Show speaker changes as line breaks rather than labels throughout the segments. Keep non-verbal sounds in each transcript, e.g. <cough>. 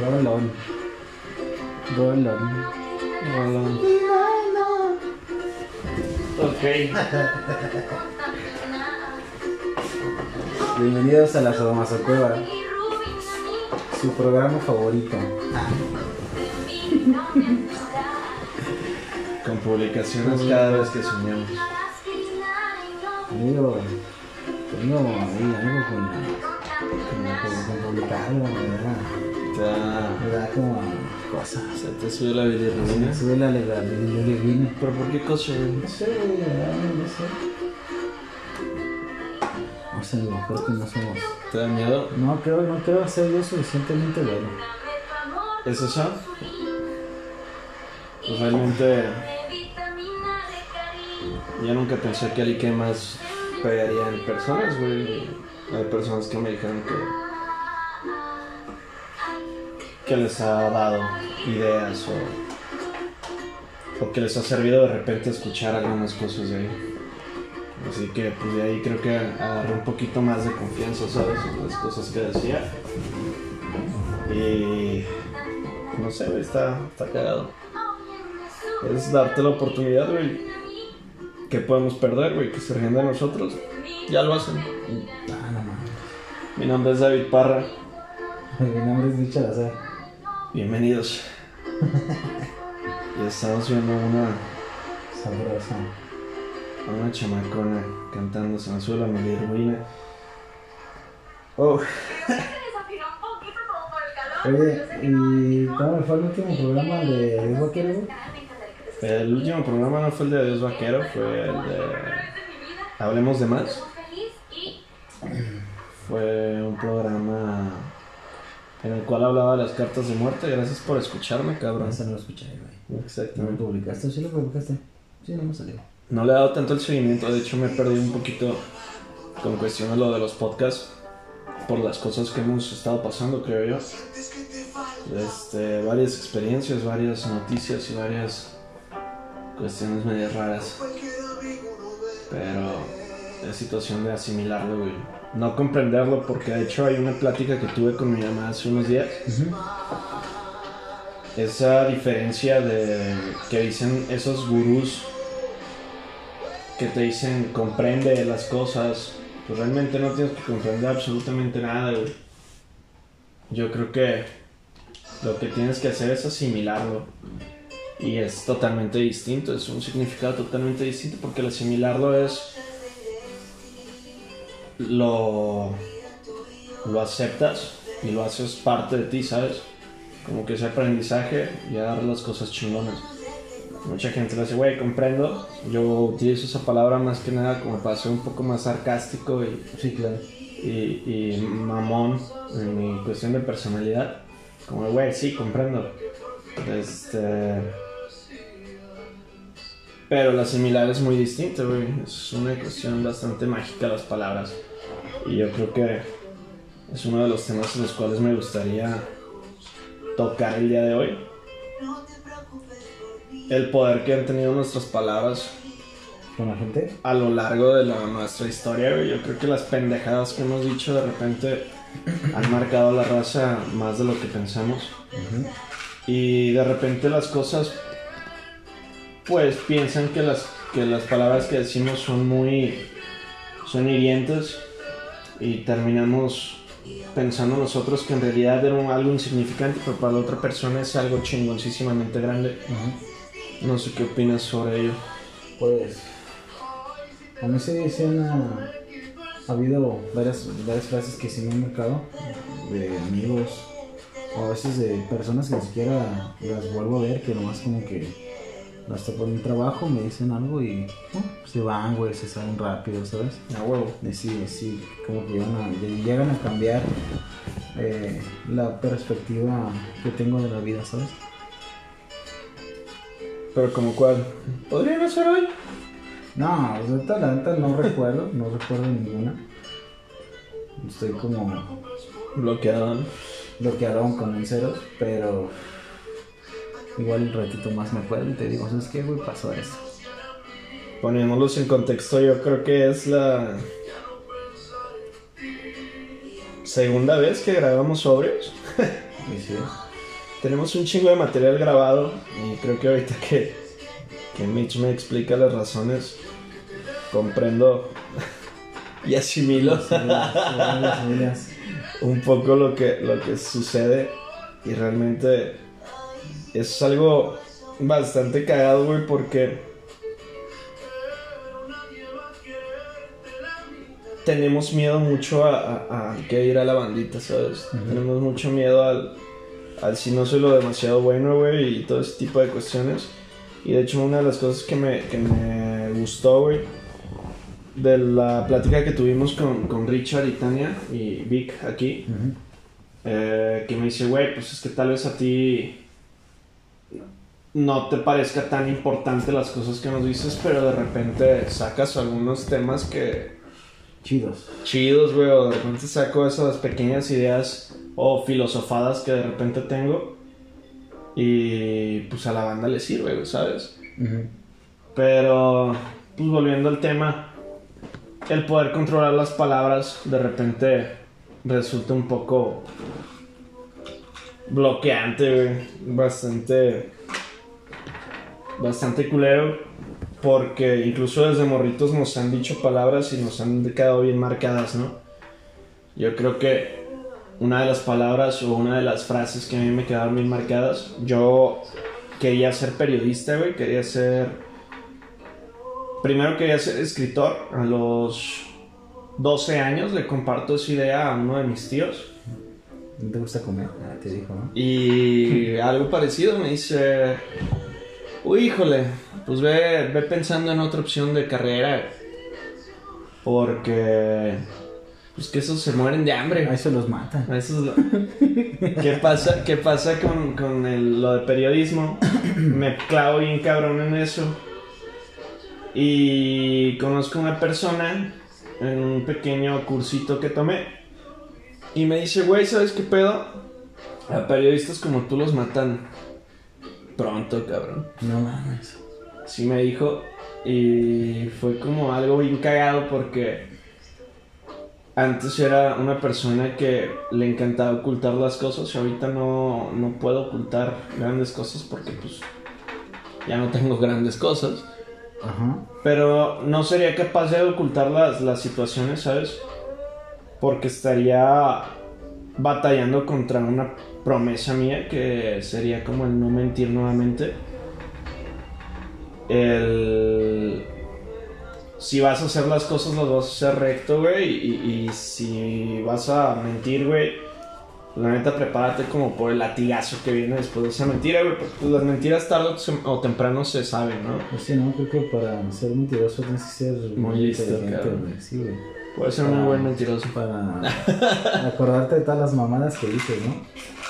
Rolón. Rolón. Rolón.
Ok.
Bienvenidos a la Sodomasocueva, su programa favorito.
Con publicaciones cada vez que soñamos.
Amigo, tengo ahí algo con, con, con, con publicarlo, me da-
Ya,
me da como cosa.
se te subió la bilirrubina.
Me sube la legalina.
¿Pero por qué cosa?
No sé, no sé. No sé, yo creo que no somos.
¿Te da miedo?
No creo, no creo ser yo suficientemente bueno.
¿Es eso? Pues realmente yo nunca pensé que alguien más pegaría en personas, güey. Hay personas que me dijeron que que les ha dado ideas o o que les ha servido de repente escuchar algunas cosas de ahí. Así que pues de ahí creo que agarré un poquito más de confianza, ¿sabes? En las cosas que decía. Y no sé, güey, está, está cagado. Es darte la oportunidad, güey. Que podemos perder, güey, que se ríen de nosotros. Ya lo hacen.
Ah, no mames.
Mi nombre es David Parra.
Mi nombre es Dicha Lazar.
Bienvenidos. Ya estamos viendo a una,
Sabroso.
a una chamacona cantando Se me sube la bilirrubina. Oh,
Oye, ¿y cómo fue el último programa de Dios Vaquero? güey?
el último programa no fue el de Dios Vaquero, fue el de Hablemos de Más. <laughs> Fue un programa en el cual hablaba de las cartas de muerte. Gracias por escucharme,
No,
cabrón.
ese no lo escuché, güey. ¿No lo
Exactamente.
publicaste? ¿Sí lo publicaste? Sí, no me salió.
No le he dado tanto el seguimiento, de hecho me he perdido un poquito con cuestión de lo de los podcasts por las cosas que hemos estado pasando, creo yo. Este, varias experiencias, varias noticias y varias cuestiones medio raras. Pero es situación de asimilarlo, güey. No comprenderlo porque de hecho hay una plática que tuve con mi mamá hace unos días esa diferencia de que dicen esos gurús que te dicen comprende las cosas, pues realmente no tienes que comprender absolutamente nada, güey. Yo creo que lo que tienes que hacer es asimilarlo. Y es totalmente distinto, es un significado totalmente distinto porque el asimilarlo es lo lo aceptas y lo haces parte de ti, ¿sabes? Como que ese aprendizaje y a dar las cosas chingonas. Mucha gente lo dice, güey, comprendo. Yo utilizo esa palabra más que nada como para ser un poco más sarcástico y
Sí, claro.
y, y mamón en mi cuestión de personalidad. Como, güey, sí, comprendo. Este. Pero la similar es muy distinta, güey. Es una cuestión bastante mágica las palabras. Y yo creo que es uno de los temas en los cuales me gustaría tocar el día de hoy. El poder que han tenido nuestras palabras
¿Con la gente?
a lo largo de la- nuestra historia, güey, yo creo que las pendejadas que hemos dicho de repente han marcado a la raza más de lo que pensamos. Y de repente las cosas, pues piensan que las, que las palabras que decimos son muy, son hirientes y terminamos pensando nosotros que en realidad era un- algo insignificante, pero para la otra persona es algo chingoncísimamente grande. No sé qué opinas sobre ello.
Pues, a mí sí, sí han, ah, ha habido varias, varias frases que sí me han marcado de amigos o a veces de personas que ni siquiera las vuelvo a ver, que nomás como que las topo en un trabajo, me dicen algo y uh, se van, güey, se salen rápido, ¿sabes?
A huevo.
Eh, Sí, sí, como que llegan a, llegan a cambiar eh, la perspectiva que tengo de la vida, ¿sabes?
Pero como cuál? ¿Podrían hacer hoy?
No, pues ahorita la neta no recuerdo, no recuerdo ninguna. Estoy como
Bloqueado. ¿no?
bloqueado con el cero, pero igual un ratito más me acuerdo y te digo, ¿sabes qué, güey? Pasó eso.
Poniéndolos en contexto, yo creo que es la segunda vez que grabamos sobrios.
Y sí.
Tenemos un chingo de material grabado y creo que ahorita que, que Mitch me explica las razones, comprendo <laughs> y asimilo
Sí, las- las familias.
un poco lo que, lo que sucede y realmente es algo bastante cagado, güey, porque tenemos miedo mucho a, a- a que ir a la bandita, ¿sabes? Tenemos mucho miedo al, al si no soy lo demasiado bueno, güey, y todo ese tipo de cuestiones. Y de hecho una de las cosas que me, que me gustó, güey, de la plática que tuvimos con, con Richard y Tania y Vic aquí,
Ujú.
eh, que me dice, güey, pues es que tal vez a ti no te parezca tan importante las cosas que nos dices, pero de repente sacas algunos temas que
Chidos.
chidos, güey, o de repente saco esas pequeñas ideas o filosofadas que de repente tengo y pues a la banda le sirve, güey, ¿sabes?
Ujú.
Pero, pues volviendo al tema, el poder controlar las palabras de repente resulta un poco bloqueante, güey. Bastante. Bastante culero. Porque incluso desde morritos nos han dicho palabras y nos han quedado bien marcadas, ¿no? Yo creo que una de las palabras o una de las frases que a mí me quedaron bien marcadas, yo quería ser periodista, güey, quería ser Primero quería ser escritor. A los 12 años le comparto esa idea a uno de mis tíos.
¿No te gusta comer? Ah, te dijo, ¿no?
Y algo parecido me dice, uy, híjole, pues ve, ve pensando en otra opción de carrera. Porque, pues que esos se mueren de hambre.
A eso los mata.
A esos lo- ¿Qué pasa, qué pasa con, con el- lo de periodismo? Me clavo bien cabrón en eso. Y conozco una persona en un pequeño cursito que tomé. Y me dice, güey, ¿sabes qué pedo? A periodistas como tú los matan pronto, cabrón.
No mames.
Sí me dijo. Y fue como algo bien cagado porque antes era una persona que le encantaba ocultar las cosas y ahorita no, no puedo ocultar grandes cosas porque pues ya no tengo grandes cosas.
Ajá.
Pero no sería capaz de ocultar las, las situaciones, ¿sabes? Porque estaría batallando contra una promesa mía que sería como el no mentir nuevamente. El... Si vas a hacer las cosas, las vas a hacer recto, güey. Y, y si vas a mentir, güey, pues, la neta prepárate como por el latigazo que viene después de esa mentira, güey. Porque pues, las mentiras tarde o tem- o temprano se saben, ¿no?
Pues sí, no, creo que para ser mentiroso tienes que ser
Muy listo,
inteligente,
cabrón.
güey. Sí, güey.
Puede ser un muy
Ah.
buen mentiroso.
Para <laughs> acordarte de todas las mamadas que dices, ¿no?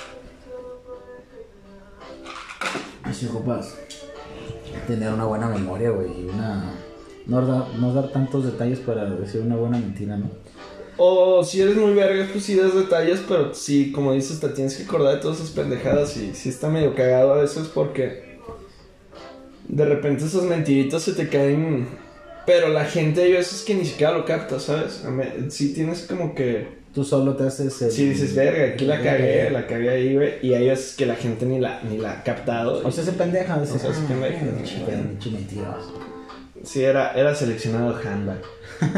Así Pues ocupas tener una buena memoria, güey, y una... No dar, no dar tantos detalles para decir una buena mentira, ¿no?
O si eres muy verga, pues sí das detalles, pero sí, como dices, te tienes que acordar de todas esas pendejadas y sí está medio cagado a veces porque de repente esas mentiritas se te caen. Pero la gente hay veces que ni siquiera lo capta, ¿sabes? A me- Sí tienes como que...
Tú solo te haces el...
Sí dices, verga, aquí la cagué, la cagué ahí, güey. Y hay veces que la gente ni la, ni la ha captado.
O sea, se pendeja, o sea,
sea, se
"Ah,
pendeja,
pinche
¿no?
pinche mentiroso".
Sí, era, era seleccionado
<laughs>
handbag.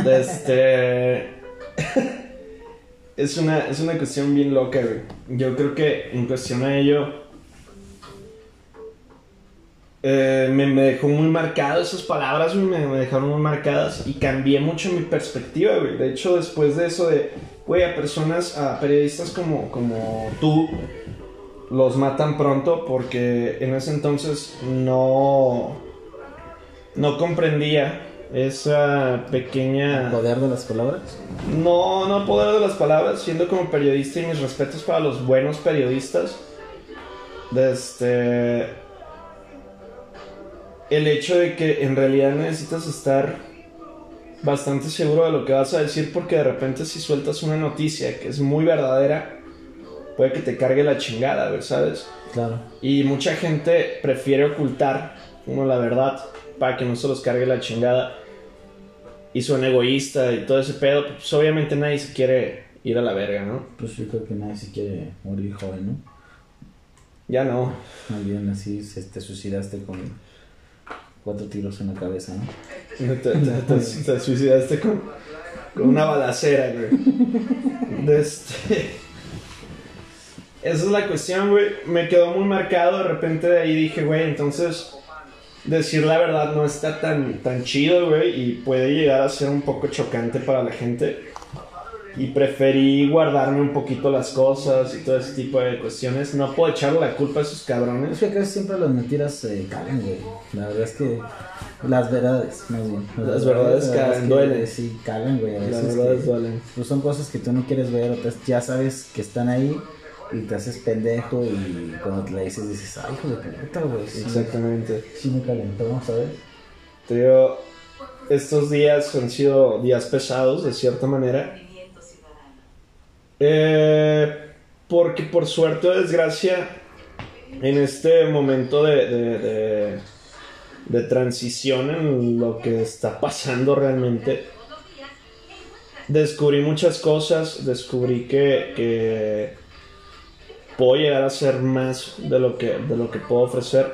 Este. es, una, es una cuestión bien loca, güey. Yo creo que en cuestión a ello. eh, me, me dejó muy marcado esas palabras, güey. Me, me dejaron muy marcadas y cambié mucho mi perspectiva, güey. De hecho, después de eso de. Güey, a personas, a periodistas como, como tú, los matan pronto porque en ese entonces no no comprendía esa pequeña
El poder de las palabras.
no no poder de las palabras siendo como periodista y mis respetos para los buenos periodistas de este el hecho de que en realidad necesitas estar bastante seguro de lo que vas a decir porque de repente si sueltas una noticia que es muy verdadera puede que te cargue la chingada güey, sabes
Claro.
y mucha gente prefiere ocultar uno la verdad para que no se los cargue la chingada. Y son egoísta y todo ese pedo. Pues obviamente nadie se quiere ir a la verga, ¿no?
Pues yo creo que nadie se quiere morir joven, ¿no?
Ya no.
También así se, te suicidaste con cuatro tiros en la cabeza, ¿no?
Te, te- te- te suicidaste con, con una balacera, güey. De Este... Esa es la cuestión, güey. Me quedó muy marcado. De repente de ahí dije, güey, entonces decir la verdad no está tan, tan chido, güey. Y puede llegar a ser un poco chocante para la gente. Y preferí guardarme un poquito las cosas y todo ese tipo de cuestiones. No puedo echarle la culpa a esos cabrones.
Es que casi siempre las mentiras se cagan, güey. La verdad es que las verdades, más bien.
Las verdades
la
cagan,
verdad es que
duelen.
Sí, cagan, güey. A
La
veces
verdad
que-
es duelen.
pues son cosas que tú no quieres ver, otras ya sabes que están ahí y te haces pendejo y cuando te la dices dices, ay, hijo de puta, güey. sí-
Exactamente.
Sí me calentó, ¿sabes?
Te digo, estos días han sido días pesados, de cierta manera. Eh, porque por suerte o desgracia, en este momento de, de- de- de transición en lo que está pasando realmente, descubrí muchas cosas, descubrí que, que puedo llegar a ser más de lo que, de lo que puedo ofrecer.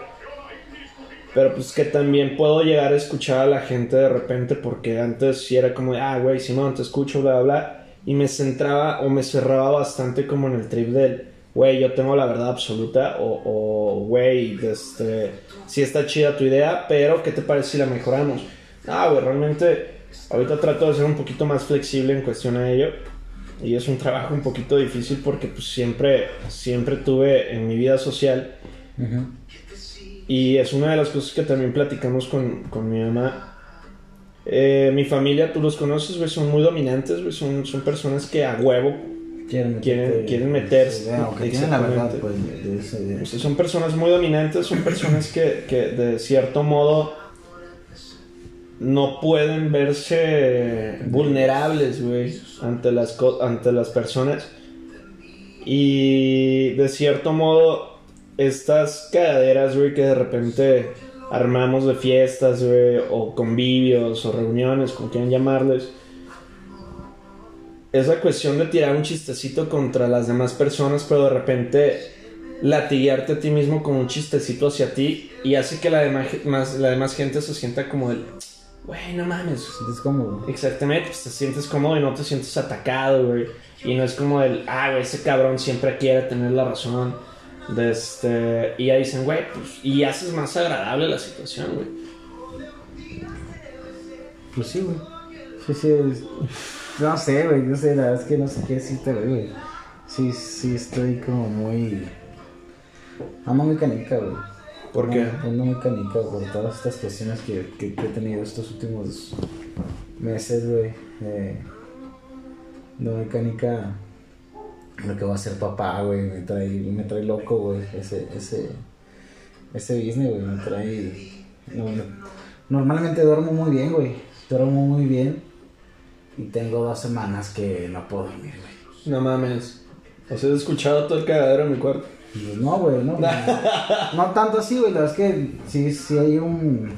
Pero pues que también puedo llegar a escuchar a la gente de repente porque antes sí era como, de, ah, güey, Simón, te escucho, bla, bla, bla. Y me centraba o me cerraba bastante como en el trip del, güey, yo tengo la verdad absoluta o, o güey, este, sí está chida tu idea, pero ¿qué te parece si la mejoramos? Ah, güey, realmente ahorita trato de ser un poquito más flexible en cuestión a ello. Y es un trabajo un poquito difícil porque pues siempre, siempre tuve en mi vida social y es una de las cosas que también platicamos con, con mi mamá. Eh, mi familia, tú los conoces, güey, son muy dominantes, güey, son, son personas que a huevo,
Quieren,
Quieren-
meterte-
quieren meterse.
Sí, aunque tienen la verdad,
Exactamente.
pues, de- de ese-
o
de-
sea, son personas muy dominantes, son personas que, que de cierto modo no pueden verse vulnerables, güey, ante las, co- ante las personas. Y de cierto modo, estas cagaderas, güey, que de repente armamos de fiestas, güey, o convivios, o reuniones, como quieran llamarles. Es la cuestión de tirar un chistecito contra las demás personas, pero de repente latiguearte a ti mismo con un chistecito hacia ti y hace que la demás, más- la demás gente se sienta como el, güey, no mames,
Es como,
Exactamente, pues te sientes cómodo y no te sientes atacado, güey. Y no es como el, ah, güey, ese cabrón siempre quiere tener la razón. De este, y ya dicen, güey, pues, y haces más agradable la situación, güey.
pues sí, güey. Sí, sí, es- no sé, güey, no sé, la verdad es que no sé qué decirte, güey, güey. Sí, sí, estoy como muy... Ando muy canica, güey.
¿Por qué?
Ando- Ando muy canica por todas estas cuestiones que, que- que he tenido estos últimos meses, güey. Eh, ando muy canica lo que va a ser papá, güey. Me trae, me trae loco, güey. Ese, ese, ese business, güey, me trae... no, no. Normalmente duermo muy bien, güey. Duermo muy bien. Y tengo dos semanas que no puedo dormir, güey.
No mames. ¿Has escuchado todo el cagadero en mi cuarto?
Pues no, güey,
<laughs>
no. No, no tanto así, güey. La verdad es que sí, sí hay un.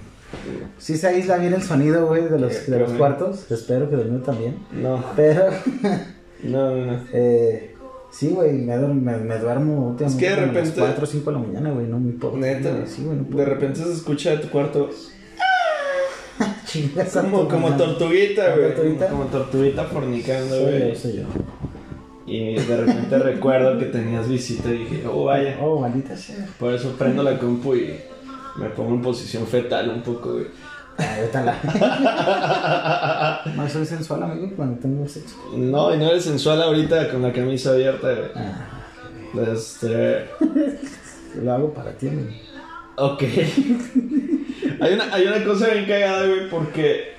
Sí se aísla bien el sonido, güey, de los, de los cuartos. Espero que del mío también.
No,
Pero,
no, no, no.
eh, sí, güey, me, duer- me, me duermo últimamente.
que de
como a
repente-
las 4 o 5 de la mañana, güey, no me puedo.
Neta,
Sí, güey, no puedo.
de repente se escucha de tu cuarto
Chingas a
como,
tu
como
madre.
tortuguita,
¿Como
güey.
tortuguita?
Como tortuguita fornicando,
Soy
güey.
yo, soy yo.
Y de repente recuerdo que tenías visita y dije, oh, vaya.
Oh, maldita sea.
Por eso prendo la compu y me pongo en posición fetal un poco, güey.
Ah, yo tan la. <laughs> no, soy sensual, amigo, cuando tengo sexo.
No, y no eres sensual ahorita con la camisa abierta,
Ah,
güey. Este.
lo hago para ti, amigo.
Ok. <laughs> hay, una, hay una cosa bien cagada, güey, porque.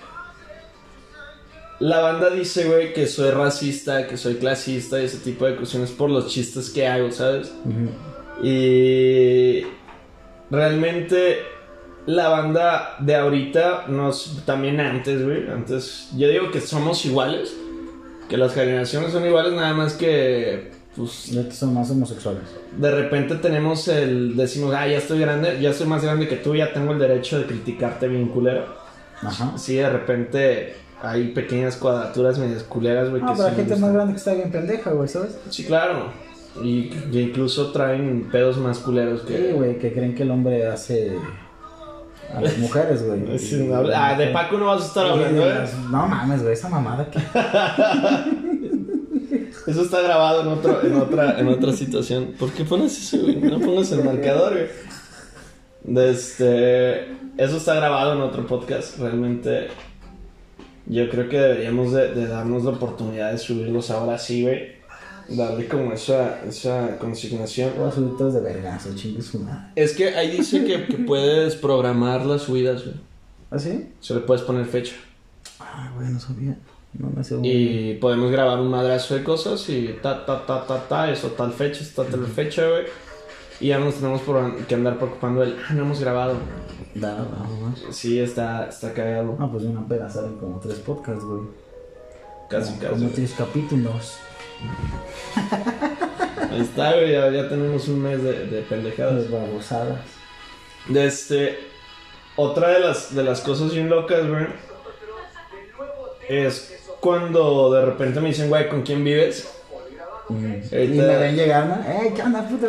La banda dice, güey, que soy racista, que soy clasista y ese tipo de cuestiones por los chistes que hago, ¿sabes?
Ujú.
Y realmente la banda de ahorita nos también antes, güey, antes yo digo que somos iguales, que las generaciones son iguales nada más que pues
Estos son más homosexuales.
de repente tenemos el decimos, "Ah, ya estoy grande, ya soy más grande que tú, ya tengo el derecho de criticarte bien culero."
Ajá.
Así de repente hay pequeñas cuadraturas medias culeras, güey.
Ah,
que
pero hay
sí me
gente
gustan.
más grande que está bien pendeja, güey, ¿sabes?
Sí, claro. Y, y incluso traen pedos más culeros que.
Sí, güey, que creen que el hombre hace a las mujeres, güey.
<laughs> Sí, no habla- Ah, de Paco no vas a estar
Sí,
hablando,
de
¿eh?
las- No mames, güey, esa mamada que... <laughs>
Eso está grabado en, otro, en, otra, en otra situación. ¿Por qué pones eso, güey? No pongas el marcador, güey. De Este, eso está grabado en otro podcast. Realmente, yo creo que deberíamos de, de darnos la oportunidad de subirlos ahora sí, güey. Darle como esa, esa consignación.
Voy a subir todos de vergazo, chingue su madre.
Es que ahí dice que, que puedes programar las subidas, güey.
¿Ah, sí?
Se le puedes poner fecha.
Ah, güey, no sabía. No me sé.
Y podemos grabar un madrazo de cosas y ta, ta, ta, ta, ta, eso, tal fecha, esta tal fecha, güey. Y ya no nos tenemos por- que andar preocupando del, ah, no hemos grabado.
Da, da, da.
Sí, está, está cagado.
Ah, pues de una pera salen como tres podcasts, güey.
Casi,
Como-
casi.
Como tres capítulos.
Ahí está, güey, ya, ya tenemos un mes de, de pendejadas.
Las babosadas.
De este, otra de las, de las cosas bien locas, güey, es cuando de repente me dicen, güey, ¿con quién vives?
Mm. Y me ven llegar, ¿no? ¡Eh, qué onda, puta!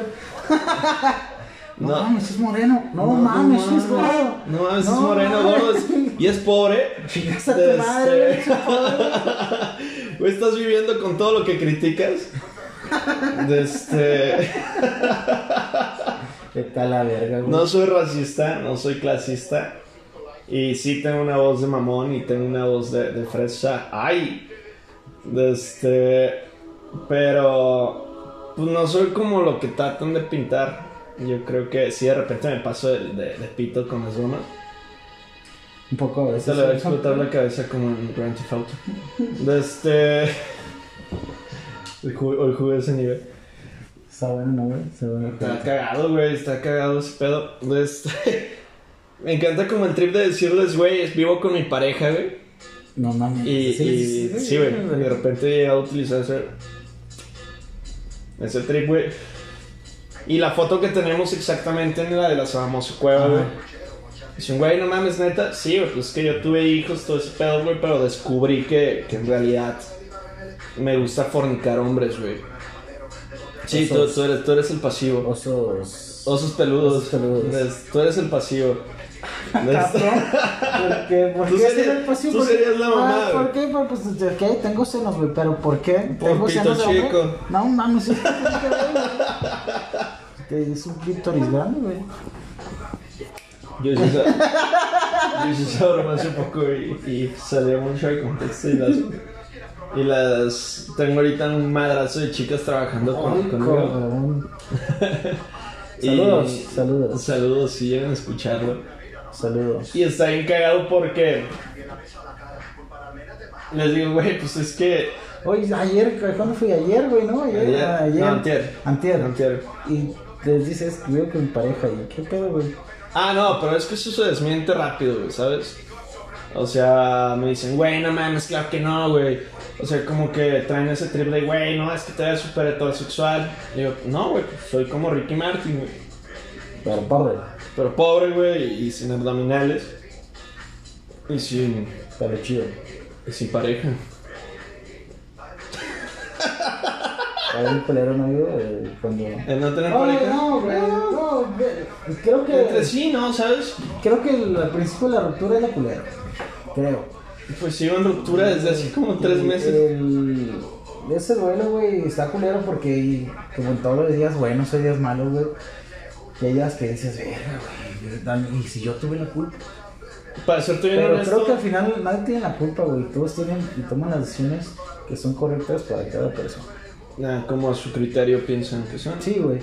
No,
No.
mames, es moreno. No, mames, es gordo.
No mames, es
No
moreno,
mames.
gordo. es- Y es pobre.
Chingas a
De
tu madre,
este-
<laughs>
Güey, estás viviendo con todo lo que criticas. De este,
¿Qué tal la verga, güey?
no soy racista, no soy clasista. Y sí tengo una voz de mamón y tengo una voz de, de fresa. ¡Ay! De este, pero pues no soy como lo que tratan de pintar. Yo creo que sí, de repente me paso de, de- de pito con las bromas.
Un poco a
Se
veces.
le va a explotar la cabeza como en Grand Theft Auto. De este. Hoy jugué, hoy jugué ese nivel.
Está bueno, ¿no, güey? Está bueno.
Está cagado, güey. Está cagado ese pedo. De este. <laughs> Me encanta como el trip de decirles, güey, es vivo con mi pareja, güey.
No mames.
Y. y- Sí, güey. de repente he llegado a utilizar ese. Ese trip, güey. Y la foto que tenemos exactamente en la de la famosa cueva,
Ajá.
güey. Dicen, güey, no mames, neta. Sí, güey, pues es que yo tuve hijos, todo ese pedo, güey, pero descubrí que, que en realidad me gusta fornicar hombres, güey. Sí, tú, tú eres, tú eres el pasivo.
Osos.
Osos peludos.
Osos peludos.
Des- Tú eres el <laughs> pasivo. Des-
Cabrón, ¿por qué? ¿Por
Tú
qué hacer
serías-
el pasivo?
tú
¿Por qué?
serías la mamá,
Ah, ¿Por
güey.
qué? Por- Pues, ok, tengo senos, güey, pero ¿por qué?
Por
tengo
pito
senos, de hombre?
chico.
No mames, es que tiene que ver, güey. Que es un clítoris grande, güey.
Yo hice esa, yo hice esa broma hace poco y, y salió mucho de contexto y las, y las tengo ahorita un madrazo de chicas trabajando con, conmigo.
Cabrón.
Y-
Saludos, saludos.
Saludos, si llegan a escucharlo.
Saludos.
Y está bien cagado porque. Les digo, güey, pues es que.
Oye, ayer, ¿cuándo fui? Ayer, güey, ¿no? Ayer.
Ayer.
ah, ayer.
No, antier.
Antier.
Antier.
Y les dices, vivo con mi pareja, ¿y qué pedo, güey?
Ah, no, pero es que eso se desmiente rápido, güey, ¿sabes? O sea, me dicen, güey, no mames, claro que no, güey. O sea, como que traen ese trip de, güey, no, es que te ves súper heterosexual. Y yo, no, güey, pues soy como Ricky Martin, güey.
Pero pobre,
Pero pobre, güey, y sin abdominales. Y sin,
pero chido.
y sin pareja.
Ahora el pelero no vive eh, cuando.
El no tener
Oye,
pareja. Ah.
no, güey, no, ve- creo
Entre
que
sí, ¿no? ¿Sabes?
creo que el, al principio la ruptura es la culera, creo.
Pues llevo en ruptura desde hace como tres meses.
El, ese duelo, güey, está culero porque como en todos los días buenos hay días malos, güey. Y hay días que dices, verga, güey, dame- y si yo tuve la culpa.
Para serte bien
Pero creo que al
honesto,
final nadie tiene la culpa, güey. Todos tienen y toman las decisiones que son correctas para cada persona.
ah, como a su criterio piensan que son.
Sí, güey.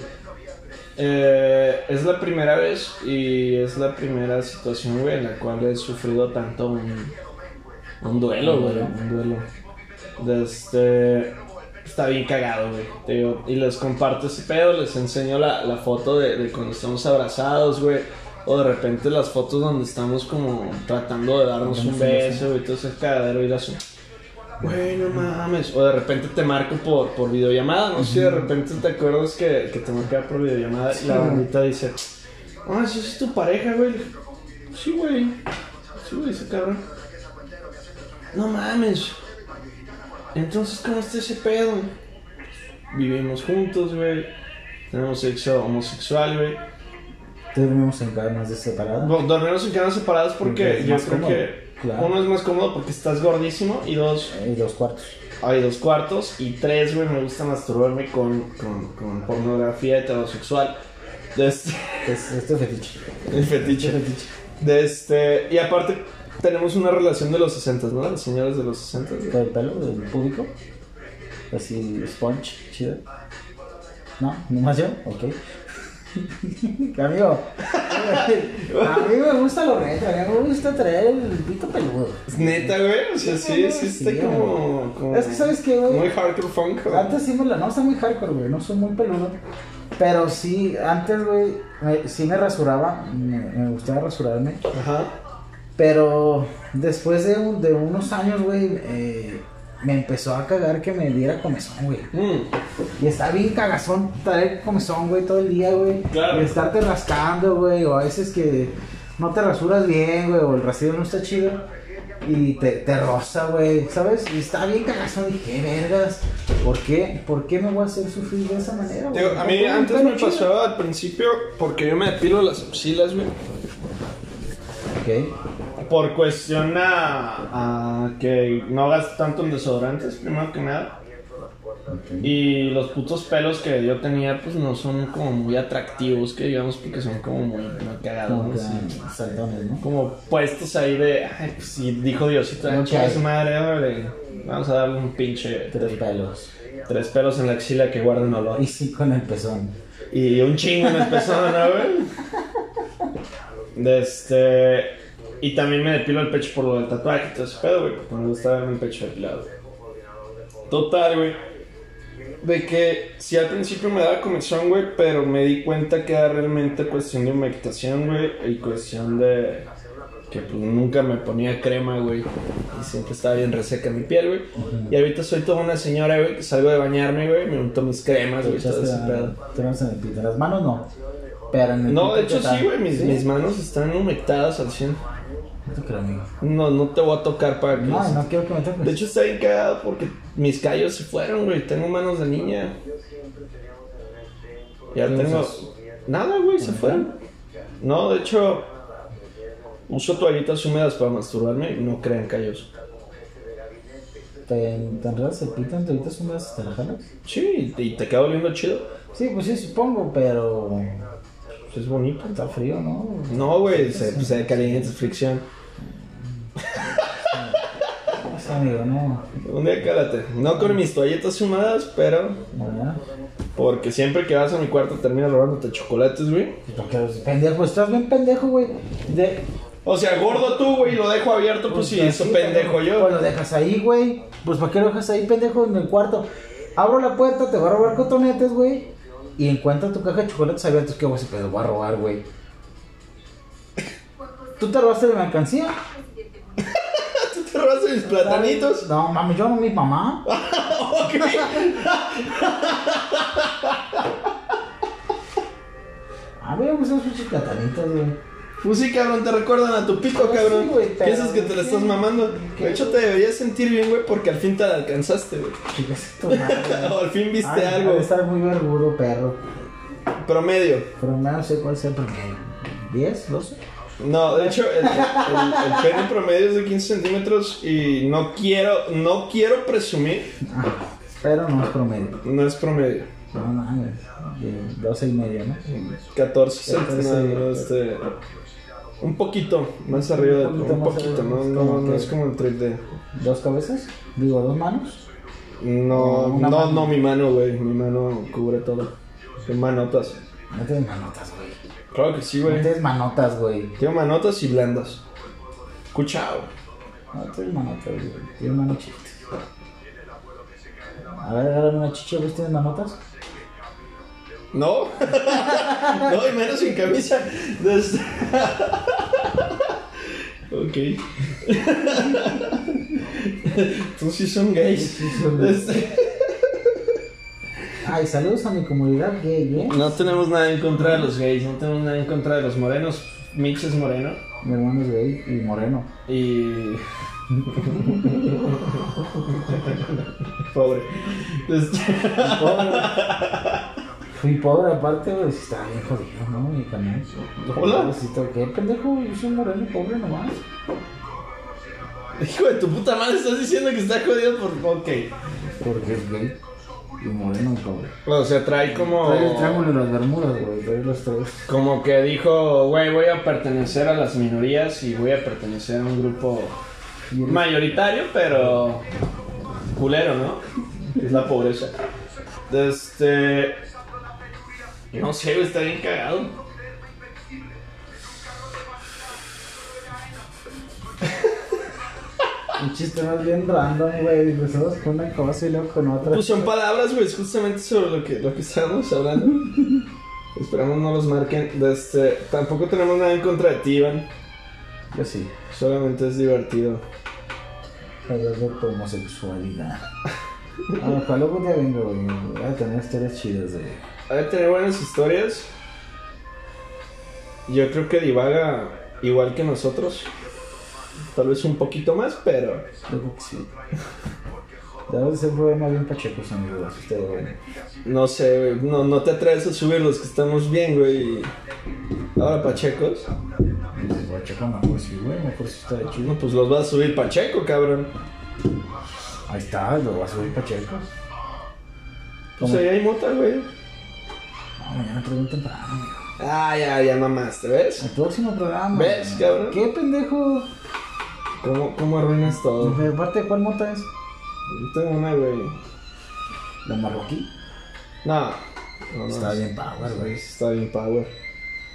Eh, es la primera vez y es la primera situación, güey, en la cual he sufrido tanto un, un duelo, güey. Un duelo. De Este, está bien cagado, güey. te digo. Y les comparto ese pedo, les enseño la, la foto de, de cuando estamos abrazados, güey. O de repente las fotos donde estamos como tratando de darnos un beso, güey. Todo ese cagadero y la su... Güey, no mames. O de repente te marco por, por videollamada, no sé si de repente te acuerdas que, que te marcaba por videollamada y la bandita dice, ah, sí, es tu pareja, güey. Sí, güey. Sí, güey, ese cabrón. No mames. Entonces, ¿cómo está ese pedo? Vivimos juntos, güey. Tenemos sexo homosexual, güey.
Dormimos en camas de separado.
Bueno, dormimos en camas separadas porque
Ah. Porque es
yo
más
creo
cómodo,
que
claro.
uno es más cómodo porque estás gordísimo y dos,
eh, Y dos cuartos.
hay dos cuartos y tres, güey, me gusta masturbarme con, con, con pornografía heterosexual. De este, <laughs>
Es, esto es fetiche.
el
Esto es
fetiche.
fetiche.
De este, y aparte tenemos una relación de los 60, ¿no? Las señores de los 60. güey.
Todo el pelo del público. Así, sponge, chido. ¿No? ¿Nomás yo? Ok. <laughs> Amigo, a mí me gusta lo retro, a mí me gusta traer el pito peludo.
Neta, güey, o sea, sí, sí está
Sí,
como, como-
Es que, ¿sabes qué, güey?
Muy hardcore funk, güey.
Antes sí me la. No, está muy hardcore, güey. No soy muy peludo. Pero sí, antes, güey, me- sí me rasuraba. Me, me gustaba rasurarme.
Ajá.
Pero después de, un- de unos años, güey, eh, me empezó a cagar que me diera comezón, güey.
Mm.
Y está bien cagazón traer comezón, güey, todo el día, güey.
Claro.
Y estarte rascando, güey. O a veces que no te rasuras bien, güey. O el rasillo no está chido. Y te, te roza, güey. ¿Sabes? Y está bien cagazón. Dije, "Qué vergas. ¿Por qué? ¿Por qué me voy a hacer sufrir de esa manera, güey?
Digo, a mí
No tengo
antes
pelo
me
chido".
pasó al principio porque yo me depilo las axilas, güey.
Ok.
Por cuestión a, a que no gasto tanto en desodorantes, primero que nada. Y los putos pelos que yo tenía, pues no son como muy atractivos, que digamos, porque son como muy muy cagados,
Como
¿no?
que ah,
Así,
saltones, ¿no?
Como puestos ahí de, ay, pues sí, dijo Diosito,
No,
"Chinga su
chale.
madre, órale, Vamos a darle un pinche
Tres pelos.
tres pelos en la axila que guarden olor.
Y sí con el pezón.
Y un chingo en persona, güey. De Este. Y también me depilo el pecho por lo del tatuaje, y todo ese pedo, güey. Porque me gusta verme el pecho depilado. Total, güey. De que si al principio me daba comezón, güey, pero me di cuenta que era realmente cuestión de humectación, güey, y cuestión de que pues nunca me ponía crema, güey, y siempre estaba bien reseca mi piel, güey. Y ahorita soy toda una señora, güey, que salgo de bañarme, güey, me unto mis cremas, güey, todo
Echaste
ese pedo.
la- te vas en el pito. Las manos no. Pero en el
No,
pito,
de hecho
¿qué tal?
sí, güey, mis, mis manos están humectadas al 100.
No te creo, amigo.
No, no te voy a tocar para que...
No, no quiero que me toques.
De hecho está bien cagado porque mis callos se fueron, güey, tengo manos de niña. Ya tengo... Nada, güey, se fueron. No, de hecho, uso toallitas húmedas para masturbarme y no crean callos.
¿Te, te enredas el pito en toallitas húmedas y te la jalas?
Sí, y te queda oliendo chido.
Sí, pues sí, supongo, pero
Pues es bonito.
está frío, ¿no?
No, güey, se, se calienta, es fricción.
O sea, pues, amigo, no.
Un día cálate. No con mis toallitas húmedas, pero...
No, ¿verdad?
Porque siempre que vas a mi cuarto terminas robándote chocolates, güey.
Pues, Porque los pendejos, estás bien pendejo, güey. De,
O sea, gordo tú, güey, lo dejo abierto, pues sí, eso
así,
pendejo
pendejo.
yo.
Pues lo dejas ahí, güey. Pues ¿para qué lo dejas ahí, pendejo, en el cuarto? Abro la puerta, te voy a robar cotonetes, güey. Y encuentro tu caja de chocolates abiertos. ¿Qué, güey? Se te voy a robar, güey. ¿Tú te robaste la mercancía?
¿Tú <laughs> te robas mis platanitos?
No, mami, yo no, mi mamá.
<laughs> Ok.
<laughs> A mí me gustan los pinches platanitos, güey.
Pues sí, cabrón, te recuerdan a tu pito,
Pues
cabrón.
sí, güey, pero-
Piensas que te la estás mamando. De hecho, te deberías sentir bien, güey, porque al fin te la alcanzaste, güey.
Chicas, tu madre.
O <laughs> al fin viste
Ay, ha
algo.
de estar muy vergudo, perro.
Promedio.
Pero no sé cuál sea el promedio. ¿10? ¿12?
No, de hecho, el, el, el pene promedio es de 15 centímetros y no quiero, no quiero presumir,
Ah, pero no es promedio.
no es promedio.
No, no, güey. De 12 y medio, ¿no?
14 centímetros,
Entonces,
no, no, este, un poquito más arriba de
Un
un
poquito más
poquito,
arriba,
no,
es
no,
como
no
que-
es como el trip de
¿Dos cabezas? Digo, ¿dos manos?
no,
Una
no,
mano.
no mi mano, güey, mi mano cubre todo. Tengo manotas.
No tienes manotas, güey.
Claro que sí,
No
güey.
tienes manotas, güey.
Tengo manotas y blandas. Cuchao.
No tienes manotas, güey. Tienes mano chiquita. A ver, agárrame una chicha, güey. ¿Tienes manotas?
No. <laughs> no, y menos sin camisa. Des- <laughs> ok. <laughs> Entonces sí son gays. Este-
Ay, saludos a mi comunidad gay, ¿eh?
No tenemos nada en contra de los gays, no tenemos nada en contra de los morenos. Mitch es moreno
Mi hermano es gay y moreno.
y <laughs> Pobre. Este, <laughs>
Pobre. Fui pobre aparte, güey, sí estaba bien jodido, ¿no? Mi canal.
Hola.
Pobrecito, ¿Qué pendejo? Yo soy moreno pobre nomás.
Hijo de tu puta madre, estás diciendo que está jodido por. Ok.
Porque es gay. Y moreno pobre.
O sea, trae como.
Trae el triángulo en las bermudas, güey. Trae los tres.
Como que dijo, güey, voy a pertenecer a las minorías y voy a pertenecer a un grupo
Y el-
mayoritario, pero culero, ¿no? Es la pobreza. Este. No sé, güey, está bien cagado.
Un chiste más bien random, güey. Empezamos con una cosa y luego con otra.
Pues son palabras, güey, es justamente sobre lo que, lo que estábamos hablando. Esperamos no los marquen. Este, tampoco tenemos nada en contra de ti, Iván.
Yo sí.
Solamente es divertido.
Hablar de tu homosexualidad. A lo mejor luego un día vengo, güey. Voy a tener historias chidas de.
Ha de tener buenas historias. Yo creo que divaga igual que nosotros. Tal vez un poquito más, pero.
Yo creo que sí. Debe de ser un problema bien pachecos, amigos. Ustedes, güey.
No sé, güey, No, no te atreves a subir los que estamos bien, güey. Ahora Pachecos.
Pues, Pacheco mejor sí, güey. Mejor sí está de chido.
No, pues los vas a subir Pacheco, cabrón.
Ahí está, lo va a subir Pacheco.
Pues ahí hay mota, güey.
No, Ah, mañana traigo un temprano, amigo.
Ah, ya, ya mamaste, ¿ves?
El próximo programa.
¿Ves, cabrón?
¿Qué pendejo?
¿Cómo, cómo arruinas todo?
De parte, ¿cuál mota es?
Yo tengo una, güey.
La marroquí.
No. no, no,
Está bien power, güey.
Está bien, Power.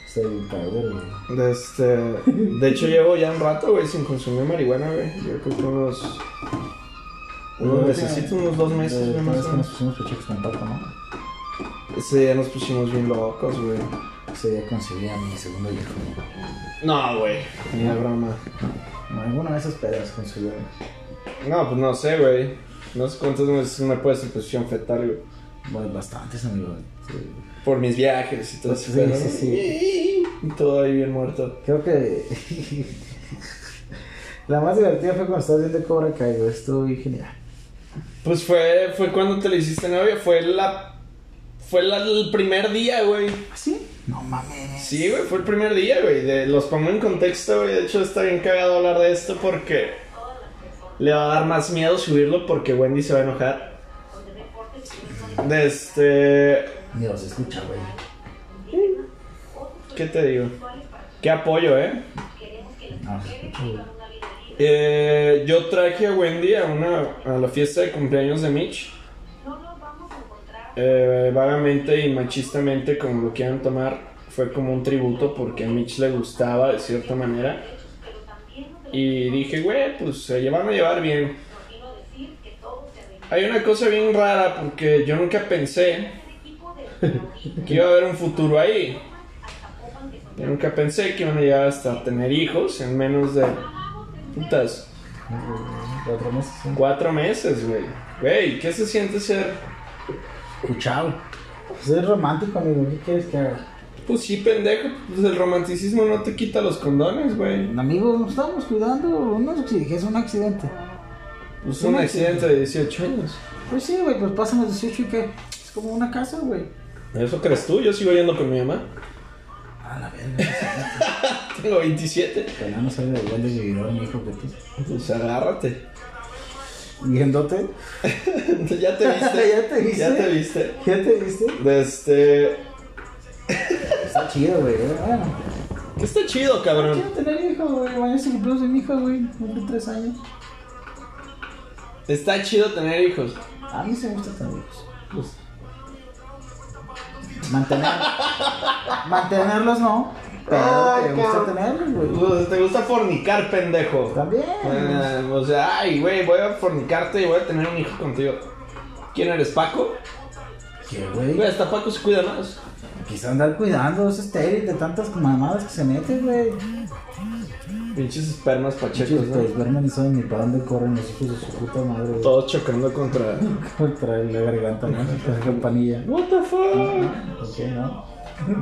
Está bien power, güey.
Este, de hecho llevo ya un rato, güey, sin consumir marihuana, güey. Yo creo que unos... Unos necesito unos dos meses,
Eh,
güey,
una
más
vez
o
que nos
menos.
pusimos pachecos con Paco, ¿no?
Ese día nos pusimos bien locos, güey.
Ese día conseguí a mi segundo hijo.
No, güey. Ni de broma.
Alguna de esas pedas conseguí.
No, pues no sé, güey. No sé cuántas veces me puedes en posición fetal, güey.
Bueno, bastantes, amigo. Sí.
Por mis viajes y todo eso.
Sí,
¿no?
sí, sí.
Y todo ahí bien muerto.
Creo que. <laughs> la más divertida fue cuando estabas viendo Cobra Kai, güey. Estuvo bien genial.
Pues fue, fue cuando te le hiciste novia, fue la... Fue la- el primer día, güey.
¿Ah, sí? No mames.
Sí, güey, fue el primer día, güey. de- Los pongo en contexto, güey. De hecho, está bien cagado hablar de esto porque le va a dar más miedo subirlo porque Wendy se va a enojar. De este.
Ni los escucha, güey.
¿Qué te digo? Qué apoyo, eh.
No se escucha, güey.
Eh, yo traje a Wendy a, una, a la fiesta de cumpleaños de Mitch. Eh, vagamente y machistamente, como lo quieran tomar, fue como un tributo porque a Mitch le gustaba de cierta manera. Y dije, güey, pues se van a llevar bien. Hay una cosa bien rara porque yo nunca pensé que iba a haber un futuro ahí. Yo nunca pensé que iban a llegar hasta tener hijos en menos de putas
Cuatro meses. ¿sí?
Cuatro meses, güey. Güey, ¿qué se siente ser?
Escuchado. Pues es romántico, amigo. ¿Qué quieres que haga?
Pues sí, pendejo. Pues el romanticismo no te quita los condones, güey.
Amigos, nos estamos cuidando. No es un accidente.
Pues un accidente de 18 años.
Pues sí, güey, pues pasan los 18 y qué. Es como una casa, güey.
¿Eso crees tú? Yo sigo yendo con mi mamá.
A la verga.
Tengo 27.
Que no salga igual de vividor, mi hijo que tú.
Pues agárrate. <laughs>
Viéndote.
ya te viste.
<laughs> Ya te viste.
Ya te viste.
¿Ya te viste?
Este.
Está chido, güey. eh. Bueno.
Que está
Quiero
chido, cabrón.
tener hijos, güey. Mañana se cumpleaños de mi hija, güey. Cumple tres años.
Está chido tener hijos.
A mí se me gusta tener hijos.
Pues,
Mantener. mantenerlos no. Pero
Ay,
te gusta
cabrón.
tenerlos, güey.
pues, te gusta fornicar, pendejo.
También.
Ah, o sea, ay, güey, voy a fornicarte y voy a tener un hijo contigo. ¿Quién eres, Paco?
¿Qué,
Güey,
güey?
hasta Paco se cuida más.
Quizá andar cuidando esos estéril de tantas mamadas que se meten, güey.
Pinches espermas pachecos,
Chicos,
¿no?
pues, verme ni saben ni para dónde corren los hijos de su puta madre, güey.
Todos chocando contra.
Contra la garganta, ¿no? Contra la campanilla.
What the fuck?
¿Por qué no?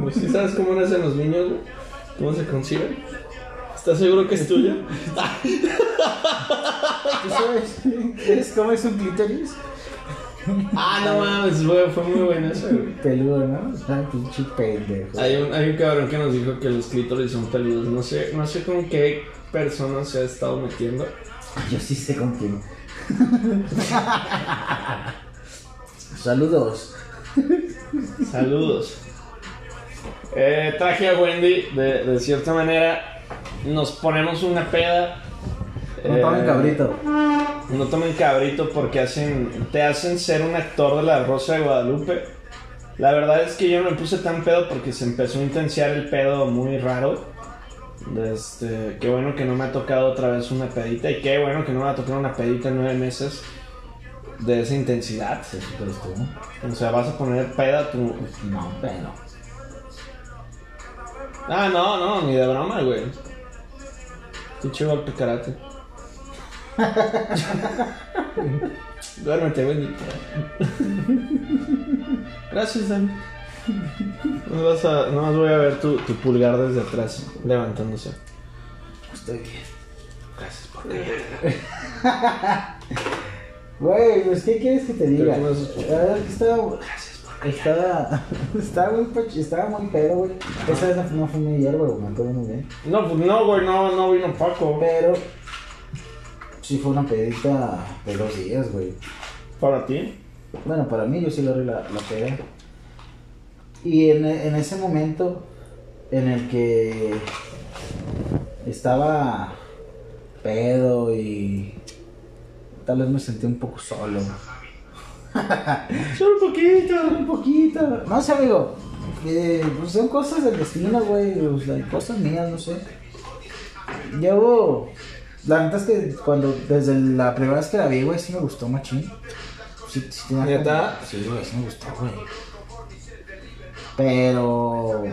Pues, ¿sí ¿Sabes cómo nacen los niños, güey? ¿Cómo se conciben? ¿Estás seguro que es tuya?
¿Tú sabes es cómo es un clítoris?
<laughs> ah, no mames, fue, fue muy bueno eso, güey.
Peludo, ¿no? Ah, pinche pendejo.
Hay un, hay un cabrón que nos dijo que los clítoris son peludos. No sé, no sé con qué persona se ha estado metiendo.
Yo sí sé con quién. Saludos.
Saludos. Eh, traje a Wendy, de, de cierta manera. Nos ponemos una peda.
No tomen
Eh,
cabrito.
No tomen cabrito porque hacen, te hacen ser un actor de la Rosa de Guadalupe. La verdad es que yo no me puse tan pedo porque se empezó a intensiar el pedo muy raro. Este, qué bueno que no me ha tocado otra vez una pedita y qué bueno que no me va a tocar una pedita en nueve meses de esa intensidad.
Sí, pero pues estuvo. Pues
O sea, vas a poner peda a tu...
No, pero.
Ah, no, no, ni de broma, güey. Pinche golpe <laughs> karate. Duérmete, güey. Gracias, Dan. No vas a, nomás voy a ver tu, tu pulgar desde atrás levantándose. Eh,
Estoy bien.
Gracias por callar.
Güey, pues, ¿qué quieres que te diga?
que no has
La verdad es que estaba.
Gracias por
Estaba, <laughs> estaba, muy, pach- estaba muy pedo, güey. Esa vez no fue mi hierba, güey, me acuerdo muy bien.
No, pues no, güey, no, no vino Paco.
Pero sí fue una pedita de dos días, güey.
¿Para ti?
Bueno, para mí yo sí le doy la, la peda. Y en, e- en ese momento en el que estaba pedo y tal vez me sentí un poco solo.
Solo un poquito.
Un poquito. No sé, amigo. Eh, pues son cosas del destino, güey. pues, like, cosas mías, no sé. Llevo. La neta es que cuando. Desde la primera vez que la vi, güey, sí me gustó, machín. Sí, sí tenía como-
¿Neta?
Sí, güey, sí me gustó, güey. Pero.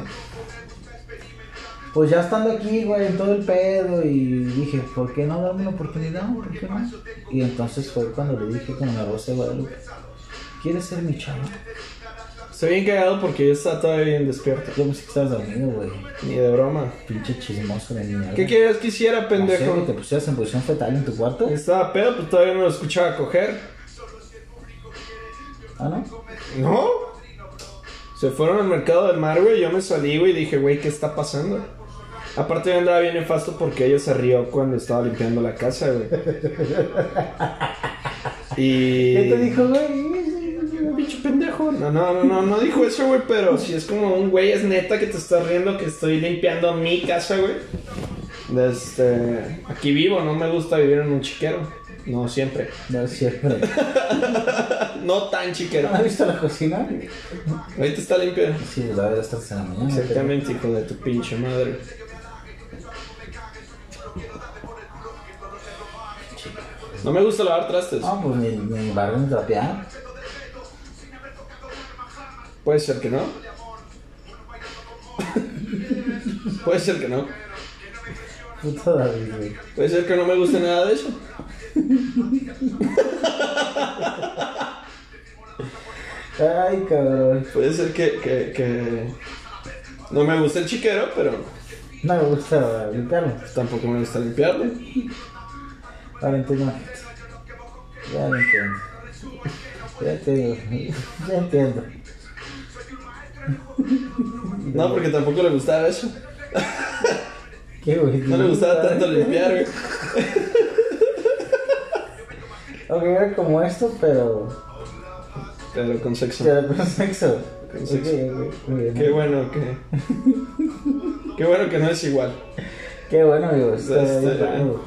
Pues ya estando aquí, güey, en todo el pedo, y dije, ¿por qué no darme la oportunidad? ¿Por qué no? Y entonces fue cuando le dije con la voz de Guadalupe, ¿quieres ser mi chavo?
Estoy bien cagado porque yo estaba todavía bien despierto.
Yo pensé que estabas dormido, güey.
Ni de broma.
Pinche chismoso de niña.
¿Qué quieres que hiciera, pendejo?
que te pusieras en posición fetal en tu cuarto?
Estaba pedo, pues todavía no lo escuchaba coger.
Ah, ¿no?
¿No? Se fueron al mercado del mar, güey. Yo me salí, güey, y dije, güey, ¿qué está pasando? Aparte, yo andaba bien nefasto porque ella se rió cuando estaba limpiando la
<laughs>
casa, güey. Y.
¿Qué te dijo, güey?
Pinche pendejo. No, no, no, no, no dijo eso, güey, pero si es como un güey, es neta que te estás riendo que estoy limpiando mi casa, güey. Este. Aquí vivo, no me gusta vivir en un chiquero. No siempre.
No es cierto.
No tan chiquero.
¿No has visto la cocina?
Ahorita está limpio.
Sí, la verdad está hasta la mañana.
Exactamente, hijo de tu pinche madre. No me gusta lavar trastes.
No, pues ni, ni barro ni trapear.
Puede ser que no. <laughs> Puede ser que no.
Puta David, güey.
Puede ser que no me guste nada de eso.
Ay, cabrón.
Puede ser que, que, que no me gusta el chiquero, pero
No me gusta limpiarlo.
tampoco me gusta limpiarlo.
Ahora entiendo. Ya lo entiendo. Ya entiendo. Ya entiendo.
No, porque tampoco le gustaba eso.
¿Qué, güey?
No le gustaba tanto limpiar, güey.
Ok, era como esto, pero.
Pero con sexo.
Pero con sexo.
Con sexo.
Ok, ok, muy bien.
Qué bueno que. Qué bueno que no es igual.
Qué bueno, amigo. está
Este-
bien raro.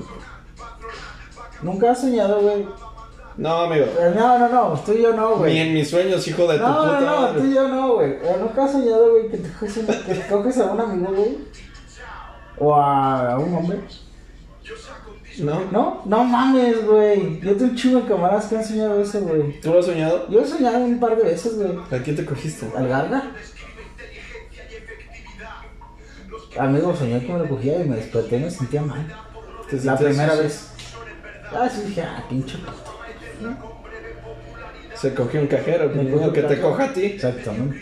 Nunca has soñado, güey.
No, amigo.
Eh, No, no, no. Tú y yo no,
Ni
güey.
en mis sueños, hijo de tu
No, no,
puta
no.
madre.
Tú y yo no, güey. Eh, Nunca has soñado, güey, que te coges, una- que te coges a un amigo, güey. O a, a un hombre.
¿No?
No, no mames, güey. Yo tengo un chingo de camaradas que han soñado eso, güey.
¿Tú lo has soñado?
Yo he soñado un par de veces, güey.
¿A quién te cogiste?
¿Al garga? Amigo, soñé que me lo cogía y me desperté y me sentía mal.
¿Te
La
sentías
primera
así?
vez. Ah, sí, dije, ah, pinche puto.
Se cogió un cajero,
Me
ni
cogió
modo
un
que te
cajero.
coja a ti.
Exacto, ¿no?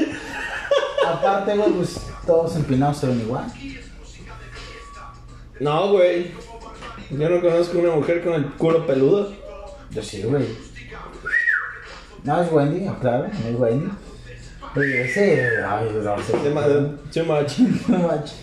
<laughs>
Aparte, güey, pues todos empinados se ven igual.
No, güey. Yo no conozco una mujer con el culo peludo.
Yo sí, güey. No es Wendy, claro, no es Wendy. Pero ese. Ay, no sé.
Too ma- too much.
<laughs> No manches.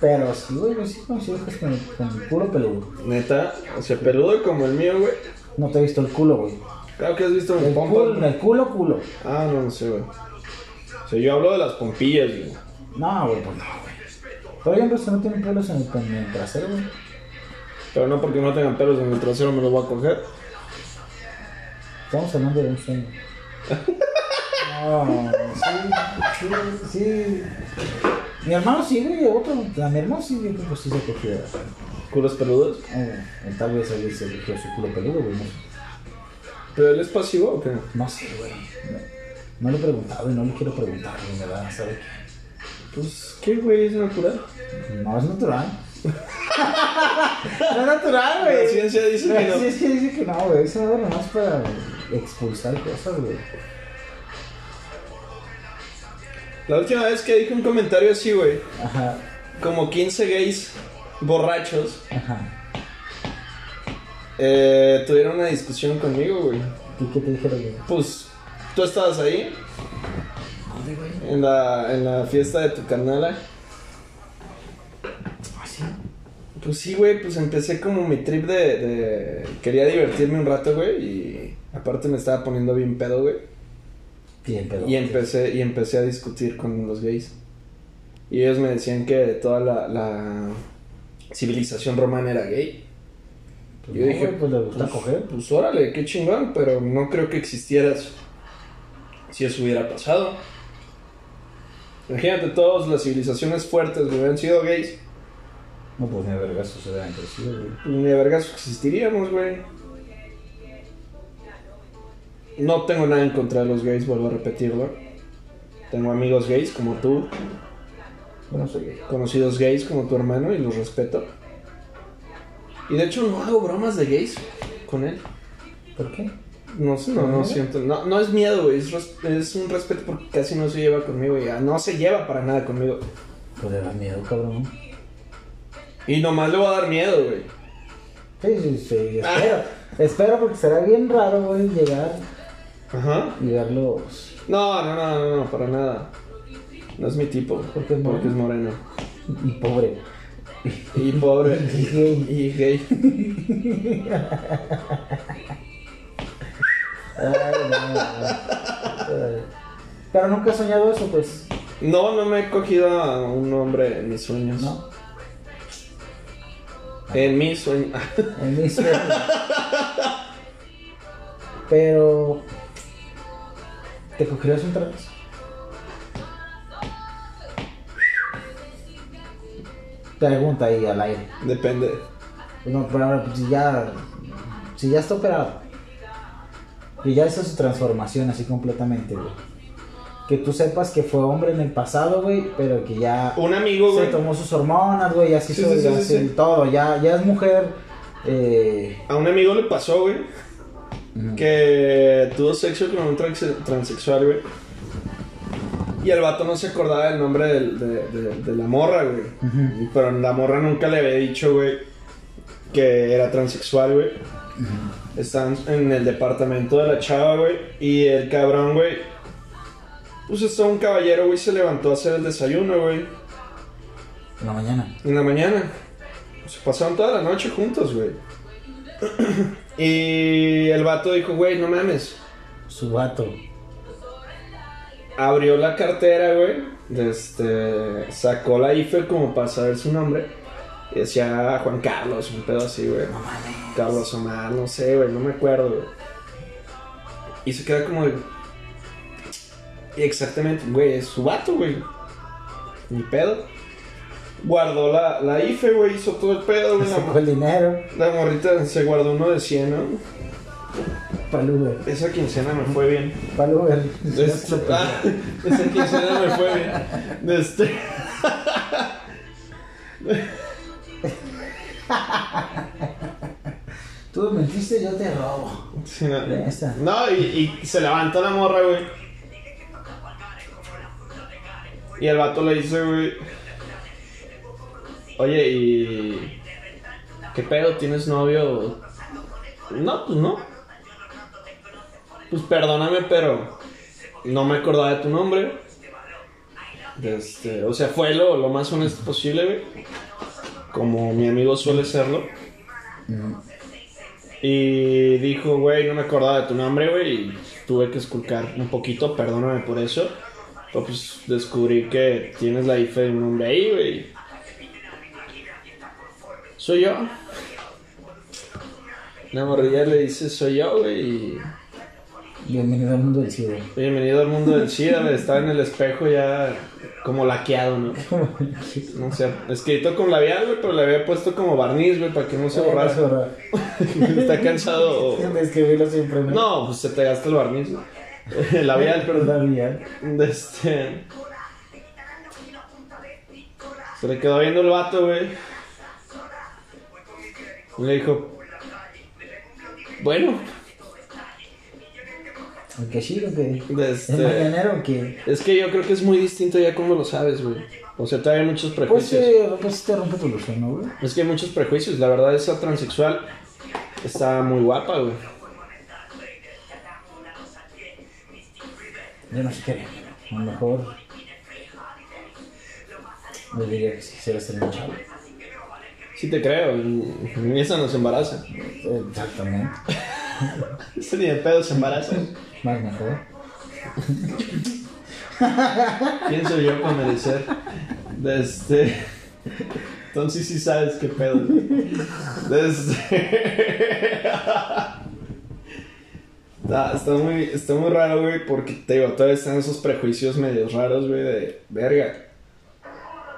Pero sí, güey, yo sí conocí viejas con, con el culo peludo.
Neta, o sea, peludo como el mío, güey.
No te he visto el culo, güey.
Claro que has visto mi
El culo,
pompa.
el culo, culo.
Ah, no, no sé, güey. O sea, yo hablo de las pompillas, güey.
No, güey, pues no, güey. Todavía en no tienen pelos en el, en el trasero, güey.
Pero no porque no tengan pelos en el trasero me los voy a coger.
Estamos hablando de un sueño. No, sí, sí, sí. Mi hermano sí, güey, otro. A mi hermano sí, yo creo que sí se cogió.
Culos peludos.
eh, tal vez él se cogió su culo peludo, güey. no sé.
¿Pero él es pasivo o qué?
No sé, güey. No, no le he preguntado y no le quiero preguntar, güey, me da, ¿sabes
Pues, ¿qué, güey? Es natural.
qué? No es natural. no es natural, güey.
La ciencia dice que no.
Sí, es que dice que no, güey. Eso era nomás para expulsar cosas, güey.
La última vez que dije un comentario así, güey.
Ajá,
Como 15 gays borrachos
ajá.
eh, tuvieron una discusión conmigo, güey.
¿Y qué te dijeron, güey?
Pues, tú estabas ahí
¿Dónde, güey?
en la, en la fiesta de tu carnala.
Así.
Pues sí, güey, pues empecé como mi trip de, de- Quería divertirme un rato, güey, y aparte me estaba poniendo bien pedo, güey.
Bien, pero.
Y empecé, y empecé a discutir con los gays. Y ellos me decían que toda la, la civilización romana era gay.
Pues
Yo
no,
dije,
güey, pues le gusta coger.
Pues órale, qué chingón, pero no creo que existieras si eso hubiera pasado. Imagínate, todas las civilizaciones fuertes me hubieran sido gays.
No, pues ni verga suceder entre sí, güey.
Pues ni de vergas existiríamos, güey. No tengo nada en contra de los gays, vuelvo a repetirlo. Tengo amigos gays como tú,
Yo no soy gay.
conocidos gays como tu hermano y los respeto. Y de hecho no hago bromas de gays con él.
¿Por qué?
No sé, no, no siento. No, no es miedo, güey. Es, res- es un respeto porque casi no se lleva conmigo. Ya no se lleva para nada conmigo.
Pues le da miedo, cabrón.
Y nomás le voy a dar miedo, güey.
Sí, sí, sí.
Ah.
Espero. Espero porque será bien raro, güey, llegar
Ajá.
y verlos.
No, no, no, no, no, para nada. No es mi tipo.
¿Por qué es moreno?
Porque es moreno.
Y pobre.
Y pobre.
Y gay.
y gay.
Ay, no, no. Ay. Pero nunca he soñado eso, pues.
No, no me he cogido a un hombre en mis sueños.
No.
En mis sueños. <laughs>
En mi sueño. Pero. ¿Te cogerías un trago? Pregunta ahí al aire.
Depende.
No, pero ahora, pues, si ya. Si ya está operado. Y ya hizo su transformación así completamente, güey. Que tú sepas que fue hombre en el pasado, güey, pero que ya
Un amigo,
se
Oh, güey.
tomó sus hormonas, güey, ya se
Sí,
hizo
sí, sí,
ya
sí,
se-
sí.
todo, ya, ya es mujer. Eh,
A un amigo le pasó, güey. Que tuvo sexo con un transe- transexual, güey. Y el vato no se acordaba del nombre del- de, de- de la morra, güey.
Ujú.
Pero la morra nunca le había dicho, güey, que era transexual, güey. Están en el departamento de la chava, güey. Y el cabrón, güey. Pues está un caballero, güey, se levantó a hacer el desayuno, güey.
en la mañana.
En la mañana. Se pasaron toda la noche juntos, güey. <clears throat> y el vato dijo, güey, no mames.
Su vato.
Abrió la cartera, güey. Este, sacó la IFE como para saber su nombre. Y decía Juan Carlos, un pedo así, güey. Carlos Omar, no sé, güey, no me acuerdo, güey. Y se queda como de... Y exactamente, güey, es su vato, güey. Ni pedo. Guardó la, la IFE, güey, hizo todo el pedo, güey.
Se
la-
sacó el dinero.
La morrita se guardó uno de 100, ¿no?
Pa'l Uber.
Esa quincena me fue bien.
Pa'l Uber.
Este- ah, <laughs> esa quincena me fue bien. Este,
<laughs> Tú me mentiste, yo te robo.
sí, no,
Ya está.
No, y, y se levantó la morra, güey. Y el vato le dice, güey. Oye, y. ¿Qué pedo? ¿Tienes novio? No, pues no. Pues perdóname, pero no me acordaba de tu nombre. Este, o sea, fue lo, lo más honesto posible, güey. Como mi amigo suele serlo. Y dijo, güey, no me acordaba de tu nombre, güey. Y tuve que esculcar un poquito, perdóname por eso. Pero pues descubrí que tienes la IFE de un nombre ahí, güey. Soy yo. Una morrilla le dice, soy yo, güey. y
Bienvenido al mundo del cielo.
Bienvenido al mundo del SIDA, güey. Estaba en el espejo ya como laqueado, ¿no? No sé, escrito con labial, güey, pero le había puesto como barniz, güey, para que no se borrase. Está cansado. o-
De escribirlo siempre.
No, pues se te gasta el barniz. güey. <laughs> El labial,
pero
perdón. De Este. Se le quedó viendo el vato, güey. Y Le dijo. Bueno,
Aunque sí, lo que.
de
¿Es
este.
mañanero o qué?
Es que yo creo que es muy distinto ya cuando lo sabes, güey. O sea, todavía hay muchos
Pues,
prejuicios.
eh, pues te rompe tu ilusión, ¿no, güey?
Es que hay muchos prejuicios. La verdad, esa transexual está muy guapa, güey.
Yo no sé qué. A lo mejor. Yo diría que si quisiera ser un chavo.
Sí te creo. Ni esa nos embaraza. <laughs>
Exactamente.
Esa ni de pedo se embaraza.
Más mejor.
¿Quién soy yo para merecer? De este... Entonces sí sabes qué pedo. güey. De este... Está, está muy, está muy raro, güey, porque te digo, todavía están esos prejuicios medio raros, güey, de verga.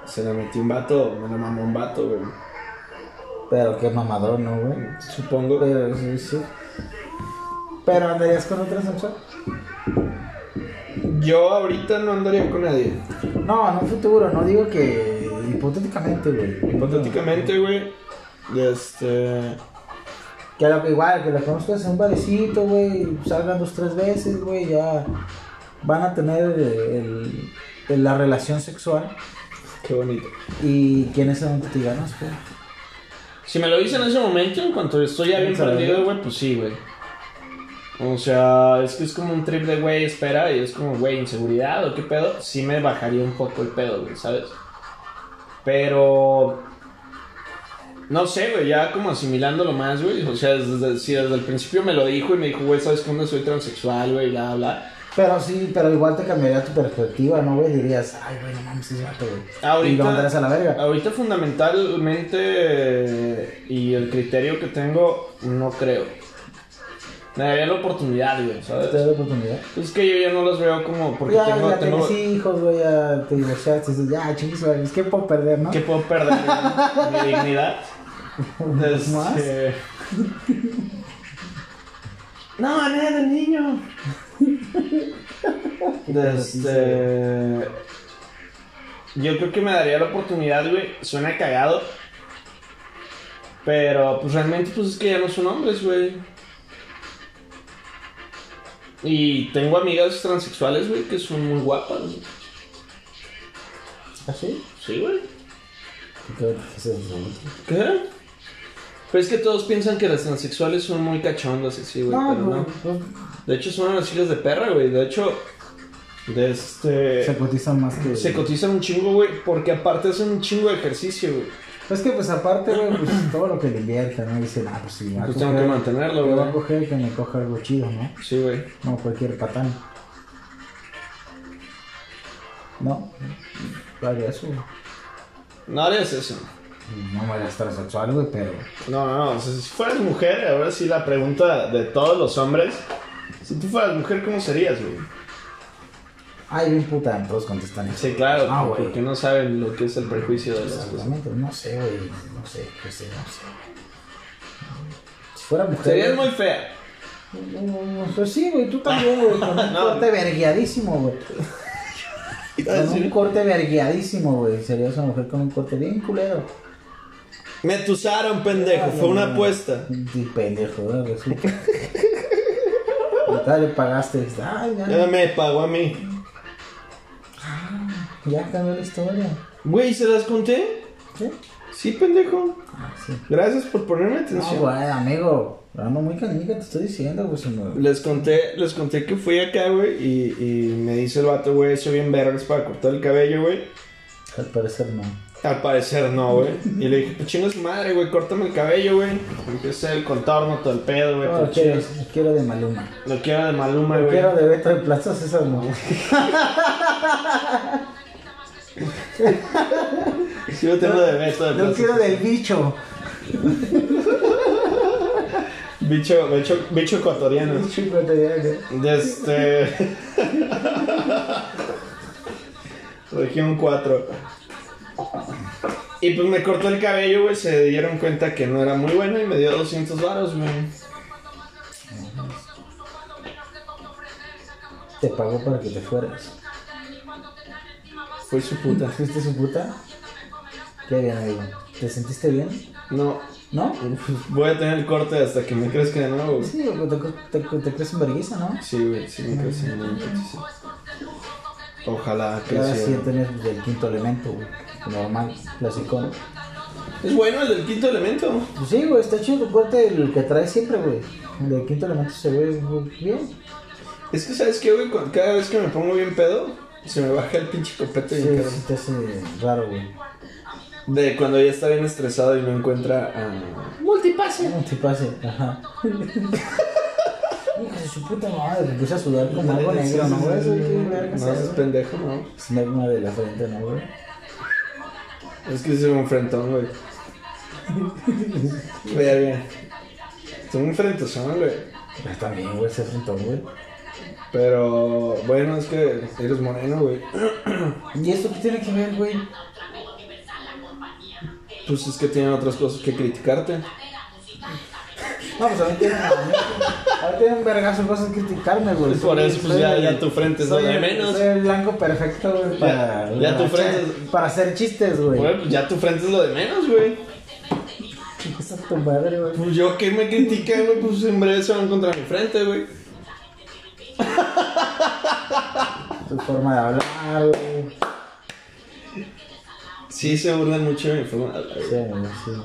Se la metió un vato, me la mamó un vato, güey.
Pero qué mamador, ¿no, güey?
Supongo que
Pero sí, sí. Pero andarías con otra transexual?
yo ahorita no andaría con nadie.
No, en un futuro, no digo que hipotéticamente, güey.
Hipotéticamente, güey, de este...
Que lo que igual, que la conozcas en un barecito, güey, salgan dos, tres veces, güey, ya van a tener el- el- la relación sexual
Qué bonito.
y quiénes son tus tiranos, güey.
Si me lo dice en ese momento, en cuanto estoy ya bien
Piensa,
perdido,
¿verdad?
güey, pues sí, güey. O sea, es que es como un trip de, güey, espera, y es como, güey, inseguridad o qué pedo. Sí me bajaría un poco el pedo, güey, ¿sabes? Pero... No sé, güey, ya como asimilándolo más, güey. O sea, desde- si desde el principio me lo dijo y me dijo, güey, ¿sabes cómo soy transexual, güey? Bla, bla.
Pero sí, pero igual te cambiaría tu perspectiva, ¿no, güey? Dirías, ay, güey, no mames, es gato, güey.
Ahorita-
Y lo mandarás a la verga.
Ahorita fundamentalmente eh, y el criterio que tengo, no creo. Me daría la oportunidad, güey,
Te
¿sabes?
doy la oportunidad.
Es que yo ya no los veo como Ah, porque
ya,
tengo,
ya
tengo-
tienes hijos, güey, ya te divorciaste, dices, ya, chingos, güey, es que puedo perder, ¿no?
que puedo perder mi dignidad. Este-
¿Más?
No, no era del niño.
Pues
Este, yo creo que me daría la oportunidad, güey. Suena cagado. Pero pues realmente pues es que ya no son hombres, güey. Y tengo amigas transexuales, güey, que son muy guapas. güey.
¿Así?
Sí, güey.
¿Qué haces, güey?
¿Qué? Pero es que todos piensan que las transexuales son muy cachondas y así, güey,
No,
pero no.
güey, pues,
De hecho, son unas hijas de perra, güey. De hecho, de este.
pues, se
Se,
cotizan más que...
cotizan un chingo, güey, porque aparte hacen un chingo de ejercicio, güey.
Es que pues aparte, güey, pues todo lo que le inviertan, ¿no? Dicen, ah, pues sí, va a
Pues
coger-
tengo que mantenerlo,
me va a
güey.
coger que me coja algo chido, ¿no?
Sí, güey.
No cualquier patán. No, yo haría eso, güey.
No harías eso.
No me harías transexual, güey, pero...
No, no, no. o sea, si fueras mujer, ahora sí la pregunta de todos los hombres. Si tú fueras mujer, ¿cómo serías, güey?
Ay, bien puta, todos contestan eso.
Sí, claro,
Ah, güey.
porque no saben lo que es el prejuicio de las cosas.
Exactamente, no sé, güey, no sé, qué sé, no sé. Si fuera mujer...
Serías
güey,
muy fea.
Mm, Pues sí, güey, tú también,
<laughs>
güey, con un
No.
corte vergueadísimo, güey.
Ah,
Con un corte vergueadísimo, güey. Sería esa mujer con un corte bien culero. Ah,
Me tusaron, pendejo. Fue una apuesta.
Y pendejo, güey, resulta. Ahorita le pagaste. Ay,
Ya
ya,
me pagó a mí.
ya cambió la historia.
Güey, ¿se las conté?
¿Sí?
Sí, pendejo.
Ah, sí.
Gracias por ponerme atención.
No, güey, amigo. Ando muy canica, te estoy diciendo, güey. se me-
Les conté, les conté que fui acá, güey, y, y me dice el vato, güey, soy bien vergas para cortar el cabello, güey.
Al parecer no.
Al parecer no, güey. Y le dije, pues chingas madre, güey, córtame el cabello, güey. Empieza el contorno, todo el pedo, güey.
No,
todo
lo quiero,
chido.
lo quiero de Maluma.
Lo quiero de Maluma,
Ah, Lo
güey.
quiero de Beto de Plaza César, no.
Sí, lo tengo de beso, de
Lo
plaza.
quiero del bicho.
Bicho, bicho, bicho ecuatoriano. De este. Región 4. Y pues me cortó el cabello, güey. Se dieron cuenta que no era muy bueno y me dio 200 varos, güey.
Te pagó para que te fueras.
Fue su puta.
¿Fuiste su puta? Qué bien, amigo. ¿Te sentiste bien?
No, pues
¿No?
voy a tener el corte hasta que me crezca de nuevo, güey.
Sí, te, te, te, crees un vergüenza, ¿no?
Sí, güey, sí me crece de nuevo. entonces sí. Ojalá
Y ahora sí
creciera.
tenés del quinto elemento, güey. Normal, clásico.
Es bueno el del quinto elemento.
Pues sí, güey, está chido tu corte, el que traes siempre, güey. El del quinto elemento se ve güey, bien.
Es que, ¿sabes qué, güey? Cu- Cada vez que me pongo bien pedo, se me baja el pinche copete
Sí,
bien pedo.
sí te hace raro, güey.
De cuando ya está bien estresado y no encuentra a...
No te pase, ajá. <laughs> Hijo de su puta madre, me puse a sudar como algo negro, ¿no, güey? Eso hay que ver qué
No, es
hacer.
pendejo, ¿no?
Snagma de la frente, ¿no, güey?
Es que soy un
<laughs>
frentón, güey. Verga. Soy un frentosón, güey.
Pero también, güey, se afrontó, güey.
Pero, bueno, es que eres moreno, güey. <clears throat>
¿Y esto qué tiene que ver, güey?
Pues es que tienen otras cosas que criticarte.
No, pues a mí tienen, a mí, a mí tienen vergazo cosas que criticarme, güey.
Por eso, pues, ya- ya tu frente es lo
soy-
de menos.
Soy el blanco perfecto, güey, para...
ya tu
para-
frente-
Para hacer chistes, güey.
Güey, pues ya tu frente es lo de menos, güey.
Esa tu madre, güey.
Pues yo que me critican, güey, pues en breve se van contra mi frente, güey.
Tu forma de hablar, güey.
Sí, se burlan mucho de mi forma de hablar, güey.
Sí, güey, sí.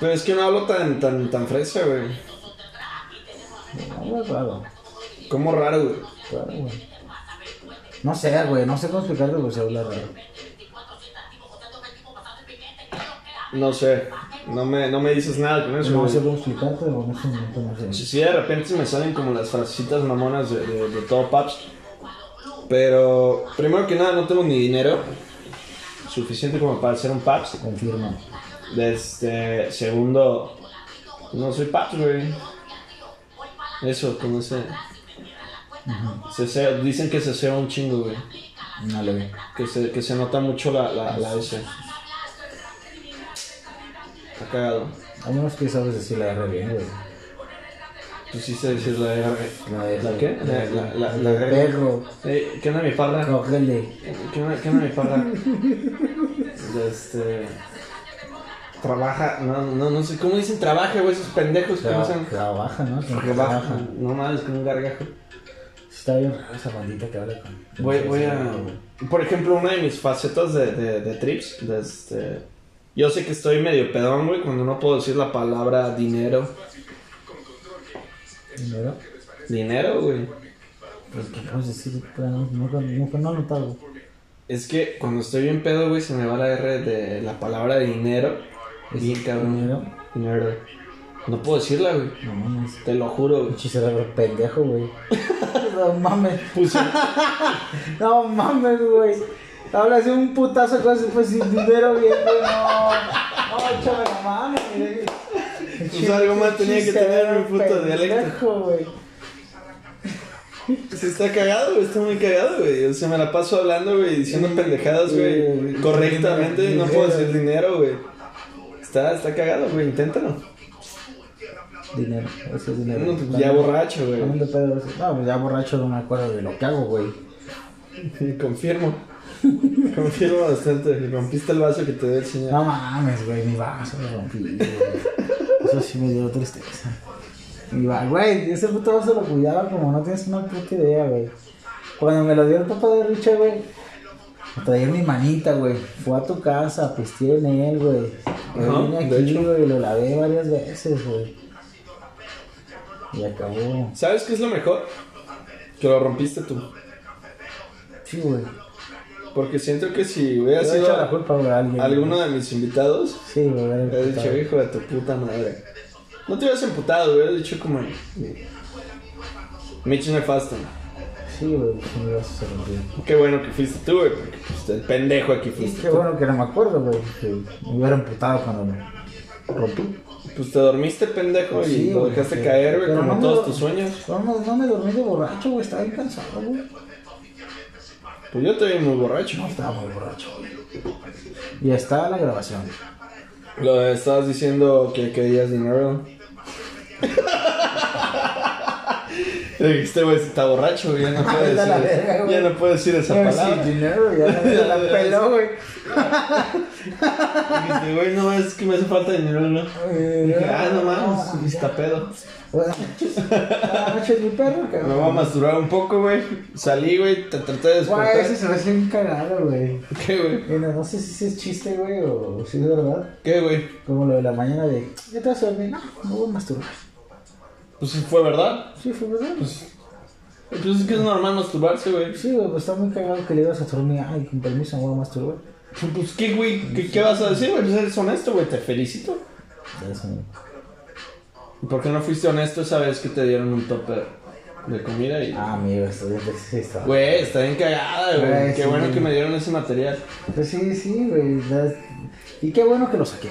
Pero es que no hablo tan, tan, tan fresa, güey.
No, güey, raro.
Como raro, güey.
Claro, güey. No sé, güey, no sé cómo explicarte, güey, se habla raro.
No sé. No me, no me dices nada con eso,
No
güey.
sé cómo explicarte, güey, en ese momento no sé.
Si si de repente me salen como las frasecitas mamonas de, de- de todo Paps. Pero primero que nada no tengo ni dinero suficiente como para hacer un Paps.
Confirma.
Este, segundo, no soy Paps, güey. Eso, como ese. se sea- dicen que se sea un chingo, güey.
No le ve.
Que se, que se nota mucho la, la, la S. Está cagado.
Hay unos que sabes decir la R bien, güey.
Tú Pues sí sabes decir la R.
La,
¿La qué? La- la- la- la-
de perro.
Eh, ¿Qué onda mi parda?
Cógele.
¿Qué onda, qué onda mi parda? Este. Trabaja, no, no, no sé cómo dicen trabaja, güey, esos pendejos que no
Tra-
saben.
Trabaja, ¿no?
Trabaja, no mames, con un gargajo.
Está bien rara esa bandita que habla con.
Voy, voy a. Por ejemplo, una de mis facetas de, de, de trips, de este. Yo sé que estoy medio pedón, güey, cuando no puedo decir la palabra dinero.
Primero.
Dinero, güey.
Pues que vamos a decir, Pero nunca, nunca no he notado.
Es que cuando estoy bien pedo, güey, se me va la R de la palabra dinero.
¿Es
Bien cabrón.
dinero?
Dinero. No puedo decirla, güey.
No mames.
Te lo juro, güey.
Pinche cerebro pendejo, güey. <laughs> No mames.
Puse,
<laughs> No mames, güey. Hablas de un putazo con ese pues, sin dinero bien, güey. No. No, échame la mano, güey.
Pues algo más tenía que tener mi puto
Pendejo,
dialecto.
güey.
se Pues está cagado, güey. Está muy cagado, güey. O sea, me la paso hablando, güey, diciendo pendejadas, güey.
Sí.
Correctamente, no puedo
Dinero.
decir dinero, güey. Está, está cagado, güey. Inténtalo.
Dinero, eso es dinero.
No, pues, ya borracho, güey.
Hablando de pedo, No, pues ya borracho no me acuerdo de lo que hago, güey. <laughs>
Confirmo. Confirmo bastante. Rompiste el vaso que te dio el señor.
No mames, güey, mi vaso lo rompí, güey. Eso sí me dio tristeza. Mi va- güey, ese puto vaso lo cuidaba como no tienes una puta idea, güey. Cuando me lo dio el papá de Richard, güey, Traía mi manita, güey. Fue a tu casa, pisteé en él, güey. Yo
Ajá,
vine
de
aquí,
hecho.
güey, lo lavé varias veces, güey. Y acabó.
¿Sabes qué es lo mejor? Que lo rompiste tú.
Sí, güey.
Porque siento que si
Yo
hubiera
he hecho
sido
la culpa, güey, a alguien.
alguno de mis invitados,
güey. Sí, güey. hubiera
hubieras dicho,
emputado.
hijo de tu puta madre. No te hubieras emputado, hubieras dicho como... Mitch nefasto.
Sí, güey, pues, me ibas a sorprender.
Qué bueno que fuiste tú, güey. Porque pues, el pendejo aquí fuiste
Qué
tú.
bueno que no me acuerdo, güey. que Me hubiera emputado cuando me rompí.
Pues te dormiste, pendejo,
Pues
y
sí,
lo
güey,
dejaste
sí.
caer, güey,
Pero
como
no me
todos
lo-
tus sueños.
No, no, no me dormí de borracho, güey. Estaba bien cansado, güey.
Pues yo te vi muy borracho.
No, estaba muy borracho, güey. Y estaba la grabación.
Lo de- estabas diciendo que querías dinero. <laughs> Le dijiste, güey, está borracho, güey, ya no puede
Ah, Vete a la
decir,
verga, güey.
ya no puede decir esa
Ya sin
palabra.
dinero, ya ya la peló, güey.
Dijiste, güey, no, es que me hace falta dinero, ¿no? Dije, ah, no mames, está pedo.
Eh, Buenas noches. Buenas noches, mi perro.
Me
cabrón.
voy a masturbar un poco, güey. Salí, güey, te traté de despertar.
Güey, ese se me hace un cagado, güey.
¿Qué, güey?
Bueno, no sé si ese es chiste, güey, o si es verdad.
¿Qué, güey?
Como lo de la mañana de, ¿qué te vas a dormir? No, me voy a masturbar.
Pues fue verdad.
Sí, fue verdad.
Pues, pues es que es normal masturbarse, güey.
Sí, güey, pues está muy cagado que le digas a tu amiga, ay, con permiso, me voy a masturbar.
Pues, ¿qué, güey? ¿Qué, qué vas a decir, güey? Pues eres honesto, güey, te felicito.
Ya es un-
¿Y ¿Por qué no fuiste honesto esa vez que te dieron un tope de comida y...
Ah, amigo, estoy bien sexista.
Güey, está bien cagada, güey.
Güey,
Qué
sí.
bueno que me dieron ese material.
Pues sí, sí, güey. la- Y qué bueno que lo saqué.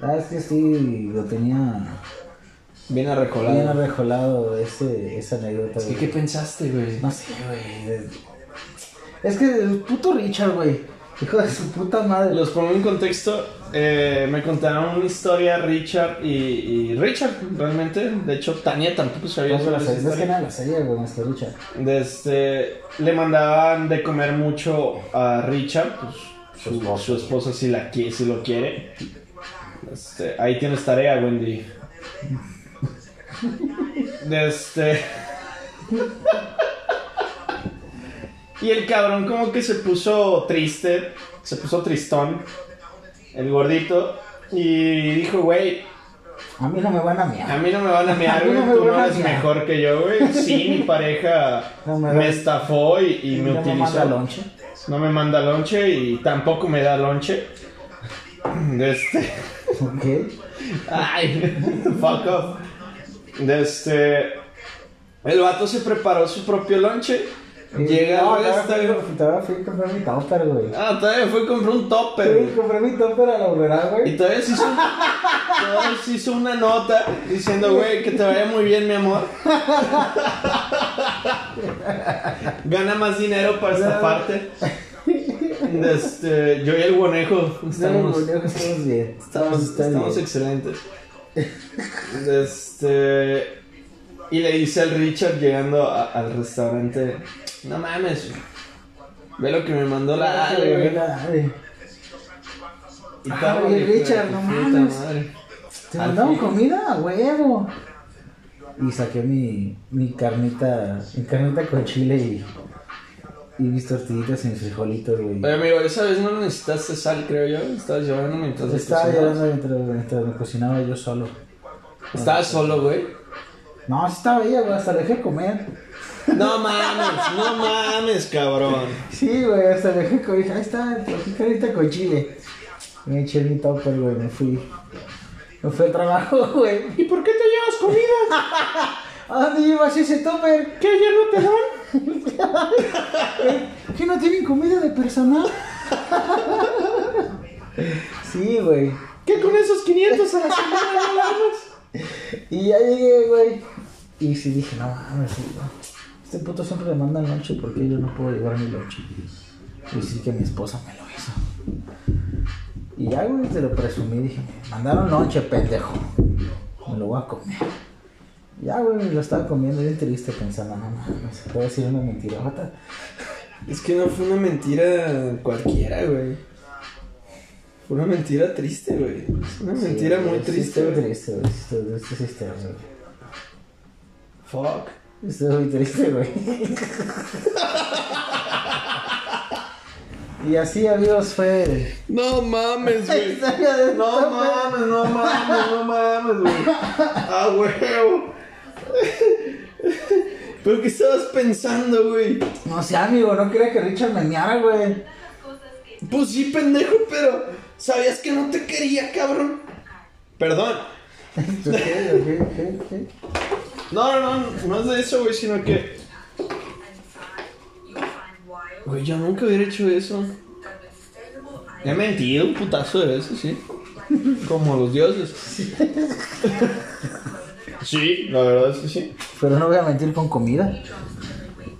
La verdad es que sí, lo tenía
Bien arrecolado.
bien arrejolado ese, esa anécdota.
Es que,
güey.
¿qué pensaste, güey?
No sé, güey. es- Es que el puto Richard, güey. Hijo de su puta madre.
Los pongo en contexto. eh, me contaron una historia Richard y, y Richard, realmente. De hecho, Tania tampoco sabía
Pues, No, pero es
sobre esa
que
historia.
nada, la sabía, güey, más que Richard.
Desde, este, le mandaban de comer mucho a Richard, pues, su,
Su esposa.
su esposa si, la quiere, si lo quiere. Este, ahí tienes tarea, Wendy. Desde... y el cabrón como que se puso triste, se puso tristón, el gordito, y dijo, güey,
A mí no me van a
a
miar.
mí no me van a
A
mear,
mí
güey.
no me
Tú
van
no
a
eres
mear.
mejor que yo, güey. Sí, mi pareja
<laughs> No me
me,
da-
estafó y, y me
no me
utilizó.
manda lonche. <laughs>
no me manda lonche y tampoco me da lonche. Este. <laughs>
Ok.
Ay, fuck off. Este. El vato se preparó su propio lonche. Llega
no,
al
todavía
este-
fui- todavía fui a comprar mi topper, güey.
Ah, todavía fue y compró un topper,
Fui a
güey.
comprar mi topper a la obrera,
Y
güey.
todavía se hizo, todavía se hizo una nota diciendo, güey, que te vaya muy bien, mi amor. Gana más dinero para esta parte. Este, yo y el guanejo
No,
estamos,
güey, creo que estamos bien.
estamos,
Pues está bien.
estamos excelentes. Este, y le dice al Richard llegando a- al restaurante, no mames, ve lo que me mandó la
Ah,
Ale,
güey,
güey".
la Ale.
Y
Ah,
todo,
güey,
hijo de
Richard,
tu
no
puta
mames.
madre.
Te
Al
mandaron
fin.
comida a huevo. Y saqué mi, mi carnita, mi carnita con chile y, y mis tortillitas y mis frijolitos, güey.
Oye, amigo, esa vez no necesitaste sal, creo yo. Estabas llorando mientras
Estaba
cocinabas.
llorando mientras, mientras me cocinaba yo solo.
Estabas solo, güey.
No, sí estaba ella, güey, hasta la dejé comer.
<laughs> No mames, no mames, cabrón.
Sí, güey, hasta la dejé comer. Dije, Ahí está, mi carnita con chile. Me eché mi topper, güey, me fui. Me fui al trabajo, <laughs> güey.
¿Y por qué te llevas comida?
¿A dónde llevas ese topper?
¿Que ayer no te dan?
<laughs> ¿Que no tienen comida de personal? <laughs> sí, güey.
¿Que con esos 500 a la semana no la armas?
Y ya llegué, güey. Y sí dije, no mames, sí, güey. este puto siempre le manda noche porque yo no puedo llevar mi noche. Y sí que mi esposa me lo hizo. Y ya, güey, te lo presumí. Dije, me mandaron noche, pendejo. Me lo voy a comer. Ya, güey, me lo estaba comiendo bien triste pensando, no mames, puedo decir una mentirota.
Es que no fue una mentira cualquiera, güey. Fue una mentira triste, güey. Es una mentira
Sí,
muy
sí,
triste,
estuvo
güey.
triste, güey. sí, estuvo- sí, sí, estuvo, güey.
Fuck.
Estuvo muy triste, güey. Y así, amigos, fue.
No mames, güey. <laughs>
Historia de
No mames, no mames, no mames, güey. Ah, <laughs> huevo. ¿Pero qué estabas pensando, güey?
No sé, amigo, no quería que Richard meneara, güey.
Pues sí, pendejo, pero sabías que no te quería, cabrón. Perdón.
Ok, ok, ok, ok.
No, no, no, no es de eso, güey, sino que. Güey, yo nunca hubiera hecho eso. He mentido un putazo de veces, sí. <laughs> Como los dioses. <laughs> Sí, la verdad es que sí.
Pero no voy a mentir con comida.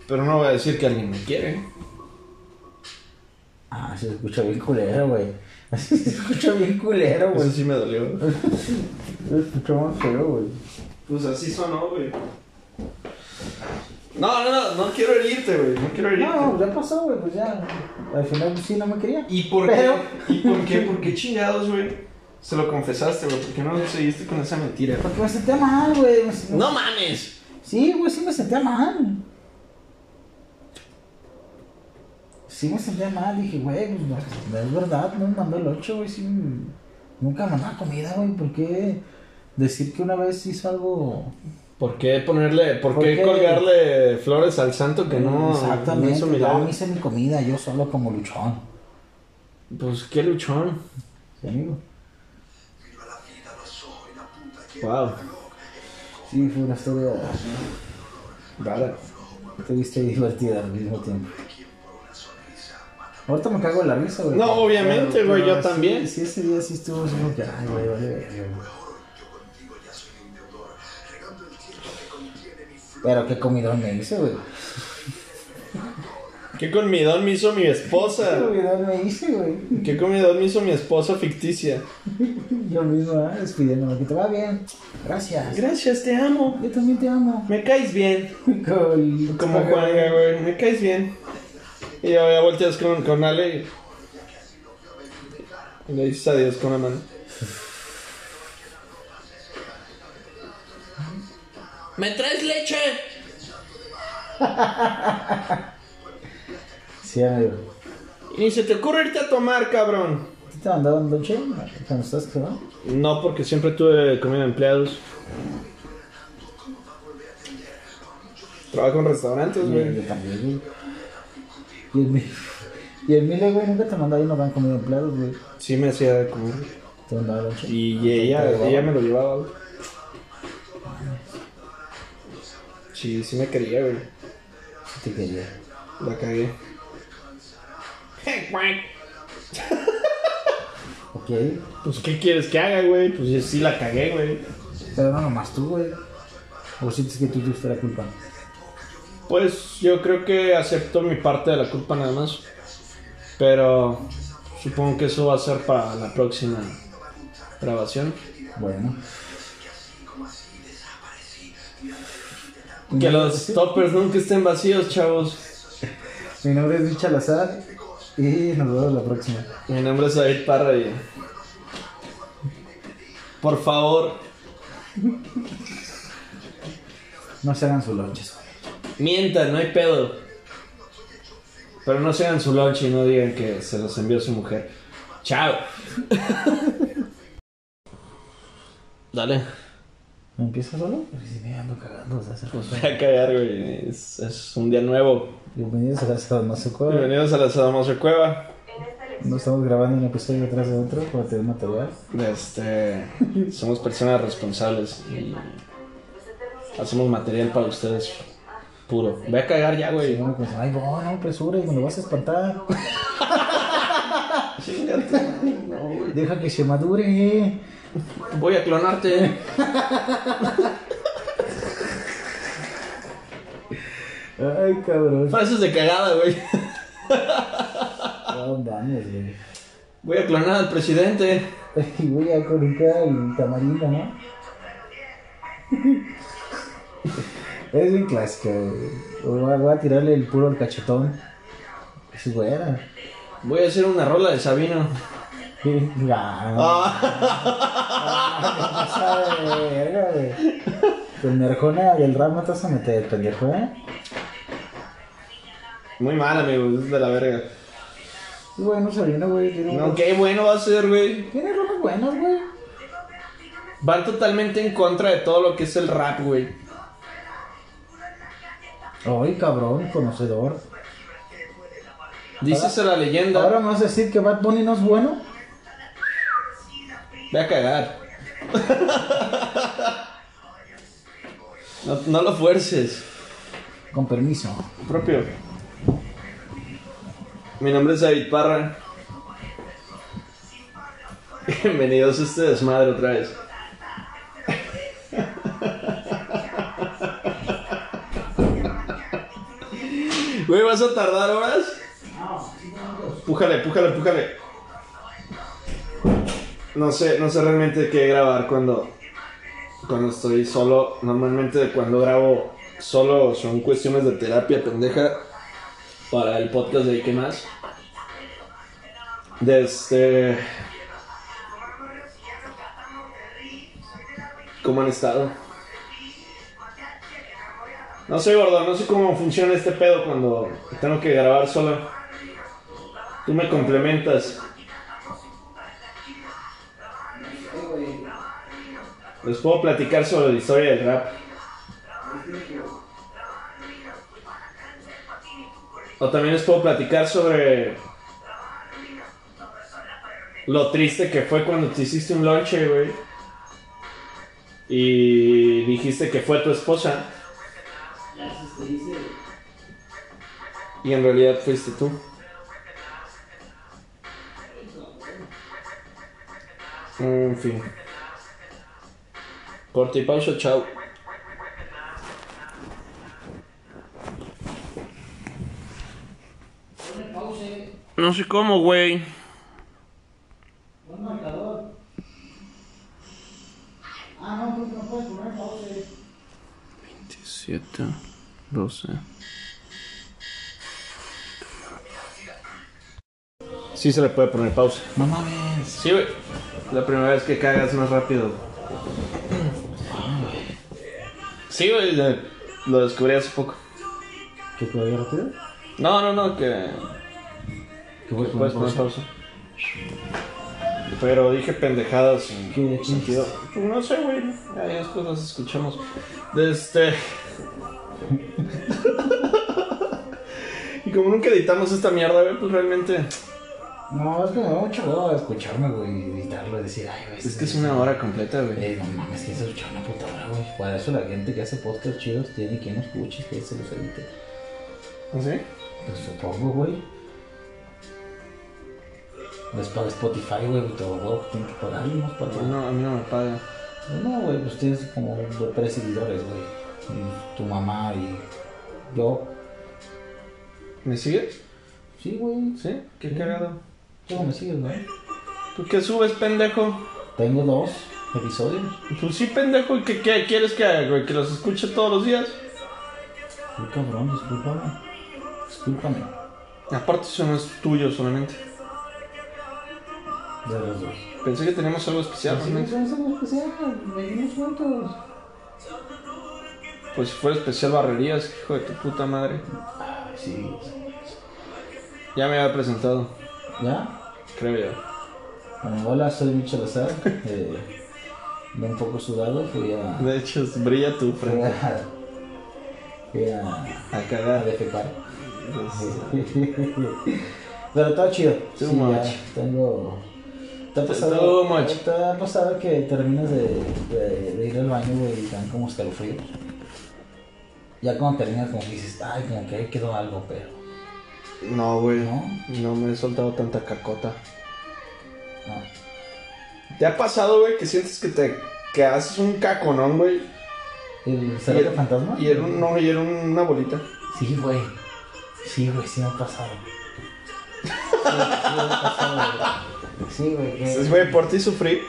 Pero no voy a decir que alguien me quiere.
Ah, se escucha bien culero, güey. <laughs> Se escucha bien culero,
Eso
güey.
sí me dolió.
Se escucha más feo, güey.
Pues así sonó, güey. No, no, no, no quiero herirte, güey. No quiero herirte.
No, ya pasó, güey, pues ya. Al final pues, sí no me quería.
¿Y por
Pero-
qué? ¿Y por qué? ¿Por qué chingados, güey? Se lo confesaste, güey. ¿Por qué no seguiste con esa mentira?
Porque me sentía mal, güey. Me sentía-
¡No mames!
Sí, güey, sí me sentía mal. Sí me sentía mal, dije, güey, pues no, es verdad, no me mandó el 8, güey, sí. Nunca mandaba comida, güey, ¿por qué decir que una vez hizo algo
¿Por qué ponerle, por,
¿Por
qué,
qué?
colgarle flores al santo que no, no
Exactamente,
hizo
yo
milagro?
me hice mi comida, yo solo como luchón.
Pues qué luchón.
Sí, amigo.
Wow.
Sí, fue una historia
Rara.
triste y divertida al mismo tiempo. Ahorita me cago en la risa, güey.
No, obviamente,
Pero-
güey, yo
pero sí,
también.
Sí, ese día sí estuvo así como que, ay, güey, vale, verga, güey. Pero qué comidón me hice, güey.
¿Qué comidón me hizo mi
¿Qué
esposa?
comidón me hice, güey?
¿Qué comidón me hizo mi esposa ficticia?
Yo mismo, ¿eh? despidiéndome, que te va bien. Gracias.
Gracias, te amo.
Yo también te amo. <laughs>
Me caes bien.
Col-
Como Juanga, güey. Me caes bien. Y ya, ya volteas con, con Ale y... y le dices adiós con la mano. ¿Me traes leche?
Sí, amigo.
Y ni se te ocurre irte a tomar, cabrón.
¿Sí ¿Te mandaban noche cuando estás casado?
No, porque siempre tuve comida de empleados. Trabajo en restaurantes,
Yo
güey.
también, güey. Y el mi- Y el Mile, güey, nunca te mandaba y no dan comida en platos, güey.
Sí me hacía de comer.
Te mandaba noche.
Y ella, ella me lo llevaba, güey. Sí, sí me quería, güey.
Te quería.
La cagué.
Ok.
<laughs> Pues, ¿qué quieres que haga, güey? Pues yo sí la cagué, güey.
Pero no nomás tú, güey. O sientes que tú tuviste la culpa.
Pues yo creo que acepto mi parte de la culpa nada más. Pero supongo que eso va a ser para la próxima grabación.
Bueno.
Que los toppers nunca estén vacíos, chavos.
Mi nombre es Luis Lazar y nos vemos la próxima.
Mi nombre es David Parra y... Por favor,
No se hagan sus lonches.
mientan, no hay pedo. Pero no se hagan su lunch y no digan que se los envió su mujer. Chao. Dale.
¿Me empiezas solo? Porque si me ando cagando desde hace rato.
<laughs> Voy a cagar, güey. Es, es un día nuevo.
Bienvenidos a la Sala No se cuadra.
Bienvenidos a la Sadomaso Cueva.
No estamos grabando un episodio atrás de otro para tener material.
Este, somos personas responsables y hacemos material para ustedes puro. Voy a cagar ya,
Y
güey.
uno pues, ay, no, no, presures, me lo vas a espantar. Deja que se madure.
Voy a clonarte.
Ay, cabrón.
Frases de cagada, güey.
No mames, güey.
Voy a clonar al presidente.
Y voy a colocar el tamarindo, ¿no? <laughs> Es bien clásica, güey. Voy a- Voy a tirarle el puro al cachetón. Es buena.
Voy a hacer una rola de Sabino.
Sí, <laughs> nah, no.
<laughs>
Pasada de verga, güey. Con Arjona del Ramo te vas a meter, pendejo, ¿eh?
Muy mal, amigo, es de la verga.
Sí, güey, no Sabrina, güey. Tiene
No,
unos-
Mm, qué bueno va a ser, güey.
Tiene rolas buenas, güey.
Van totalmente en contra de todo lo que es el rap, güey.
Ay, cabrón, conocedor.
Dícese la leyenda.
Ahora me vas a decir que Bad Bunny no es bueno.
Ve a cagar. <laughs> No, no lo fuerces.
Con permiso.
Propio. Mi nombre es David Parra. <laughs> Bienvenidos a este desmadre otra vez. <laughs> Güey, ¿vas a tardar horas? Pújale, pújale, pújale. No sé, no sé realmente qué grabar cuando, cuando estoy solo. Normalmente cuando grabo solo son cuestiones de terapia pendeja para el podcast de ¿Y qué más. este, Desde... ¿Cómo han estado? No sé, gordo, no sé cómo funciona este pedo cuando tengo que grabar solo. Tú me complementas. Les puedo platicar sobre la historia del rap. O también les puedo platicar sobre lo triste que fue cuando te hiciste un lonche, güey. Y dijiste que fue tu esposa. Y en realidad fuiste tú. En fin. Corte y pausa, chao. No sé cómo, güey.
Un marcador. Ah, no, tú no puedes poner pausa.
27, 12. Sí se le puede poner pausa.
No mames.
Sí, güey. La primera vez que cagas más rápido. Sí, güey. de- Lo descubrí hace poco.
¿Qué puedo ir rápido?
No, no, no, que
¿Qué
que puedes poner pausa. Pero dije pendejadas sin
¿Qué
sin sentido. Pues No sé, güey. Ya ya después las escuchamos. De Este. <laughs> y como nunca editamos esta mierda, güey, pues realmente.
No, es que me da mucha hueva escucharme, güey, y editarlo y decir, ay, güey.
Es que es una hora completa, güey.
Eh, no mames, que se escucha una puta hora, güey. Para eso la gente que hace podcasts chidos tiene quien los escuche, que se los edite.
¿Ah, ¿Sí?
Pues supongo, güey. Les paga Spotify, güey, y todo, güey, tienen que pagarle más para
No, a mí no me paga.
No, güey, pues tienes como dos, tres seguidores, güey. Y Tu mamá y yo.
¿Me sigues?
Sí, güey.
¿Sí? Qué cagado.
¿Cómo me sigues, güey?
¿Tú qué subes, pendejo?
Tengo dos episodios.
Pues sí, pendejo. ¿Y qué, qué quieres que haga, güey? ¿Que los escuche todos los días?
Uy, cabrón, discúlpame. Discúlpame.
Aparte, eso no es tuyo solamente.
De los dos.
Pensé que teníamos algo especial,
Así
realmente.
que somos especiales, venimos juntos.
Pues si fuera especial barrerías, hijo de tu puta madre.
Ay, sí.
Ya me había presentado,
¿Ya?
creo yo.
Bueno, hola, soy Michel Azar. Eh, ando un poco sudado, fui a.
De hecho, es- brilla tu
Fui
frente.
a. Fui a.
A
a
cagar.
defecar.
Pues,
Pero todo chido.
Too
ya
much.
tengo. ¿Te ha
Too
pasado,
much.
¿Te ha pasado que terminas de, de- de ir al baño güey, y te dan como escalofríos? Ya cuando terminas, como que dices, ay, como que ahí quedó algo, pero.
No, güey.
¿No?
No me he soltado tanta cacota.
No.
¿Te ha pasado, güey, que sientes que te que haces un caconón, güey?
¿El
Y
cerote
era-
fantasma?
Y era, un, no, y era una bolita.
Sí, güey. Sí, güey, sí me ha pasado. Sí, sí me ha pasado, güey. Sí, güey. que-
Entonces, güey, por ti sufrí.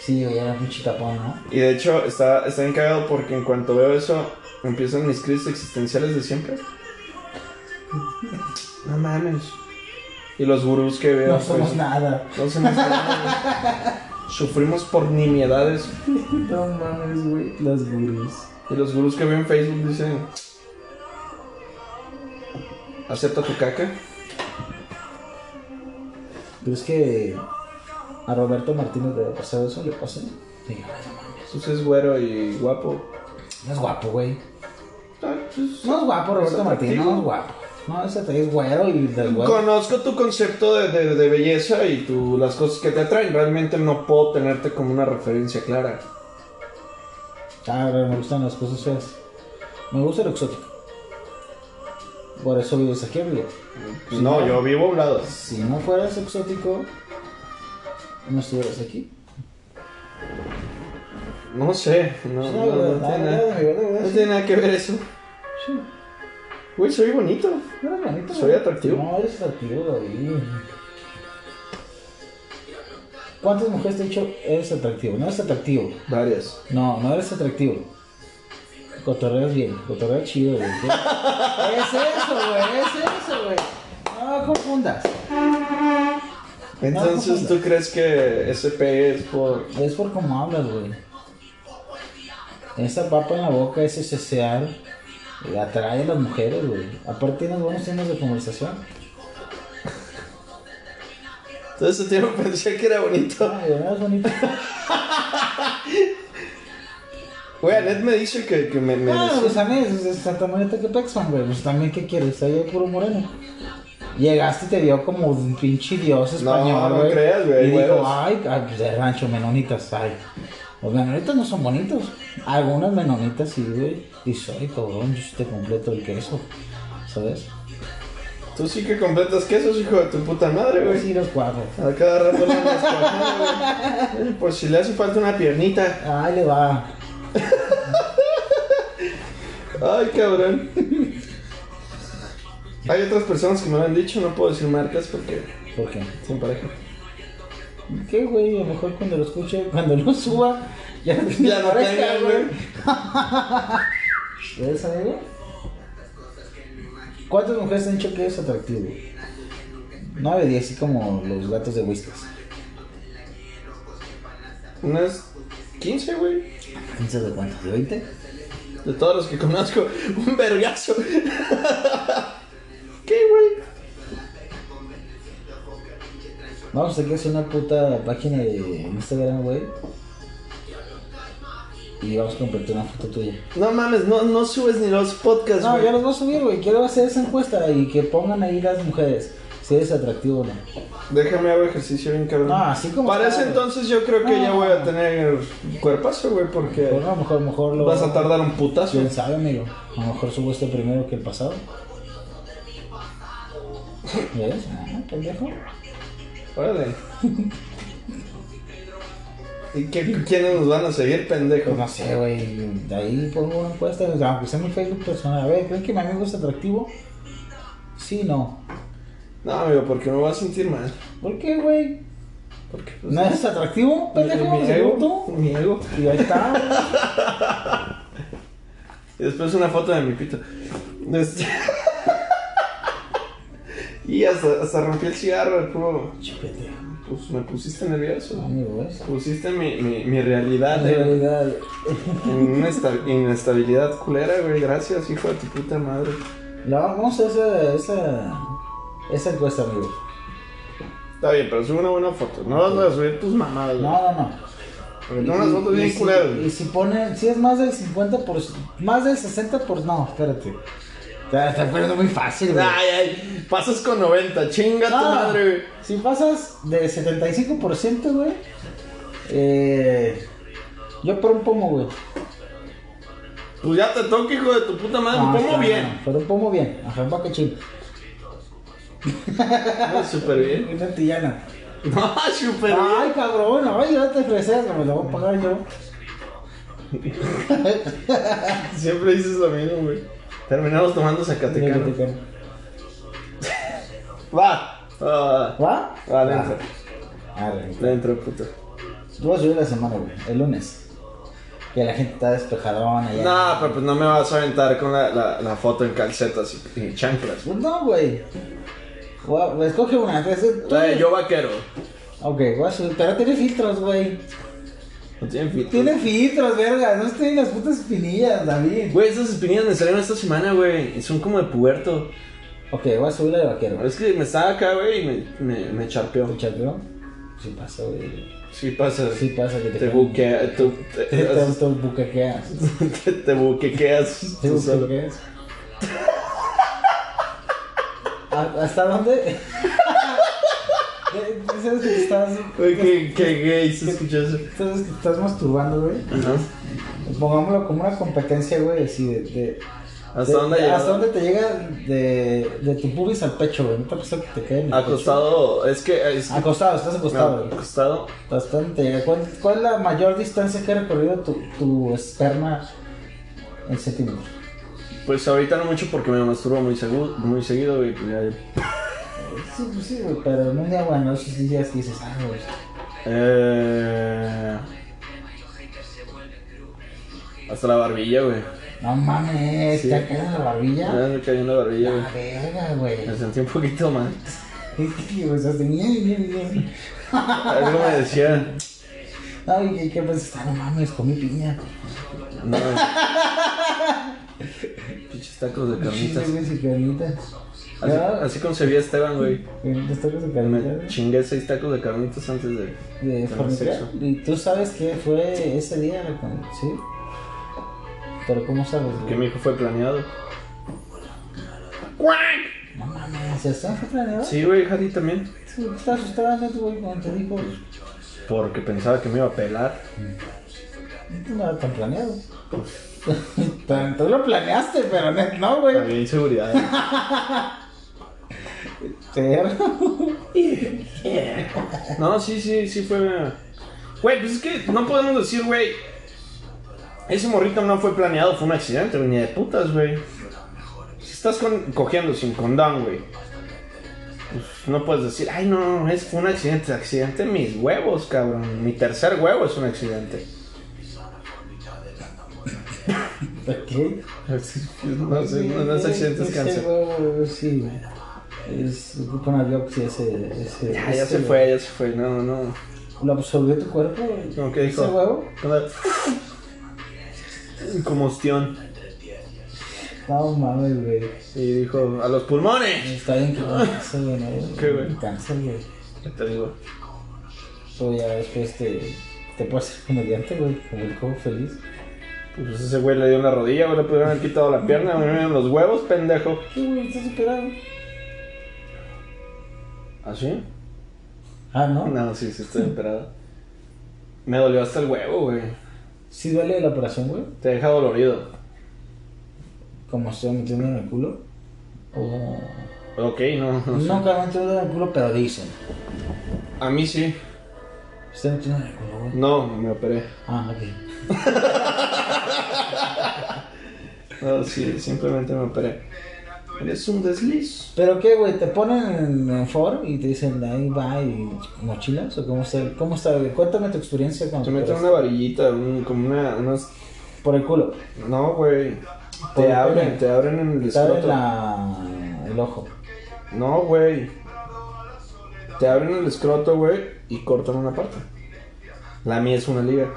Sí, güey, era un pinche tapón, ¿no?
Y de hecho, está, está bien cagado porque en cuanto veo eso, empiezan mis crisis existenciales de siempre. No mames. Y los gurús que veo.
No somos
pues,
nada.
no somos nada, güey. Sufrimos por nimiedades.
No mames, güey. Las gurús.
Y los gurús que veo en Facebook dicen: Acepta tu caca.
¿Crees que a Roberto Martínez le haya pasado eso? ¿Le pasó? Sí.
Pues es güero y guapo.
No es guapo, güey.
Ah, pues,
No es guapo Roberto
Es
Martínez,
atractivo.
no es guapo. No, ese te- es güero y del güero.
Conozco tu concepto de, de- de belleza y tu, las cosas que te atraen. Realmente no puedo tenerte como una referencia clara.
Ah, pero me gustan las cosas feas. Me gusta lo exótico. Por eso vives aquí, amigo.
Pues no, yo vivo a un lado.
Si no fueras exótico, no estuvieras aquí.
No sé, no,
Sí,
no, no
verdad,
tiene,
verdad,
nada,
amigo, verdad,
no
sí.
tiene nada que ver eso.
Sí.
Güey, soy bonito.
No eres bonito,
Soy
güey.
atractivo.
No, eres atractivo, David. ¿Cuántas mujeres te han dicho eres atractivo? No eres atractivo.
Varias.
No, no eres atractivo. Cotorreas bien, cotorreas chido, güey. ¿Qué? <laughs> es eso, güey, es eso, güey. No confundas.
Entonces,
no,
¿tú crees que ese pegue es por
Es por cómo hablas, güey. Esa papa en la boca, ese cesear, eh, atrae a las mujeres, güey. Aparte tienes buenos temas de conversación.
Todo ese tiempo <laughs> pensé que era bonito.
Ay, ¿verdad? es bonito.
Güey, Anet me dice que, que me, me
Ah,
decía-
pues también es, es tan bonita que Pexman, güey. Pues también, ¿qué quieres? Está ahí el puro moreno. Llegaste y te vio como un pinche dios
No,
español,
no
güey.
creas, güey,
Y digo,
huevos.
ay, ay, pues, de rancho, menonitas, ay. Los menonitas no son bonitos. Algunas menonitas sí, güey. Y soy cabrón, yo sí te completo el queso. ¿Sabes?
Tú sí que completas quesos, hijo de tu puta madre, güey.
Sí, los cuatro.
A cada rato le andas cuajando, güey. Por si le hace falta una piernita.
Ay, le va.
Ay, cabrón. Hay otras personas que me lo han dicho, no puedo decir marcas porque
¿Por qué?
sin pareja.
¿Qué, güey? A lo mejor cuando lo escuche, cuando lo suba, ya no tiene
Ya no
oreja,
tenga, güey.
¿Ves, amigo? ¿Cuántas mujeres te han dicho que es atractivo? 9 de 10, así como los gatos de Whiskas.
Unas 15, güey.
¿15 de cuántos? ¿De 20?
De todos los que conozco, un vergazo. ¿Qué, güey?
Vamos a que pues es una puta página de Instagram, güey. Y vamos a compartir una foto tuya.
No mames, no, no subes ni los podcasts,
No,
güey.
yo los voy a subir, güey. Quiero hacer esa encuesta y que pongan ahí las mujeres. Si eres atractivo o no.
Déjame hago ejercicio bien cabrón.
No, Ah, así como
Para
está,
ese
güey. Ah.
entonces yo creo que
No.
ya voy a tener cuerpazo, güey, porque
Pero Pues a lo mejor, mejor lo.
vas a tardar un putazo.
Quién sabe, amigo. A lo mejor subo este primero que el pasado. ¿Ves? Ah, pendejo.
Órale. ¿Y qué, quiénes nos van a seguir, pendejo?
Pues no sé, güey. De ahí pongo una encuesta, o sea, aunque sea mi Facebook personal. A ver, ¿creen que mi amigo es atractivo? Sí, no.
No, amigo, porque me voy a sentir mal.
¿Por qué, güey?
Porque, pues,
¿No es atractivo, pendejo?
mi, mi
según
ego,
tú?
mi ego.
Y ahí está. <laughs> güey.
Y después una foto de mi pito. Este- <laughs> y hasta, hasta rompí el cigarro, el puro.
Chupete.
Pues me pusiste nervioso.
Amigo, ¿ves?
Pusiste mi, mi, mi realidad
En
en-
realidad, <laughs>
En una esta- inestabilidad culera, güey. Gracias, hijo de tu puta madre.
la vamos a hacer esa, esa encuesta, amigo.
Está bien, pero sube una buena foto. No vas a subir tus mamadas, güey.
No, no, no.
Porque tengo unas fotos bien
si,
culeras.
y si ponen, si es más del 50 por, más del 60 por, no, espérate. Te está poniendo muy fácil, güey.
Ay, ay. Pasas con 90. Chinga tu
No,
madre, güey.
Si pasas de 75%, güey, eh, yo por un pomo, güey.
Pues ya te toca, hijo de tu puta madre.
No,
Ah, Un pomo
está,
bien.
no, Pero un pomo bien, ajá, pa' que ching.
Ah, <laughs> Súper bien.
Una antillana.
No, súper
Ay, cabrón, ay, ya te ofreces, no me lo voy a pagar yo. Ah.
bien. Siempre dices lo mismo, güey. Terminamos tomando Zacatecano. Va. Va.
¿Va?
Va, adentro.
Ah. Arre.
Adentro, puto.
Yo voy a subir la semana, güey, el lunes. Que la gente está despejadona. Ah, ya.
No, pero pues no me vas a aventar con la, la, la foto en calcetas y, y chanclas,
Pues No, güey. Voy a- Escoge una. que es-
güey. Eh, Yo vaquero.
Ok, voy a subir. Pero tiene filtros, güey.
No tienen filtro.
Tiene filtros, verga. No estoy en las putas espinillas, David.
Güey, esas espinillas me salieron esta semana, güey. y Son como de puerto.
Ok, voy a subir la de vaquero.
Es que me estaba acá, güey, y me, me, me charpeó.
¿Te chateó? Sí pasa, güey.
Sí pasa.
Sí pasa que te...
Te buquea, tú- te,
Te, te- te bucaqueas.
<laughs> te- te buquequeas
¿Te
tú solo.
bucaqueas? ¿A- ¿Hasta dónde? <laughs> Eh, ¿Sabes que te estás...
Güey, qué, qué gay se escuchó eso.
¿Sabes que te estás masturbando, güey?
Ajá.
Pongámoslo como una competencia, güey, así de... de-
¿Hasta
de-
dónde
de- ¿Hasta
llegó?
dónde te llega de, de tu pubis al pecho, güey? ¿No te ha pasado que te quede en el
Acostado, es que... Es
pecho? Acostado, estás acostado, güey.
acostado.
Bastante. ¿Cuál, cuál es la mayor distancia que ha recorrido tu, tu esperma en centímetros?
Pues ahorita no mucho porque me masturbo muy, segu- muy seguido, güey. pues ya-
Sí, pues sí, güey, pero en un día, bueno, esos días que dices, ah, güey.
Eh, hasta la barbilla, güey.
No mames,
Sí.
¿te ha quedado la barbilla?
Ya me cayó en la barbilla,
La
güey.
verga, güey. <laughs>
Me sentí un poquito mal.
Sí, güey, se bien, bien, bien.
Algo me decía.
Ay, ¿qué, qué pues está? No mames, comí piña.
No. Pinches tacos de carnitas.
Pinches, güey, sin carnitas.
Así,
Ya,
así concebía Esteban, güey.
Los tacos de
Me
carnitas.
chingué seis tacos de carnitas antes de.
De
Tener
fornicar.
sexo.
¿Y tú sabes qué fue ese día? güey, cuando- ¿Sí? Pero ¿cómo sabes, güey?
Que mi hijo fue planeado.
No mames, ¿estás planeado?
Sí, güey, Jari también.
Tú Estás asustado, güey, cuando te dijo, no
Porque pensaba que me iba a pelar.
era tan
<laughs>
planeado. Tan- Tú lo planeaste, pero net- no, güey.
Había inseguridad.
<laughs> Perro.
No, sí, sí, sí fue. Güey, pues es que no podemos decir, güey. Ese morrito no fue planeado, fue un accidente, güey, ni de putas, güey. Si estás con- cogiendo sin condón, güey. pues no puedes decir, ay, no, es, fue un accidente. Accidente en mis huevos, cabrón. Mi tercer huevo es un accidente.
¿Qué?
No sé, no, no es accidente, es
Ese
cáncer.
huevo, sí, güey. Es ocupa una biopsia ese. ese
Ya, ya
ese,
se fue, ya se fue. No, no,
güey. ¿Lo absorbió tu cuerpo? güey?
no. ¿Qué dijo?
¿Ese huevo?
Como ostión.
No mames, güey.
Y dijo, a los pulmones.
Está bien que cáncer, güey. ¿no?
<laughs> Qué güey.
Cáncer, güey.
¿Qué te digo?
Pero ya después te, te puedes ser comediante, güey. Como el juego feliz.
Pues ese güey le dio una rodilla, güey, le pudieron haber quitado la pierna, me dieron los huevos, pendejo.
Sí, güey, estás superado.
¿Así?
Ah, ¿no?
No, sí, sí, estoy emperado. Me dolió hasta el huevo, güey.
¿Sí duele la operación, güey?
Te deja dolorido.
Como se metiendo en el culo. O...
Ok, no. no sé.
Nunca me han metido en el culo, pero dicen.
A mí sí.
Está metiendo en el culo, güey.
No, me operé.
Ah, ok.
No, sí, simplemente me operé. Eres un desliz.
¿Pero qué, güey? ¿Te ponen en, en Ford y te dicen, ahí va y mochilas? ¿O cómo está? ¿Cómo está? güey? Cuéntame tu experiencia con...
Te meten una varillita, un- como una, unas...
Por el culo.
No, güey.
¿Por
Te
qué?
abren, te abren en el
Te abren
escroto.
la... el ojo.
No, güey. Te abren el escroto, güey, y cortan una parte. La mía es una liga.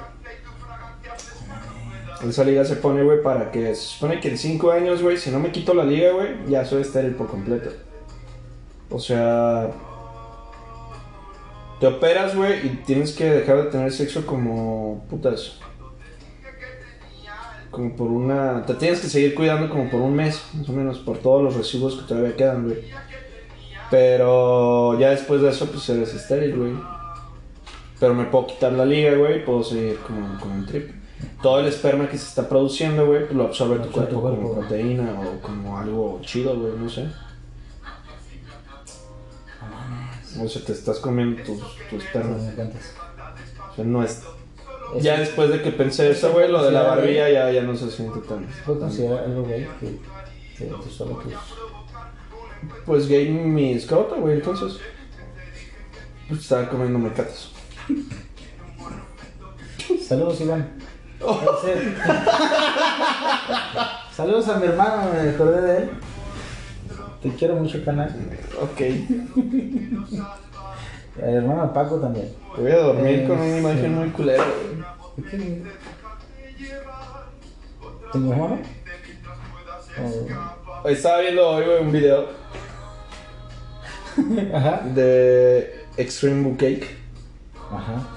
Esa liga se pone, güey, para que... Se supone que en 5 años, güey, si no me quito la liga, güey, ya soy estéril por completo. O sea... Te operas, güey, y tienes que dejar de tener sexo como... Putas. Como por una... Te tienes que seguir cuidando como por un mes, más o menos, por todos los residuos que todavía quedan, güey. Pero ya después de eso, pues eres estéril, güey. Pero me puedo quitar la liga, güey, puedo seguir como con un trip. Todo el esperma que se está produciendo, güey, pues lo absorbe tu
Absorbe tu
cuerpo, como
cuerpo.
proteína o como algo chido, güey, no sé. O sea, te estás comiendo tus, tus
No
espermas.
me cuentas.
O sea, no es...
Eso
Ya después de que pensé eso, güey, lo de la
Sí, güey.
barbilla ya, ya no se siente tan...
¿Puedo considerar algo, güey, que... que tú solo tus...
Pues gay mi escrota, güey, entonces. Pues estaba comiendo mecatos.
Saludos, Iván. Ese- Saludos a mi hermano, me acordé de él. Te quiero mucho, canal.
Ok. Me
El hermano Paco también.
voy a dormir
Eh,
con una
sí.
imagen muy culera, güey.
¿Tengo hermano? O-
Estaba viendo hoy, güey, un video
Ajá.
de Extreme Bouquet.
Ajá.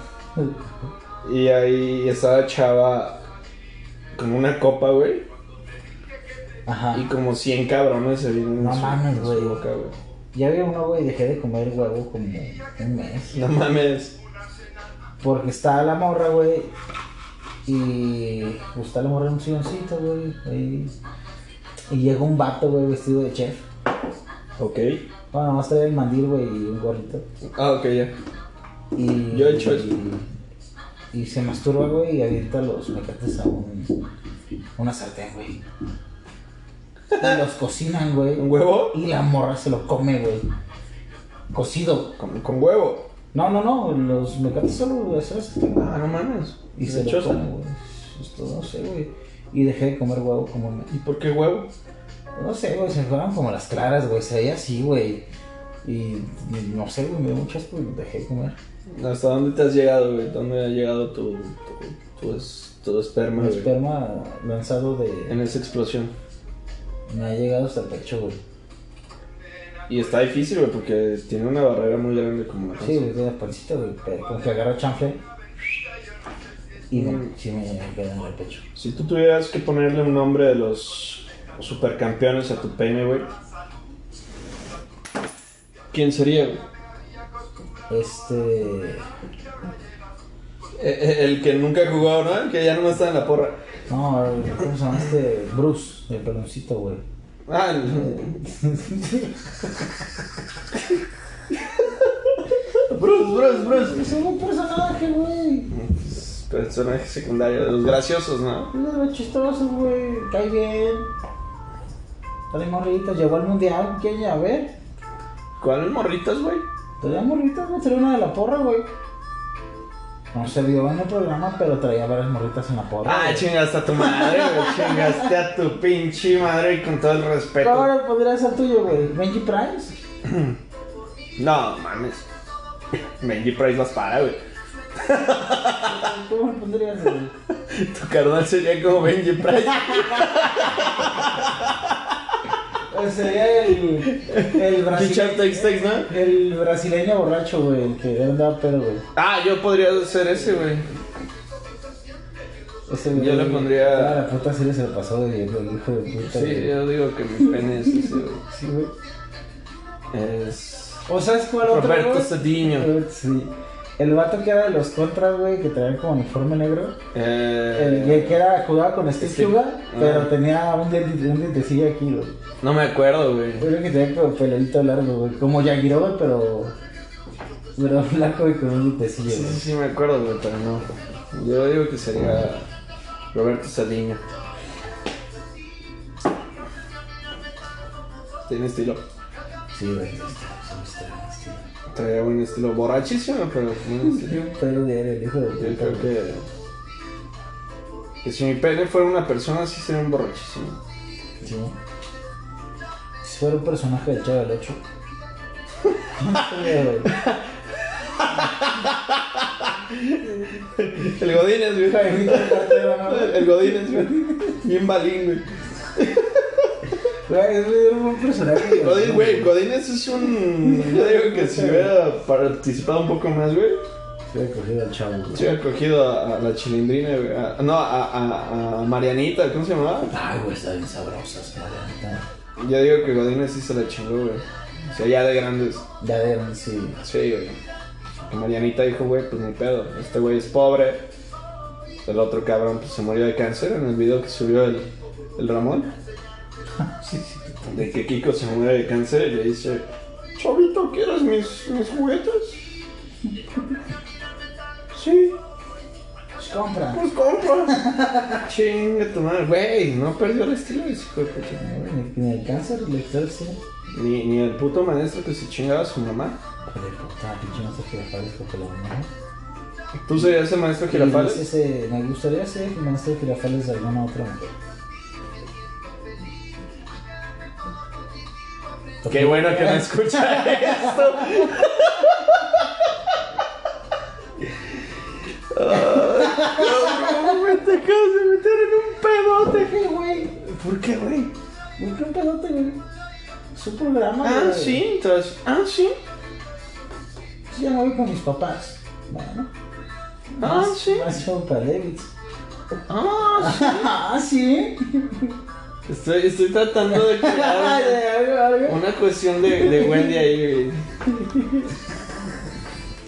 Y ahí estaba Chava con una copa, güey.
Ajá.
Y como 100 cabrones se vieron
No
en, su,
mames,
en su
güey.
boca, güey.
Ya había uno, güey, dejé de comer huevo como un mes.
No mames.
Porque estaba la morra, güey. Y pues, estaba la morra en un silloncito, güey. ahí. Y llega un vato, güey, vestido de chef.
Ok.
Bueno, más traía el mandil, güey, y un gorrito.
Ah, ok, ya.
Y,
Yo he hecho eso.
Y, y se masturba, güey, y avienta los mecates a un, una sartén, güey. Y los cocinan, güey.
¿Un huevo?
Y la morra se lo come, güey. Cocido.
Con, con huevo.
No, no, no, los mecates solo, güey, se los sartén, güey.
Ah, no mames.
Y se lo
Lechosa.
come, güey. Esto no sé, güey. Y dejé de comer huevo como me...
¿Y por qué huevo?
No sé, güey, se fueron como las claras, güey. Se veía así, güey. Y, y no sé, güey, me dio muchas, pues dejé de comer.
¿Hasta dónde te has llegado, güey? ¿Dónde ha llegado tu, tu, tu, es- tu esperma,
El
güey?
esperma lanzado de...
En esa explosión.
Me ha llegado hasta el pecho, güey.
Y está difícil, güey, porque tiene una barrera muy grande como la
Sí,
panza.
güey, de la pancita, güey. Pero como que agarro chanfle. Y no, sí me queda en el pecho.
Si tú tuvieras que ponerle un nombre de los supercampeones a tu pene, güey. ¿Quién sería, güey?
Este.
E- e- El que nunca jugó, ¿no? El que ya no está en la porra.
No, ¿cómo se llama este? Bruce, el peloncito, güey.
Ah, el- <laughs> Bruce, Bruce, Bruce.
Es un personaje, güey.
Personaje secundario de los graciosos, ¿no?
Uno de los chistosos, güey. Cae bien. Dale morritas, llegó al mundial. ¿Quién ya? A ver.
¿Cuáles morritos, güey?
Traía morritas, güey. Traía una de la porra, güey. No se vio en el programa, pero traía varias morritas en la porra.
Ah,
güey.
chingaste a tu madre, güey. Chingaste a tu pinche madre y con todo el respeto.
Ahora podría ser tuyo, güey. Benji Price.
No, mames. Benji Price las para, güey.
¿Cómo lo pondrías, güey?
Tu carnal sería como Benji Price.
Pues Sería el, el, brasileño,
Richard Tex Tex, ¿no?
el brasileño borracho, güey. El que andaba pedo, güey.
Ah, yo podría ser ese, güey.
Ese güey-
Yo le pondría-
Ah, la puta serie se lo pasó, güey. El hijo de puta.
Sí,
güey.
yo digo que mi pene es ese, güey.
Sí, güey.
Es.
¿O sabes cuál otro,
Roberto
güey?
Cediño.
Eh, Sí. El vato que era de los contras, güey, que traían como uniforme negro. El que- que
Eh,
era, jugaba con Steve
Steve.
Sugar,
Ah.
pero tenía un diente- un dientecillo aquí, güey.
no me acuerdo, güey.
Creo que tenía como pelito largo, güey. Como Yagiro, güey, pero. Pero <laughs> blanco y con un dientecillo,
Sí, sí,
güey.
sí, me acuerdo, güey, pero no. Yo digo que sería Roberto Saliño. Tiene estilo.
Sí, güey. sí, sí, sí,
Traía un estilo borrachísimo, pero tiene un
sí.
estilo.
Pero de él, el hijo de
Yo
puta,
creo
güey.
que. Que si mi pene fuera una persona, sí sería un borrachísimo.
Sí. Si fuera un personaje de Chavo del
<laughs>
<laughs> 8.
El Godínez, güey. El Godínez, güey. Bien balín, güey.
Güey, es un personaje. de-
Godín, güey, Godínez es un. Yo digo que si hubiera participado un poco más, güey.
Se había cogido al chavo, güey.
Se hubiera cogido a, a la chilindrina, güey. a- no, a, a- a Marianita, ¿cómo se llamaba?
Ay, güey, está bien sabrosa esa marianita.
Yo digo que Godínez sí se la chingó, güey. O sea, ya de grandes.
Ya deben, sí.
Sí, güey. Que Marianita dijo, güey, pues ni pedo. Este güey es pobre. El otro cabrón pues, se murió de cáncer en el video que subió el, el Ramón. De que Kiko se muere de cáncer y le dice, Chavito, ¿quieres mis, mis juguetes? Sí.
Pues compra.
Pues compra. <laughs> Chinga tu madre, güey. No perdió el estilo de ese hijo de puta.
Ni- Ni el cáncer, el excelsior.
Ni, ni el puto maestro que se chingaba a su mamá.
Hijo de puta, pinche no sé qué le parezco que la mamá.
¿Tú serías el maestro Girafales?
Ese- Me gustaría ser el maestro de Girafales de alguna otra mujer.
Qué bueno que no <laughs> escucha esto. Ah, no, güey, te acabas de meter en un pedote.
¿Por qué, güey?
¿Por qué, güey?
¿Por qué un pedote, güey? Su programa.
Ah,
güey.
sí, entonces. Ah, sí.
Sí, Yo me Pues voy con mis papás. Bueno.
Ah,
más-
sí.
Más show para Davids.
Ah, sí.
<laughs> Ah, <laughs> sí.
Estoy, estoy tratando de <laughs>
Ay,
crear
ay, ay, ay.
una cuestión de, de Wendy ahí, güey.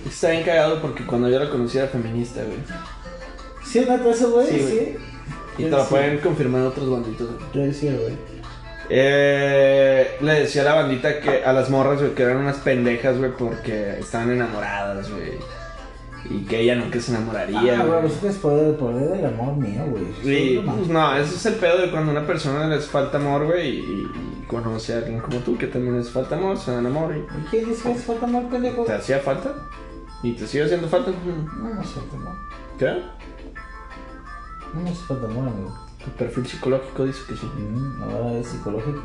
Está bien cagado porque cuando yo la conocí era feminista, güey.
¿Sí es neta eso, güey?
Sí,
Sí.
güey. Y te lo pueden confirmar otros banditos, güey.
Yo decía, güey.
Eh, le decía a la bandita que a las morras, güey, que eran unas pendejas, güey, porque estaban enamoradas, güey. Y que ella nunca se enamoraría,
Ah, güey,
güey.
es que es por el poder del amor mío, güey.
Sí,
Soy
pues
romántico.
no, ese es el pedo de cuando a una persona les falta amor, güey, y, y conoce a alguien como tú que también les falta amor, se dan amor y
¿Y quién dice que hace falta amor, pendejo?
te hacía falta. Y te sigue haciendo falta.
No me hace falta amor.
¿Qué?
No me hace falta amor, amigo.
Tu perfil psicológico dice que sí.
Mm, Ahora es psicológico.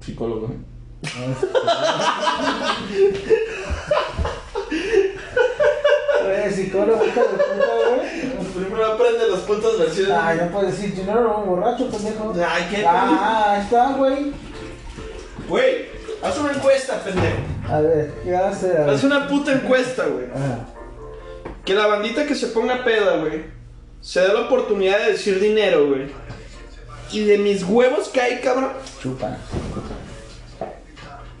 Psicólogo. ¿eh?
Güey, psicólogo, hijo de puta, güey.
Primero aprende las putas versiones.
Ay, no puedes decir, yo no era un borracho, pendejo.
Ay, qué-
Ah, ahí está, güey.
Güey, haz una encuesta, pendejo.
A ver, ¿qué vas a hacer? A ver.
Haz una puta encuesta, güey.
Ah,
Que la bandita que se ponga peda, güey, se dé la oportunidad de decir dinero, güey. Y de mis huevos que hay, cabrón.
chupa. Ah,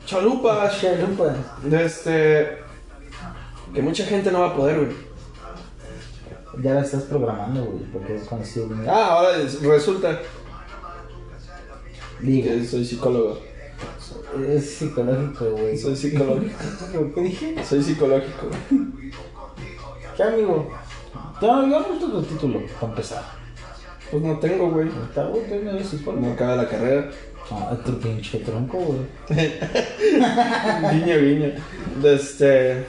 Chalupas.
Che, chupa.
Este. Que mucha gente no va a poder, güey.
Ya la estás programando, güey, porque es cuando sí, güey.
Ah, ahora es- resulta
Digo,
que soy psicólogo.
es psicológico, güey.
Soy psicológico.
¿Qué dije?
Soy psicológico. güey.
¿Qué, amigo? Ya, ya he puesto tu título, para empezar.
Pues no tengo, güey.
Está bueno, tú no eres psicólogo.
No acaba la carrera.
Ah, tu pinche tronco, güey.
Guiño, guiño. Este.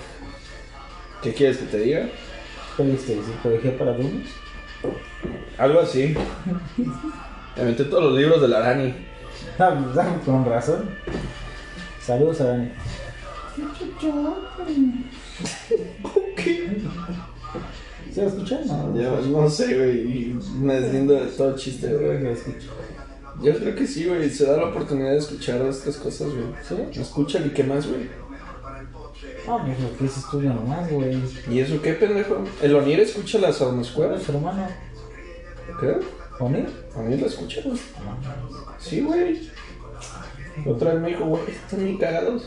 ¿Qué quieres que te diga?
¿Qué viste? este, ¿Psicología para adultos?
Algo así. Me metí todos los libros de la Arani.
Ah, pues, ah, Con razón. Saludos a Dani. ¿Se lo escuchas? No,
Yo pues, no sé, güey. y Me deslindo de todo chiste,
Yo creo
güey.
que lo escucho.
Yo creo que sí, güey. Se da la oportunidad de escuchar estas cosas, güey.
¿Sí?
Escúchale, ¿qué más, güey?
Ah, pues lo que es estudio nomás, güey.
¿Y eso qué, pendejo? El Onir escucha las
¿Cuál
almascuelas.
es, hermano?
¿Qué?
¿Onir?
Onir la escucha, güey. Sí, güey. Otra vez me dijo, güey, están bien cagados.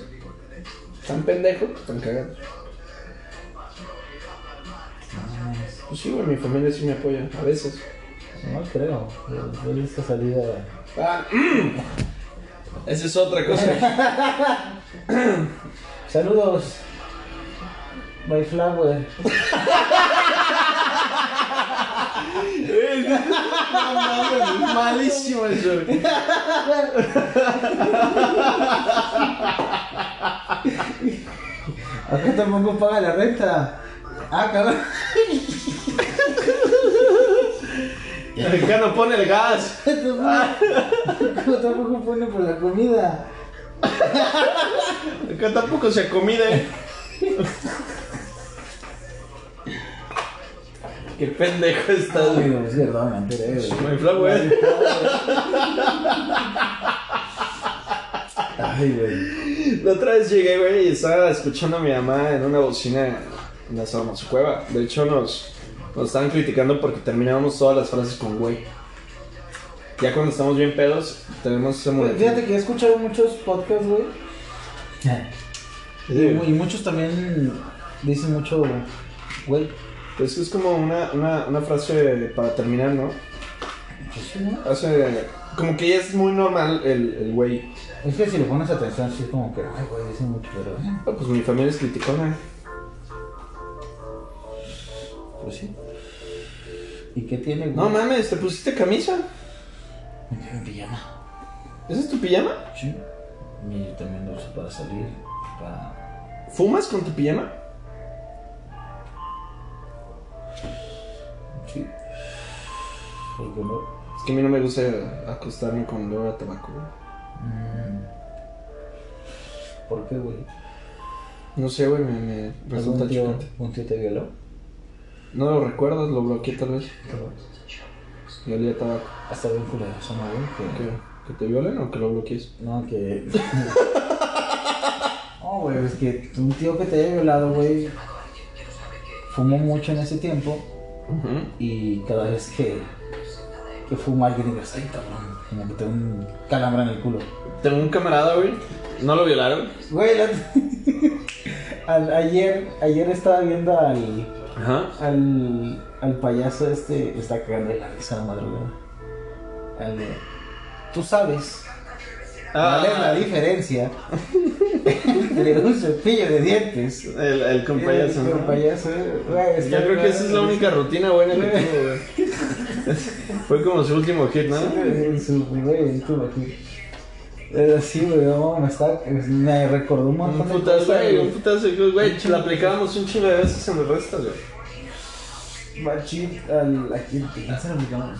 Están pendejos, pues están cagados. Pues sí, güey, mi familia sí me apoya, a veces.
No creo. Yo he visto salida.
Ah, mm. Esa es otra <laughs> cosa.
Saludos. My flower.
Malísimo eso, güey.
Acá tampoco paga la renta. Ah, cabrón.
Acá no pone el gas.
Ah. Tampoco, <laughs> tampoco pone por la comida.
Acá tampoco se acomide. Qué pendejo estás, güey.
Amigo, es verdad, me enteré, güey.
My flower.
Ay, güey.
La otra vez llegué, güey, y estaba escuchando a mi mamá en una bocina en la Salma, su cueva. De hecho, nos, nos estaban criticando porque terminábamos todas las frases con güey. Ya cuando estamos bien pedos, tenemos ese
Güey,
momento.
Fíjate que he escuchado muchos podcasts, güey. Y, mu- y muchos también dicen mucho, güey.
Es que es como una, una, una frase para terminar, ¿no?
pues sí, ¿no?
Hace. Como que ya es muy normal el, el güey.
Es que si le pones atención, sí es como que, ay, güey, dicen mucho, pero, eh,
Ah, pues mi familia es criticona.
pues sí. ¿Y qué tiene, güey?
No mames, ¿te pusiste camisa?
Me quedo en pijama.
¿Esa es tu pijama?
Sí. Y yo también lo uso para salir, para...
¿Fumas con tu pijama?
Sí. Porque no...
Es que a mí no me gusta acostarme con olor a tabaco, güey.
Mm. ¿Por qué, güey?
No sé, güey, me, me resulta
¿Algún tío-
chocante.
¿Un tío te violó?
No lo recuerdas, lo bloqueé tal vez. Y olía a tabaco.
Hasta bien culero, eso no, güey. Que
¿Qué? ¿Que te violen o que lo bloquees?
No, que. no, güey, es que un tío que te haya violado, güey, fumó mucho en ese tiempo y cada vez que, que fuma alguien digas, ay, cabrón, como que te da un calambre en el culo.
Tengo un camarada, güey. No lo violaron.
Güey, la- <laughs> al- ayer, ayer estaba viendo al,
Ajá.
al, al payaso este, está cagando de la risa de madrugada. Al de, tú sabes,
Ah,
¿cuál es la diferencia <laughs> entre un cepillo de dientes?
el, el compayazo.
El
¿no?
payaso, güey, está
Yo creo que esa es la
cagando.
única rutina buena que tuvo, <laughs> güey. Fue como su último hit, ¿no?
En su- güey, estuvo aquí. Era así, güey, no, me, está, me recordó un
Un
montón de
putazo,
cosas,
güey, un
güey.
putazo, güey, güey, la aplicábamos un chingo de veces en el resto, güey.
Machín, al, aquí en Tijuana, en mi cama.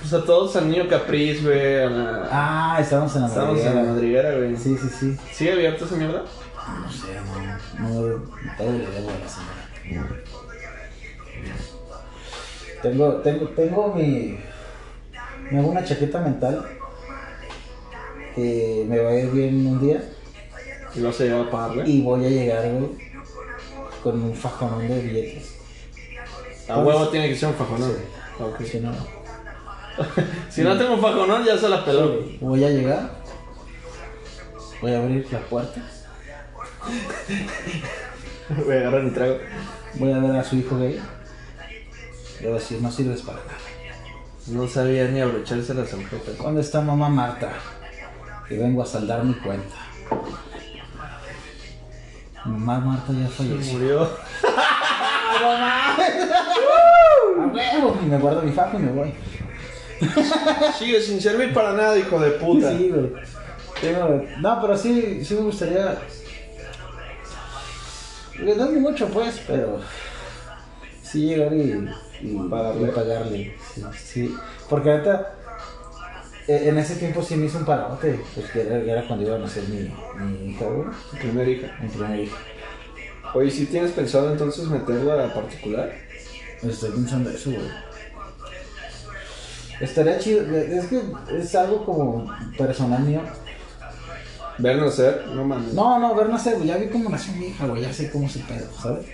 Pues a todos, al niño Capriz, güey, a la...
Ah, estábamos en la
Estábamos en la
madriguera.
madriguera, güey.
Sí, sí, sí.
¿Sigue abierta esa mierda?
No sé, no, no, todo le debo a la señora. Tengo, tengo, tengo mi, me hago una chaqueta mental que me va a ir bien un día
Y luego se lleva a pagarle.
y voy a llegar, güey, con un fajonón de billetes.
A huevo tiene que ser un fajonón, güey. Ok.
Porque si no,
Si no tengo un fajonón, ya se la peló, güey.
voy a llegar, voy a abrir la puerta,
<laughs> Voy a agarrar un trago.
voy a ver a su hijo gay, le voy a decir, no sirves para nada.
No sabía ni abrocharse las agujetas.
¿Dónde está mamá Marta? Que vengo a saldar mi cuenta. Mamá Marta ya falleció.
Murió.
A huevo, Y me guardo mi fajo y me voy.
<laughs> Sigue sin servir para nada, hijo de puta.
Sí, güey. Tengo- No, pero sí, sí me gustaría. Le doy mucho, pues, pero. Sí llegar y, y
Pagarle.
y pagarle. Sí, sí. Porque ahorita. eh, En ese tiempo sí me hizo un parote. Porque era, era cuando iba a nacer mi, mi hija, güey.
Primera hija.
Mi primera hija.
Oye, ¿sí tienes pensado entonces meterla a particular?
Pues, Estoy pensando eso, güey. Estaría chido, es que es algo como personal mío.
Ver nacer, no mames.
No, no, ver, no sé, güey, ya vi cómo nació mi hija, güey, ya sé cómo se pedo, ¿sabes?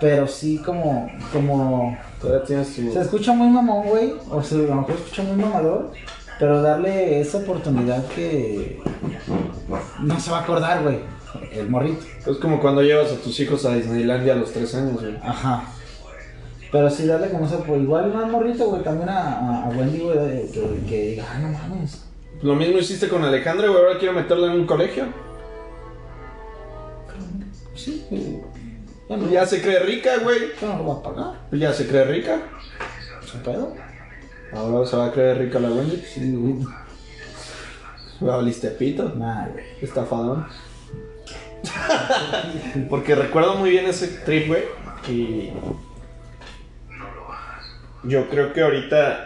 Pero sí como, como,
Todavía tienes tu.
se escucha muy mamón, güey, o sea, a lo mejor se escucha muy mamador, pero darle esa oportunidad que no se va a acordar, güey, el morrito.
Es como cuando llevas a tus hijos a Disneylandia a los tres años, güey.
Ajá. Pero sí, darle como esa, pues igual no al morrito, güey, también a, a- a Wendy, güey, de- que, que diga, ah, no mames.
Lo mismo hiciste con Alejandra, güey. Ahora quiero meterla en un colegio.
Sí, ya
Pues
no,
Ya se cree rica, güey.
ya no lo va a pagar.
Pues Ya se cree rica.
¿Es un pedo?
Ahora se va a creer rica la Wendy.
Sí, güey.
Valiste pito.
Nah, güey. <laughs>
Estafadón. <laughs> Porque recuerdo muy bien ese trip, güey. Y. Yo creo que ahorita.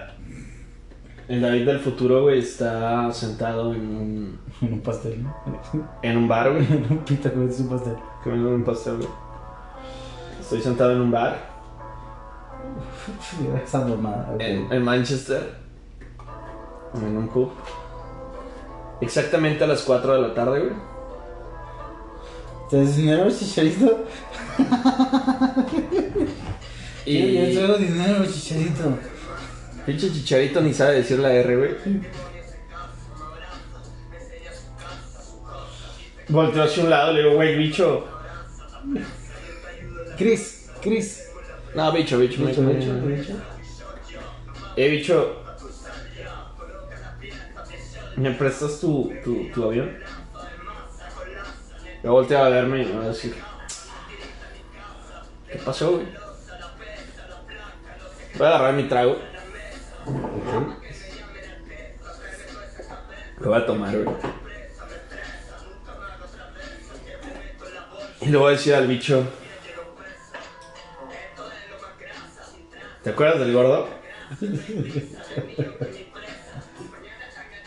El David del futuro, güey, está sentado en un.
Un pastel, ¿no? <laughs>
En un bar, güey. <laughs>
Un pita güey, es un pastel.
Comiendo un pastel, güey. Estoy sentado en un bar.
Esa mamada, güey.
En, en Manchester. En un pub. Exactamente a las 4 de la tarde, güey.
Entonces, dinero chicharito. Y yo traigo dinero chicharito.
Pinche chicharito ni sabe decir la R, güey. Volteó hacia un lado, le digo, güey, bicho.
Chris, Chris.
No, bicho, bicho, bicho, bicho. Eh, bicho. ¿Me prestas tu, tu, tu avión? Yo volteaba a verme y me va a decir. ¿Qué pasó, güey? Voy a agarrar mi trago. Lo voy a tomar, güey. Y le voy a decir al bicho. ¿Te acuerdas del gordo?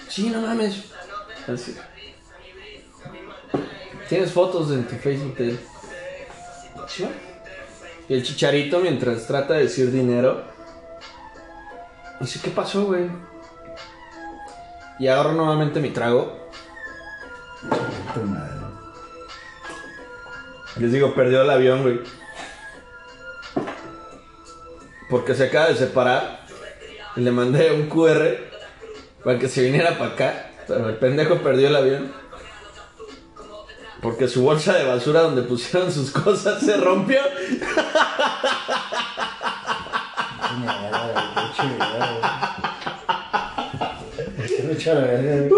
sí, no mames. Así. Tienes fotos en tu Facebook de él. Sí. Y el chicharito, mientras trata de decir dinero, dice: ¿Qué pasó, güey? Y agarro nuevamente mi trago.
Tu madre.
Les digo, perdió el avión, güey. Porque se acaba de separar. Y le mandé un QR para que se viniera para acá. Pero el pendejo perdió el avión. Porque su bolsa de basura donde pusieron sus cosas se rompió.
Tu madre, güey, qué chingada, güey. Qué mucha la verga, güey.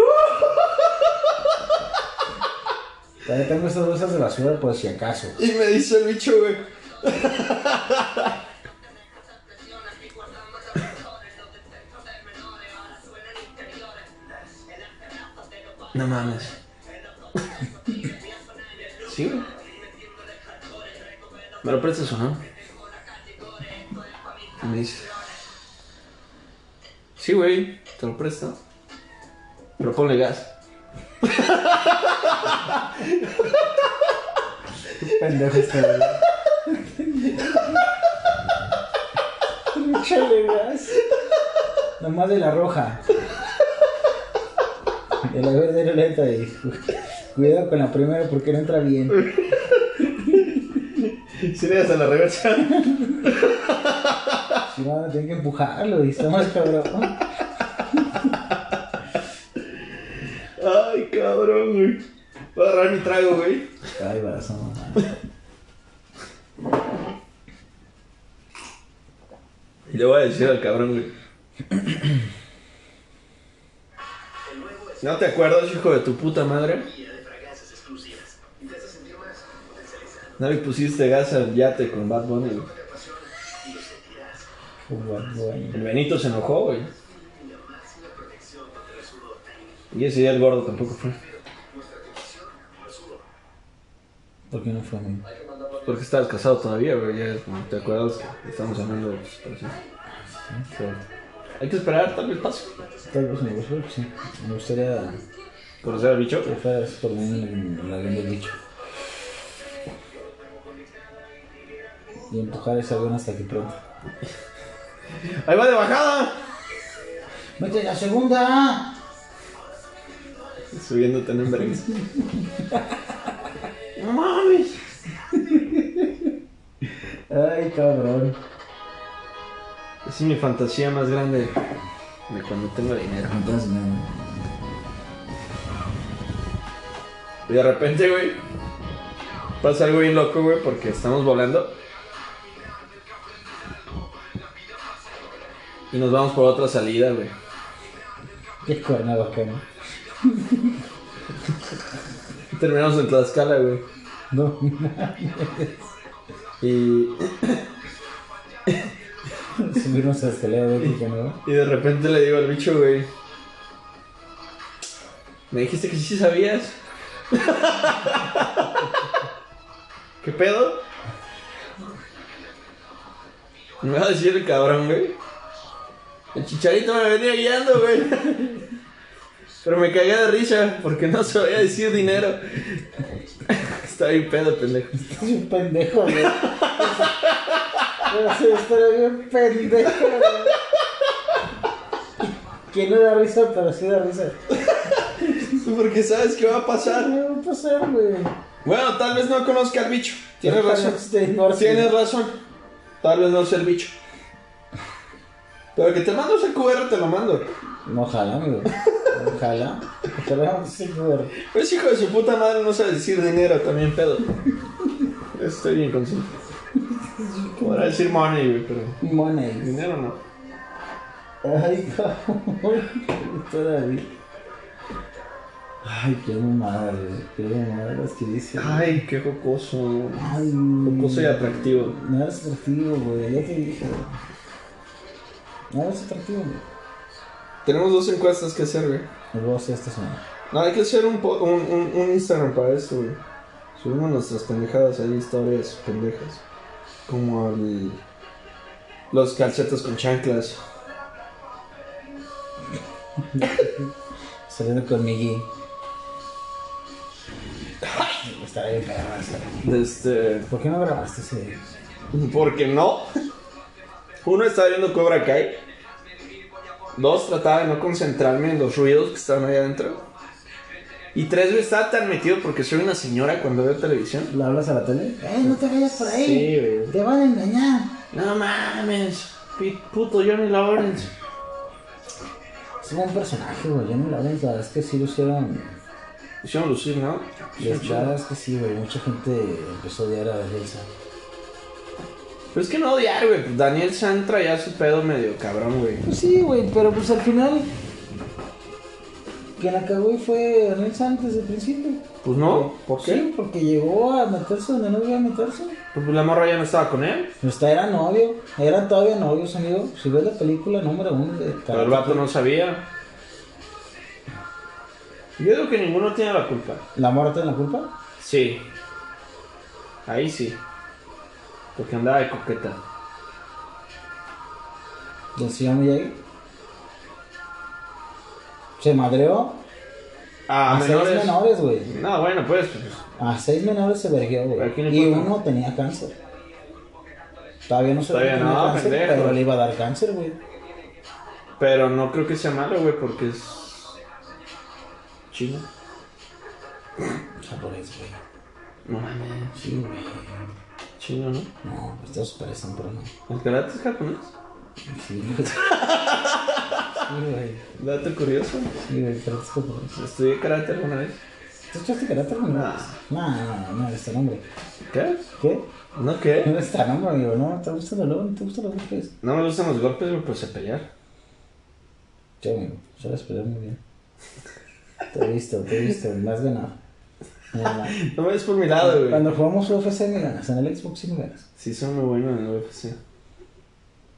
Todavía tengo estas bolsas de basura por si acaso.
Y me dice el bicho, güey. No mames. Sí, güey. ¿Me lo prestas o no? Y me dice. Sí, güey, te lo presto. Pero ponle <laughs> gas.
Pendejo este güey. Échale gas. Nomás de la roja. De la verde no le entra y Cuidado con la primera porque no entra bien.
Si le das a la reversa.
Si no, van a tener que empujarlo y está más cabrón.
Ay, cabrón, güey. Voy a agarrar mi trago, güey.
Ay, vas a mamar.
Y le voy a decir al cabrón, güey. ¿No te acuerdas, hijo de tu puta madre? No le pusiste gas al yate con Bad Bunny, güey.
Bueno, bueno.
El Benito se enojó, güey. Y ese día el gordo tampoco fue.
¿Por qué no fue a mí?
Porque estabas casado todavía, güey. Ya es como, te acuerdas que estamos hablando de pues, pero sí. Pero Hay que esperar tal vez paso.
Tal vez me gustaría, pues sí. Me gustaría
Conocer al bicho.
que fueras por mí en la avión del bicho. Y empujar ese avión hasta que pronto.
¡Ahí va de bajada!
¡Mete la segunda!
Subiendo tan en <laughs> vergüenza. ¡No mames!
Ay, cabrón.
Esa es mi fantasía más grande de cuando tengo dinero.
Entonces, no.
Y de repente, güey, pasa algo bien loco, güey, porque estamos volando. Y nos vamos por otra salida, güey.
Qué cuernavaca, ¿no?
Terminamos en Tlaxcala, güey.
No. <laughs>
Y,
Subirnos a la escalera de que no.
y de repente le digo al bicho, güey. Me dijiste que sí sabías. <laughs> ¿Qué pedo? Me va a decir el cabrón, güey. El chicharito me venía guiando, güey. Pero me cagué de risa porque no sabía decir dinero. Está bien pedo, pendejo.
Estás un pendejo, güey. Pero sí, estar bien pendejo, güey. Que no da risa, pero sí da risa.
Porque sabes qué va a pasar.
¿Qué va a pasar, güey?
Bueno, tal vez no conozca al bicho. Tienes razón.
Te divorcio.
Tienes razón. Tal vez no sea el bicho. Pero que te mando ese QR, te lo mando.
No jala, amigo. No jala. Te vamos seguro.
Ese hijo de su puta madre no sabe decir dinero, también pedo. Estoy bien consciente. Podrá decir money, güey, pero
Money.
dinero no.
Ay, cabrón. Todavía. Ay, qué mamada, güey. Qué mamada las que dice.
Ay, qué jocoso.
Ay,
Jocoso y atractivo.
No eres atractivo, güey. Ya te dije. güey. No eres atractivo, güey.
Tenemos dos encuestas que hacer, güey.
Nos vamos a hacer esta semana.
No, hay que hacer un, po- un, un- un Instagram para esto, güey. Subimos nuestras pendejadas ahí, historias pendejas. Como al- los calcetas con chanclas.
Saliendo con Miggy. Está bien, perra, está bien.
Este.
¿Por qué no grabaste ese video?
Porque no. Uno está viendo Cobra Kai. Dos, trataba de no concentrarme en los ruidos que estaban ahí adentro. Y tres, yo estaba tan metido porque soy una señora cuando veo televisión.
¿Le hablas a la tele? ¡Eh, no te vayas por ahí!
Sí, güey.
Te van a engañar.
No mames, pi- puto Johnny Lawrence.
Es un buen personaje, güey. Yo me la verdad es que sí lo hicieron.
Hicieron lucir, ¿no?
La
Hicieron chido.
verdad es que sí, güey. Mucha gente empezó a odiar a Elsa.
Pero es que no odiar, güey. pues Daniel San traía su pedo medio cabrón, güey.
Pues sí, güey, pero pues al final. Quien la cagó y fue Elsa antes del principio.
Pues no, ¿por qué?
Sí, porque llegó a meterse donde no debía meterse.
Pues la morra ya no estaba con él.
No está, era novio. Eran todavía novios, amigo. Si ves la película número uno de
Pero el vato no sabía. Yo digo que ninguno tiene la culpa.
¿La muerte en la culpa?
Sí. Ahí sí. Porque andaba de coqueta.
Del señor Miyagi. Se madreó
Ah,
a seis
menores.
menores, güey.
No, bueno, pues.
A seis menores se vergió, güey.
¿Pero quién
Y
importa?
uno tenía cáncer. Todavía no se
Todavía
tenía
no,
cáncer,
pendejo.
pero le iba a dar cáncer, güey.
Pero no creo que sea malo, güey, porque es. Chino.
Japonés, güey.
No mames.
Sí, güey.
Chino, ¿no?
No, pues todos parecen, pero no.
¿El karate es japonés?
Sí, güey. Sí, güey.
Dato curioso.
Sí, güey, pero es japonés.
Estudié karate alguna vez.
¿Tú echaste karate, güey? No,
Nah.
no, no, eres tan hombre.
¿Qué?
¿Qué?
¿No qué?
No eres tan hombre, amigo. No, ¿te gustan los lobos? ¿No te gustan los golpes?
No me gustan los golpes, güey, pues a pelear.
Sí, amigo. Sabes pelear muy bien. Te he visto, te he visto. Me has ganado. Me has ganado.
No me ves por mi lado, güey.
Cuando jugamos UFC me ganas, en el Xbox sí me ganas.
Sí, son muy buenos en el UFC.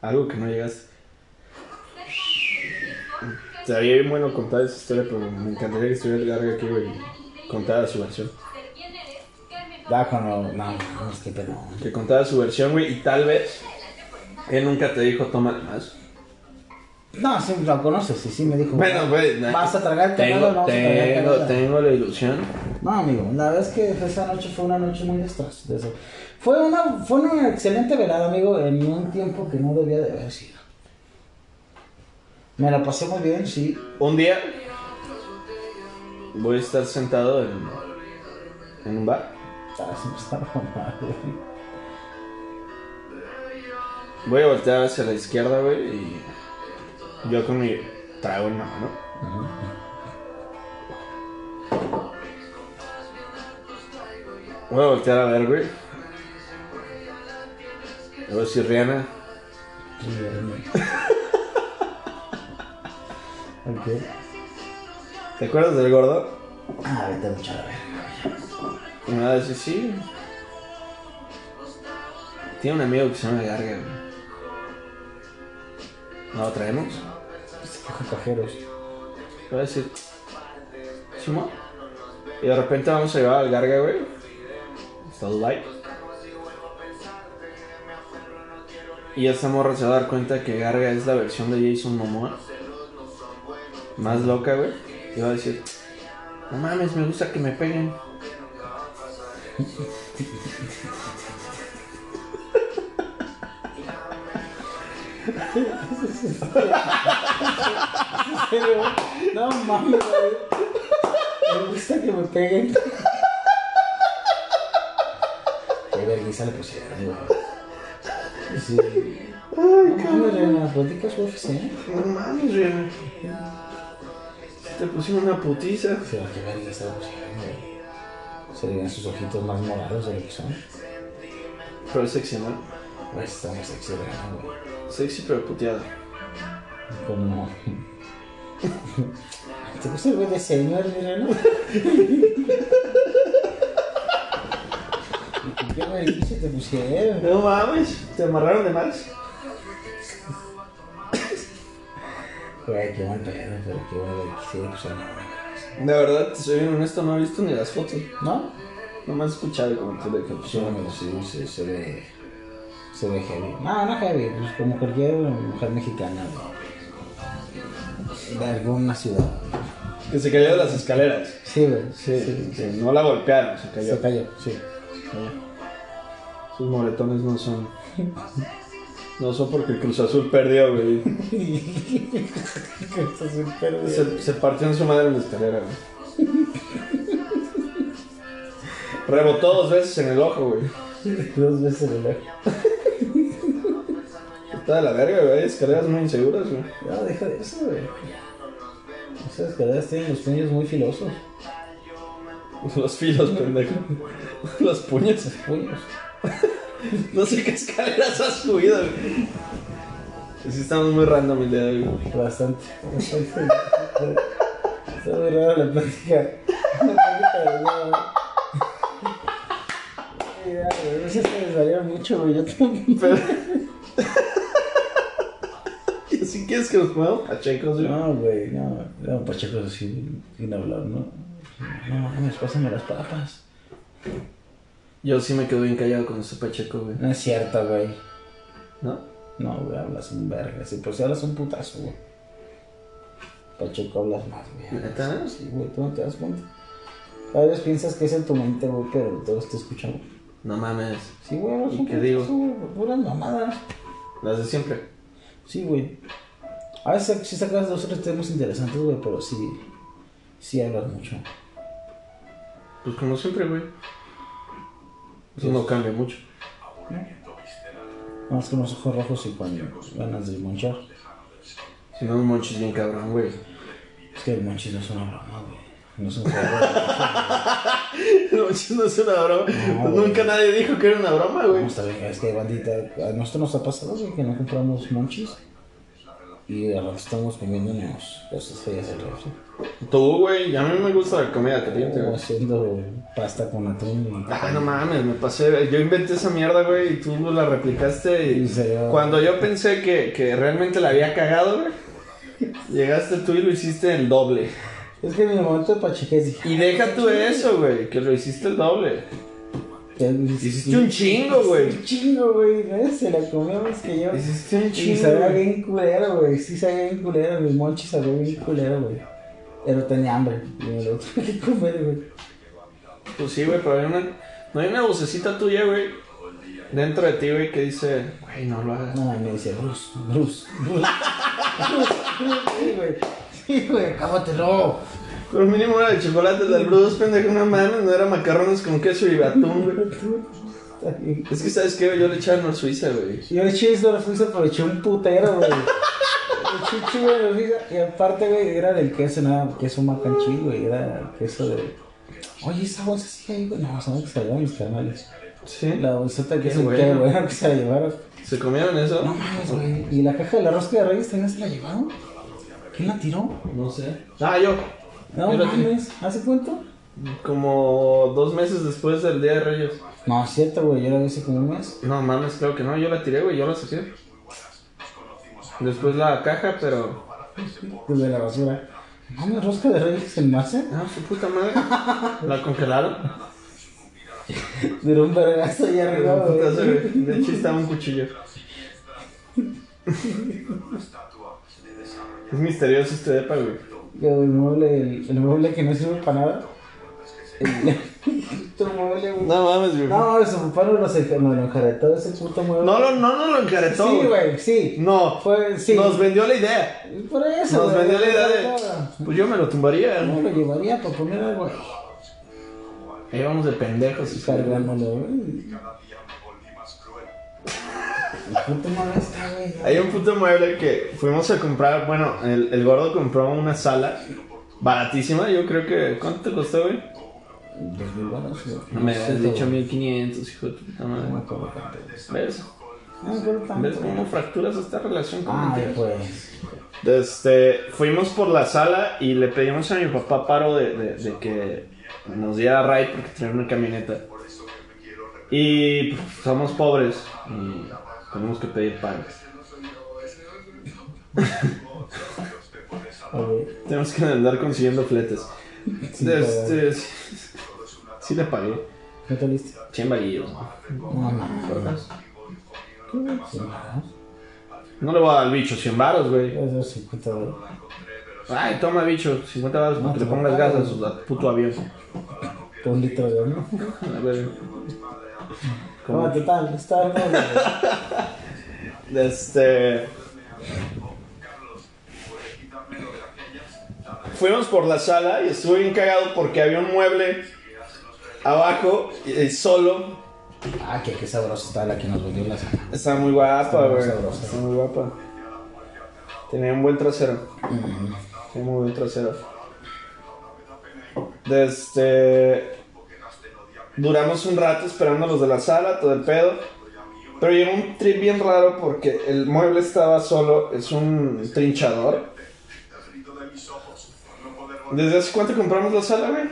Algo que no llegaste. Estaría bien bueno contar esa historia, pero me encantaría que estuviera el Garga aquí, güey. y Contara su versión.
Ya cuando, no, no, es que pero
Que contara su versión, güey, y tal vez él nunca te dijo, toma más.
No, sí, lo conoces, sí, sí me dijo.
Bueno, güey. na-
¿Vas a tragar
Tengo,
canela o no vas a tragar
tengo,
canela?
tengo la ilusión.
No, amigo, la verdad es que esa noche fue una noche muy desastrosa. Fue una, fue una excelente velada, amigo, en un tiempo que no debía de haber sido. Me la pasé muy bien, sí.
Un día voy a estar sentado en, en un bar.
Ah, sí, me estaba mal, güey.
Voy a voltear hacia la izquierda, güey, y yo con mi trago en mano. Voy a voltear a ver, güey. Le voy a decir, Rihanna,
Ok.
¿te acuerdas del gordo?
Ah, vete a duchar, a ver.
Y me va a decir, sí. Tiene un amigo que se llama Garga, güey. ¿No lo traemos?
Coge cajeros.
Le voy a decir, ¿Simo? Y de repente vamos a llevar al Garga, güey. Hasta Dubai. Y esta morra se va a dar cuenta que Garga es la versión de Jason Momoa. Más loca, güey. Y va a decir, no mames, me gusta que me peguen.
Pero, no mames, güey. Me gusta que me peguen. Qué vergüenza le pusieron, güey. Sí. Ay, cabrón. Reina, platicas UFC, ¿eh?
No mames, Rihanna. Te pusieron una putiza.
Sí, qué vergüenza le pusieron, güey. Se le ven sus ojitos más morados de lo que son.
Pero es sexy, ¿no?
Güey, está muy sexy, Reina, güey.
Sexy pero puteada.
Como... <laughs> ¿Te gusta el güey de señor, Reina? <laughs> ¿Qué vergüenza te pusieron?
No mames, te amarraron de más.
Güey, qué buen pedo, pero qué bueno que sí, pues no.
De verdad, te soy bien honesto, no he visto ni las fotos.
¿No?
No me has escuchado como tú de que
Pues sí, amigo, sí, se, se ve. Se ve heavy. No, no heavy, pues como cualquier mujer mexicana, güey. De alguna ciudad.
Que se cayó de las escaleras.
Sí, güey.
Sí, que no la golpearon, se cayó.
<laughs> Se cayó, sí.
Sus moretones no son. <laughs> No son porque el Cruz Azul perdió,
<laughs>
güey.
Esto es un perro.
Se, se partió en su madre en la escalera, güey. <laughs> Rebotó dos veces en el ojo, güey.
Dos veces el ojo.
Está de la verga, güey. Escaleras muy inseguras, güey. <laughs>
No, deja de eso, güey. Esas caderas tienen los puños muy filosos.
Los filos, pendejo. <laughs> Los puños.
Puños.
No sé qué escaleras has subido, güey. Sí, estamos muy random el día de hoy, güey.
Bastante. Bastante. Está muy rara la plática. La plática de nada, güey. Mira, güey, no sé si les varía mucho, güey. Yo también.
<laughs> Pero... ¿Y así quieres que nos pongamos pachecos, güey?
No, güey, no. No, Pacheco así, sin hablar, ¿no? No mames, pásame las papas.
Yo sí me quedo bien callado con ese pacheco, güey.
No es cierto, güey.
¿No?
No, güey, hablas un verga. Sí, pues hablas un putazo, güey. Pacheco hablas más, güey.
¿Neta?
Sí, güey, tú no te das cuenta. A veces piensas que es en tu mente, güey, pero todos te escuchan, güey.
No mames.
Sí, güey, hablas
¿Y
un
qué digo?
putazo, güey, puras mamadas.
Las de siempre.
Sí, güey. A veces sí sacas dos o tres temas interesantes, güey, pero sí. Sí hablas mucho.
Pues como siempre, güey. Eso no cambia mucho.
Más con los ojos rojos y cuando ganas de monchar.
Si no, un monchis bien cabrón, güey.
Es que el monchis no es una broma, güey. No es un juego.
El <laughs> monchis no es una broma.
No, güey.
Nunca nadie dijo que era una broma, güey.
No, está bien, es que hay bandita, a nosotros nos ha pasado, güey, que no compramos monchis y a rato estamos comiéndonos cosas feas del refri.
Tú, güey, a mí me gusta la comida caliente,
O
güey.
haciendo pasta con atún y-
Ah, no mames, me pasé. Yo inventé esa mierda, güey, y tú la replicaste.
Y
Y
se llama-
cuando yo pensé que, que realmente la había cagado, güey, llegaste tú y lo hiciste el doble.
Es que en el momento de pacheques dije,
Y deja tú eso, güey, que lo hiciste el doble.
"Ya,
Hiciste un chingo, güey.
Un chingo, güey, ¿ves? Se la comíamos que yo.
Hiciste un
Y
chingo.
sabía
güey.
bien culero, güey. Sí sabía bien culero, mi monchi sabía bien culero, güey. Pero tenía hambre y me <laughs> lo tuve que comer, güey.
Pues sí, güey, pero hay una, no hay una vocecita tuya, güey, dentro de ti, güey, que dice, güey, no lo hagas.
No, me dice, Bruce, Bruce, Bruce. Sí, güey. Sí, güey, cábatelo.
Pero mínimo era de chocolate del Bruce, pendejo, no mames, no era macarrones con queso y atún, güey.
Está bien.
Es que, ¿sabes qué? güey? Yo le echaba Nor Suiza, güey.
Yo le eché esto a la fuerza, pero eché un putero, güey. Le eché chivo de la fuerza, Y aparte, güey, era del queso, nada, queso macanchí, güey. Era queso de. Oye, esa bolsa sigue ahí, güey. No, son que se la llevaron mis carnales.
Sí.
La bolsota de
Qué
queso, qué
bueno.
bueno que se la llevaron.
¿Se comieron eso?
No mames, güey. ¿Y la caja de la rosca de reyes también se la llevaron? ¿Quién la tiró?
No sé. Ah, yo.
No
Yo la tiré.
mames, ¿hace cuánto?
Como dos meses después del Día de Reyes.
No, es cierto, güey, yo la vi hace como un mes.
No mames, creo que no. Yo la tiré, güey. Yo la saqué. Después la caja, pero.
Desde la basura. Mames, rosca de reyes en marzo.
Ah, su
<laughs>
puta madre. La congelaron.
Duró un vergazo allá arriba,
Pero, puta, se
güey.
ve. De hecho, estaba un cuchillo. Es misterioso este depa, güey.
Yo, el mueble, el, el mueble que no sirve para
<laughs>
nada. El, tu mueble, güey.
No mames, güey. No,
No, mames, su papá no lo se- no lo enjaretó ese puto mueble.
lo- no, no lo encaretó.
Sí, güey, sí.
No.
Fue, sí.
Nos vendió la idea.
Por eso,
Nos
güey,
vendió la idea
nada.
de. Pues yo me lo tumbaría.
No lo llevaría para poner algo ahí.
Ahí vamos de pendejos. y
Cargándolo, güey. Puta madre está, güey.
Hay un puto mueble que fuimos a comprar. Bueno, el, el gordo compró una sala baratísima. Yo creo que. ¿Cuánto te costó, güey?
Dos mil baros, güey.
Me
No
has
sé,
dicho
güey.
1500, hijo de tu puta
No me
madre.
acuerdo tanto.
¿Ves?
No me acuerdo tanto,
¿Ves cómo fracturas esta relación con
Ay,
mentiras?
pues.
Este, fuimos por la sala y le pedimos a mi papá paro de, de- de que nos diera ride porque tenía una camioneta. Y pues, somos pobres y tenemos que pedir pan.
A ver.
Tenemos que andar consiguiendo fletes.
Sí,
este, sí, sí le pagué.
¿No te listo?
100 varillos.
No, mames. ¿Qué güey? Sí,
No le voy a dar al bicho 100 varos, güey.
Debe ser 50 dólares.
Ay, toma, bicho, 50 varos para que le pongas gas a su a- puto avión.
Un litro de ¿no?
A ver.
No,
Como-
Ah, total, está hermoso. güey.
Este. Fuimos por la sala y estuve bien cagado porque había un mueble abajo, y- y solo,
Ah, que qué sabrosa está la que nos vendió la cena.
Está muy guapa,
Está muy
güey.
sabrosa.
Está muy guapa. Tenía un buen trasero. Tenía muy buen trasero. Desde. este, Duramos un rato esperando a los de la sala, todo el pedo. Pero llegó un trip bien raro porque el mueble estaba solo, es un trinchador. ¿Desde hace cuánto compramos la sala, güey?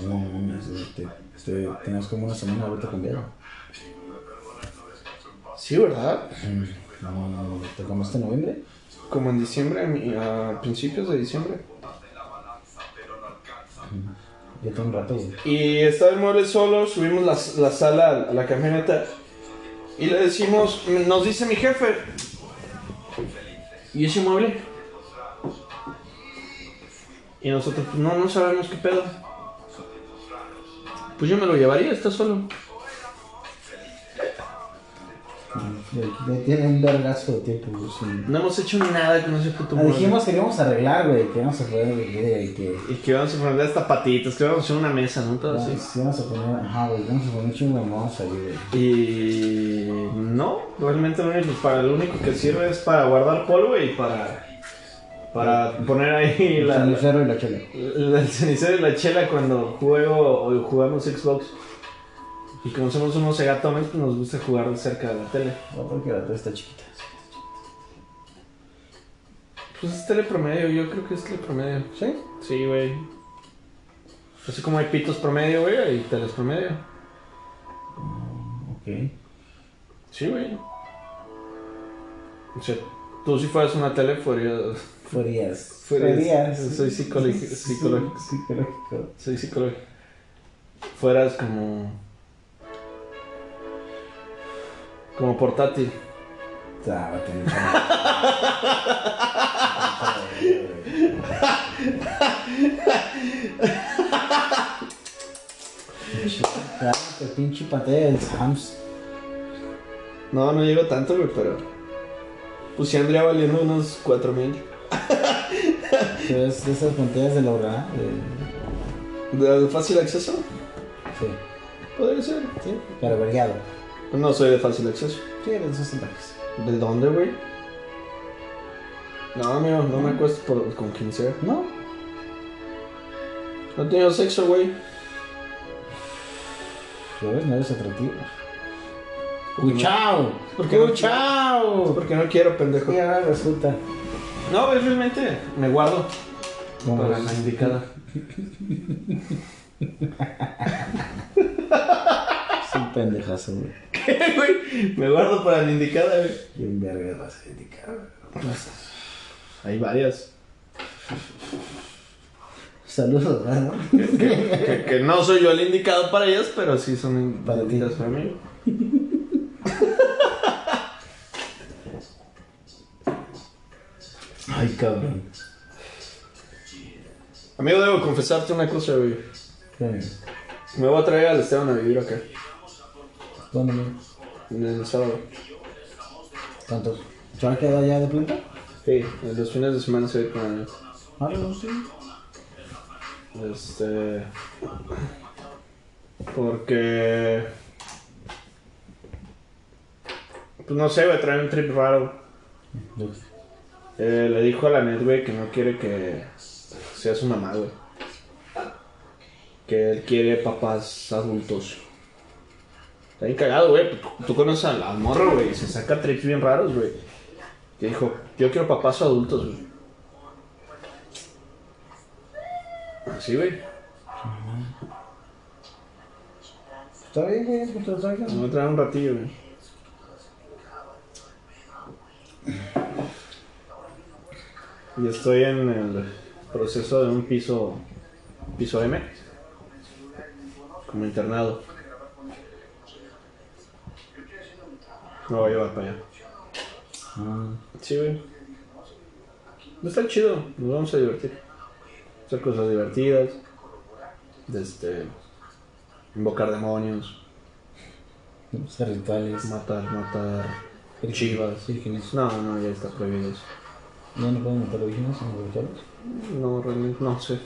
No, mames, güey, te, te, este, tenías como una semana ahorita cambiado.
Sí, ¿verdad?
No, no, no, ¿te comiste en noviembre?
Como en diciembre, a principios de diciembre.
Ya tengo un rato, güey.
Y estaba el mueble solo, subimos la, la sala a la camioneta y le decimos, nos dice mi jefe, ¿y ese mueble? Y nosotros, pues no, no sabemos qué pedo. Pues yo me lo llevaría, está solo.
Ya, ya tiene un vergazo de tiempo, güey. sin-
No hemos hecho nada con ese puto
Ah,
mueble.
Dijimos que íbamos a arreglar, güey, que íbamos a poder vivir y que...
Y que íbamos a ponerle hasta patitas, que íbamos a hacer una mesa, ¿no? Todo así.
Sí, íbamos a poner... Ajá, güey, íbamos a poner un chingo de monos ahí, güey.
Y no, realmente lo único, para lo único que sirve es para guardar polvo y para, para poner ahí
<laughs> El
la, la-
cenicero y la chela.
la- el cenicero y la chela cuando juego o jugamos Xbox. Y como somos unos segatones, pues nos gusta jugar de cerca de la tele.
No, porque la tuya está chiquita.
Pues es tele promedio, yo creo que es tele promedio.
¿Sí?
Sí, güey. Así como hay pitos promedio, güey, hay teles promedio.
Ok.
Sí, güey. O sea, tú si fueras una tele, fuerías...
Fuerías.
Fuerías. Soy psicolo- psicológico.
Psicológico.
Soy psicólogo. Fueras como. Como portátil.
Ah, va a tener que- Pinche- Cállate, pinche pantalla del Sams.
No, no llego tanto, güey, pero. Pues sí andría valiendo unos 4000.
Pero es de esas pantallas de la hora, de-
¿De de fácil acceso?
Sí.
Podría ser.
Sí, pero variado.
No soy de fácil acceso.
Sí, de esos pantallas.
¿De dónde, güey? No, amigo, no me acuesto por, con quien sea.
No,
No he tenido sexo, güey.
lo ves, no eres atractivo. ¡Cuchao!
¿Por qué no?
¡Cuchao!
Porque no quiero, pendejo.
Y ahora resulta.
No, es realmente. Me guardo.
Pues,
Para la indicada.
<laughs> Es un pendejazo, güey.
<laughs> ¿Qué, güey? Me guardo para la indicada, güey.
Y un verga vas a indicar.
Hay varias.
Saludos, ¿no?
Que, que no soy yo el indicado para ellas, pero sí son
Para ti.
indicadas para mí.
Ay, cabrón.
Amigo, debo confesarte una cosa, güey.
Bueno,
Me voy a traer al Esteban a vivir acá,
¿Cuándo? güey?
en el sábado.
¿Cuántos? ¿Se ha quedado ya de planta?
Sí, en los fines de semana se ve con él.
Ah, no, sí.
Este. Porque. Pues no sé, voy a traer un trip raro. Eh, le dijo a la net, güey, que no quiere que sea su mamá, güey. Que él quiere papás adultos. Está bien cagado, güey. Tú- Tú conoces a la morra, güey. y Se saca trips bien raros, güey. Que dijo, yo quiero papás adultos, güey. Así, güey.
Está bien, güey, pues te lo traigas.
Me voy a traer un ratillo, güey. Y estoy en el proceso de un piso, piso M, como internado. Me voy a llevar para allá.
Ah,
Sí, güey. Va a estar chido, nos vamos a divertir. Hacer cosas divertidas. de Este. Invocar demonios.
los rituales.
Matar, matar Chivas.
Vírgenes.
No, no, ya está prohibido eso.
No, no pueden matar a vírgenes, no pueden matarlos.
No, realmente no sé.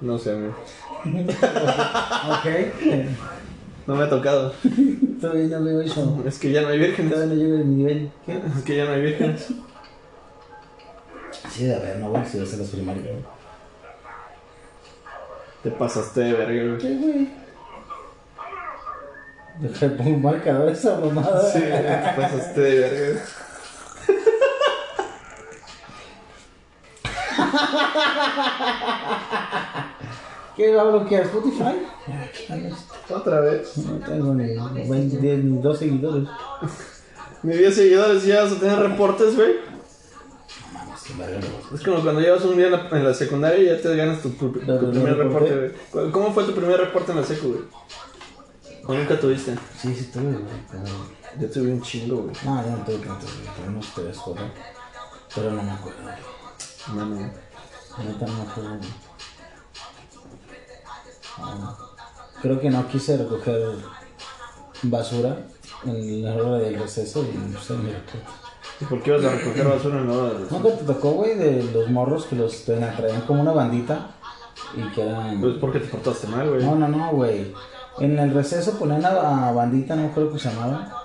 No sé, amigo.
<laughs> Ok.
No me ha tocado.
Todavía no veo eso.
Es que ya no hay vírgenes.
Todavía no llego al nivel. ¿Qué?
Es que ya no hay vírgenes.
Sí, a ver, no, güey, si vas a las primarias. güey.
Te pasaste de verga, güey.
¿Qué, güey? Deja de poner un marcador a esa mamada.
Sí, güey, te pasaste de verga.
¿Qué va a bloquear? ¿Spotify?
Otra vez.
No tengo ni 20, 10, ni 2 seguidores.
Mi 10 seguidores ya vas a tener reportes, güey.
Vamos, qué verga. güey.
Es como cuando llevas un día en la, en la secundaria y ya te ganas tu, tu- tu
Pero no
primer
reporte.
reporte, güey. ¿Cu- ¿Cómo fue tu primer reporte en la secu, güey? ¿O nunca tuviste?
Sí, sí, tuve, güey. pero-
Yo tuve un chingo, güey.
No, yo no tuve tantos, güey. Tuve unos 3, 4. Pero no me acuerdo, güey.
Mano, güey.
Ahorita no me acuerdo, güey. Ah, Creo que no quise recoger basura en la hora del receso y no sé, me recuerdo.
¿Y por qué ibas a recoger basura en la hora de
¿Nunca te tocó, güey, de los morros que los ten- traían como una bandita y que eran...
Pues porque te portaste mal, güey.
No, no, no, güey. En el receso ponían a, a bandita, no creo que se llamaba,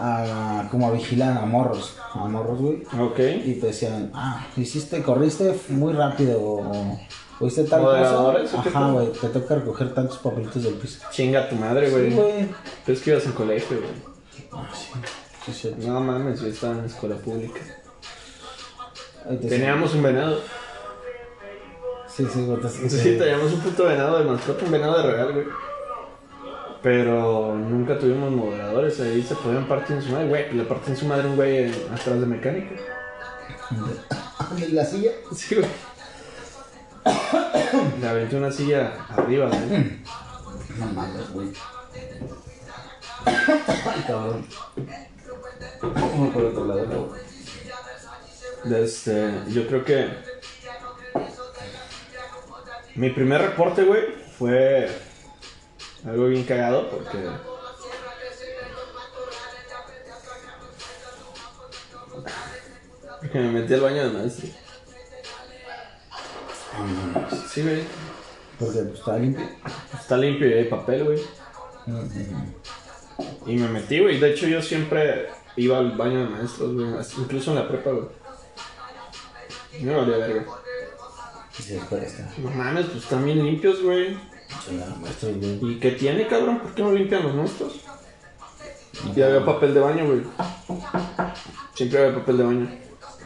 a, como a vigilar a morros, a morros, güey.
Ah, Ok.
Y te decían, ah, hiciste, corriste muy rápido o, o- o hiciste tal
¿Moderadores
cosa.
o qué
Ajá,
pedo?
güey, te toca recoger tantos papelitos del piso.
Chinga tu madre,
Sí,
güey.
güey.
Pero es que ibas en colegio, güey.
Ah, sí, sí, es cierto.
No mames, yo estaba en escuela pública.
Ahí te decían-
Teníamos un venado.
Sí, sí, güey. te- <laughs>
Sí, teníamos un puto venado de mascota, un venado de real, güey. Pero nunca tuvimos moderadores, ahí se podían partir en su madre, güey. Le partían su madre un güey atrás de mecánica. <laughs>
¿En la silla?
Sí, güey. <coughs> Le aventé una silla arriba, güey.
No mames, güey. Ay, <coughs> cabrón. Uno por otro lado, güey.
Este, yo creo que. Mi primer reporte, güey, fue algo bien cagado porque. <laughs> Porque me metí al baño de maestro. Sí, güey.
Porque pues, estaba limpio.
Está limpio y hay papel, güey. Y me metí, güey. De hecho, yo siempre iba al baño de maestros, güey. hasta- Incluso en la prepa, güey. No me valía verga.
Y se después está.
No mames, pues están bien limpios, güey.
Chingada, maestro, güey.
¿Y qué tiene, cabrón? ¿Por qué no limpian los nuestros? Y había papel de baño, güey. Siempre había papel de baño.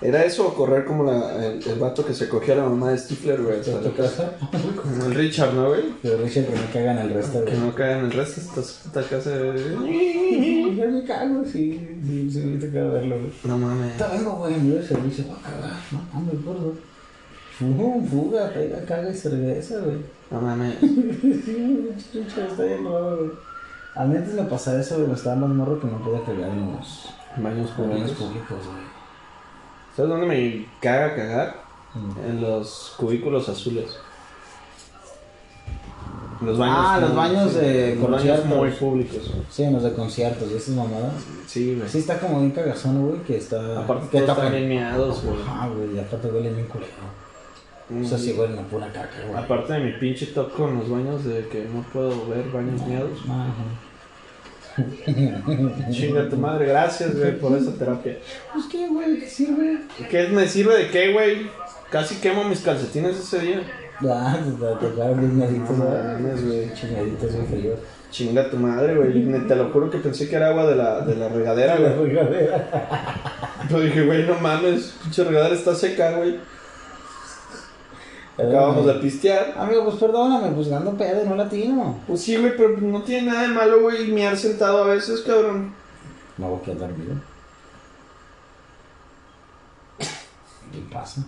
¿Era eso o correr como la- el, el vato que se cogía a la mamá de Stifler, güey? hasta
¿Te
la
tu
casa?
casa?
Como el Richard, ¿no, güey?
Pero Richard que no cagan el resto,
Que
güey.
no cae en el resto de estas putas casas. güey.
Pues, Yo me cago, sí, sí, sí, me toca verlo, güey.
No mames.
Está vengo, güey, me dio el servicio, va a cagar. No mames, gordo. Fuga, fuga, pega, caga y se regresa, güey.
No mames.
Sí, güey, chucha, está bien raro, güey. A mí antes me pasaba eso, güey, estaba más morro que no podía cagar en los
Baños
baños
públicos.
públicos, güey.
¿Sabes dónde me caga cagar? En los cubículos azules. Los baños.
Ah, los
muy-
baños de
Los baños
conciertos.
muy públicos. güey.
Sí, en los de conciertos y esas mamadas.
Sí, güey.
Sí, está como bien cagazón, güey, que está...
Aparte
que
todos
tapan.
están bien meados, güey.
Ah, güey, y aparte huele bien culero. O sea, sí huele a pura caca, güey.
Mm. Aparte de mi pinche top con los baños de que no puedo ver baños meados.
Ajá. Mm.
Chinga tu madre, gracias, güey, por esa terapia.
Pues qué, güey, ¿qué sirve?
¿Qué me sirve de qué, güey? Casi quemo mis calcetines ese día.
Ah, pues te tocaron bien naditos,
No
¿verdad?
Ah, mames, güey.
Chingaditos inferiores.
Chinga tu madre, güey. Ne- Te lo juro que pensé que era agua de la, de la regadera, güey.
<laughs>
Yo dije, güey, no mames, pinche regadera está seca, güey. Acabamos de pistear.
Amigo, pues perdóname, pues dando pedo, no latino.
Pues sí, güey, pero no tiene nada de malo, güey, miar sentado a veces, cabrón.
No voy a quedar dormido. ¿Qué pasa?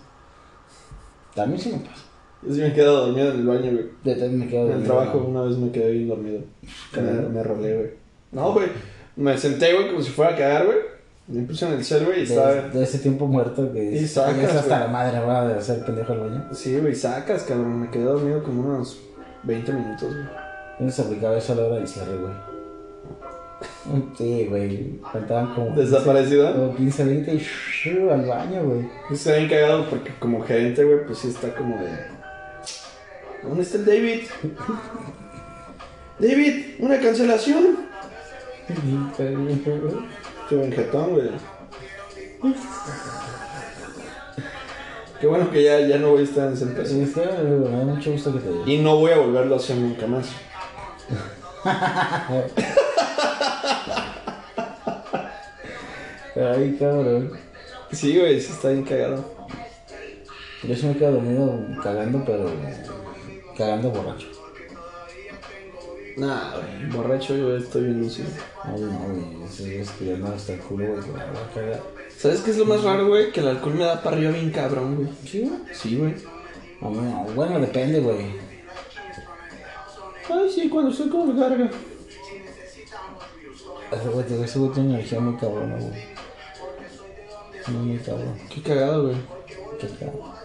También sí me pasa.
Yo sí me he quedado dormido en el baño, güey.
Yo también me quedo
En el trabajo una vez me quedé bien dormido. Me, me rolé, güey. No, güey. Me senté, güey, como si fuera a cagar, güey. Me puse en el cel, güey, y
De,
estaba...
de ese tiempo muerto que
Y
es,
sacas,
es hasta
güey.
la madre, va de hacer pendejo el baño.
Sí, güey, sacas, cabrón. Me quedé dormido como unos 20 minutos, güey. <laughs>
Yo no se aplicaba eso a la hora del cierre, güey. Sí, güey. Faltaban como. 15,
¿Desaparecida?
como 15, 20 y shoo, al baño, güey.
Se ven cagado porque como gerente, güey, pues sí está como de... ¿Dónde está el David? David, una cancelación. Qué buen jetón, güey. Qué bueno que ya, ya no voy a estar en esa empresa.
Sí, está, güey, me da mucho gusto que te haya.
Y no voy a volverlo a hacer nunca más.
Ay, cabrón.
Sí, güey, sí está bien cagado.
Yo sí me quedo dormido cagando, pero. este, cagando borracho.
Nah, güey, borracho yo estoy bien lúcido.
Ay, no, güey. Eso es que ya no hasta el culo, güey. que la voy a cagar.
¿Sabes qué es lo más raro, güey? Que el alcohol me da para arriba bien cabrón, güey.
Sí, güey.
Sí, güey.
No, no, bueno, depende, güey.
Ay, sí, cuando estoy como de carga.
Ese güey ese güey tiene energía muy cabrona, güey. Muy, muy cabrón.
Qué cagado, güey.
Qué <laughs> cabrón.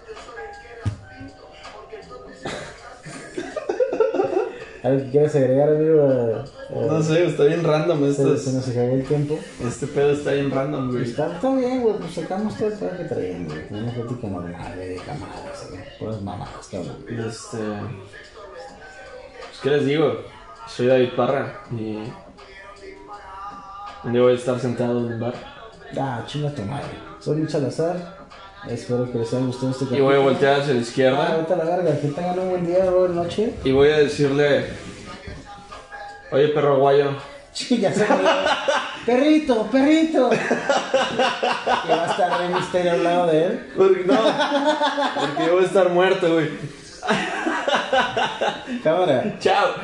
¿Algo que quieras agregar, amigo? Eh,
No sé, está bien random esto.
se,
es-
se nos acabó el tiempo.
Este pedo está bien random, güey.
Está, está bien, güey, pues sacamos todo el pedo que traían, güey. Una plática normal, güey, de camaradas, güey. Puras mamadas, cabrón.
Este. Pues, ¿qué les digo? Soy David Parra y. Un día voy a estar sentado en un bar.
Ah, chinga tu madre. Soy Luis Salazar. Espero que les haya gustado este
Y voy a voltear hacia la
Ah,
izquierda
vete a la verga. Que tengan un buen día, buena noche.
y voy a decirle. Oye, perro guayo.
Chinga su madre. Perrito, perrito. Y va a estar Rey Misterio al lado de él.
Porque <laughs> no. Porque yo voy a estar muerto, güey.
Cámara.
Chao.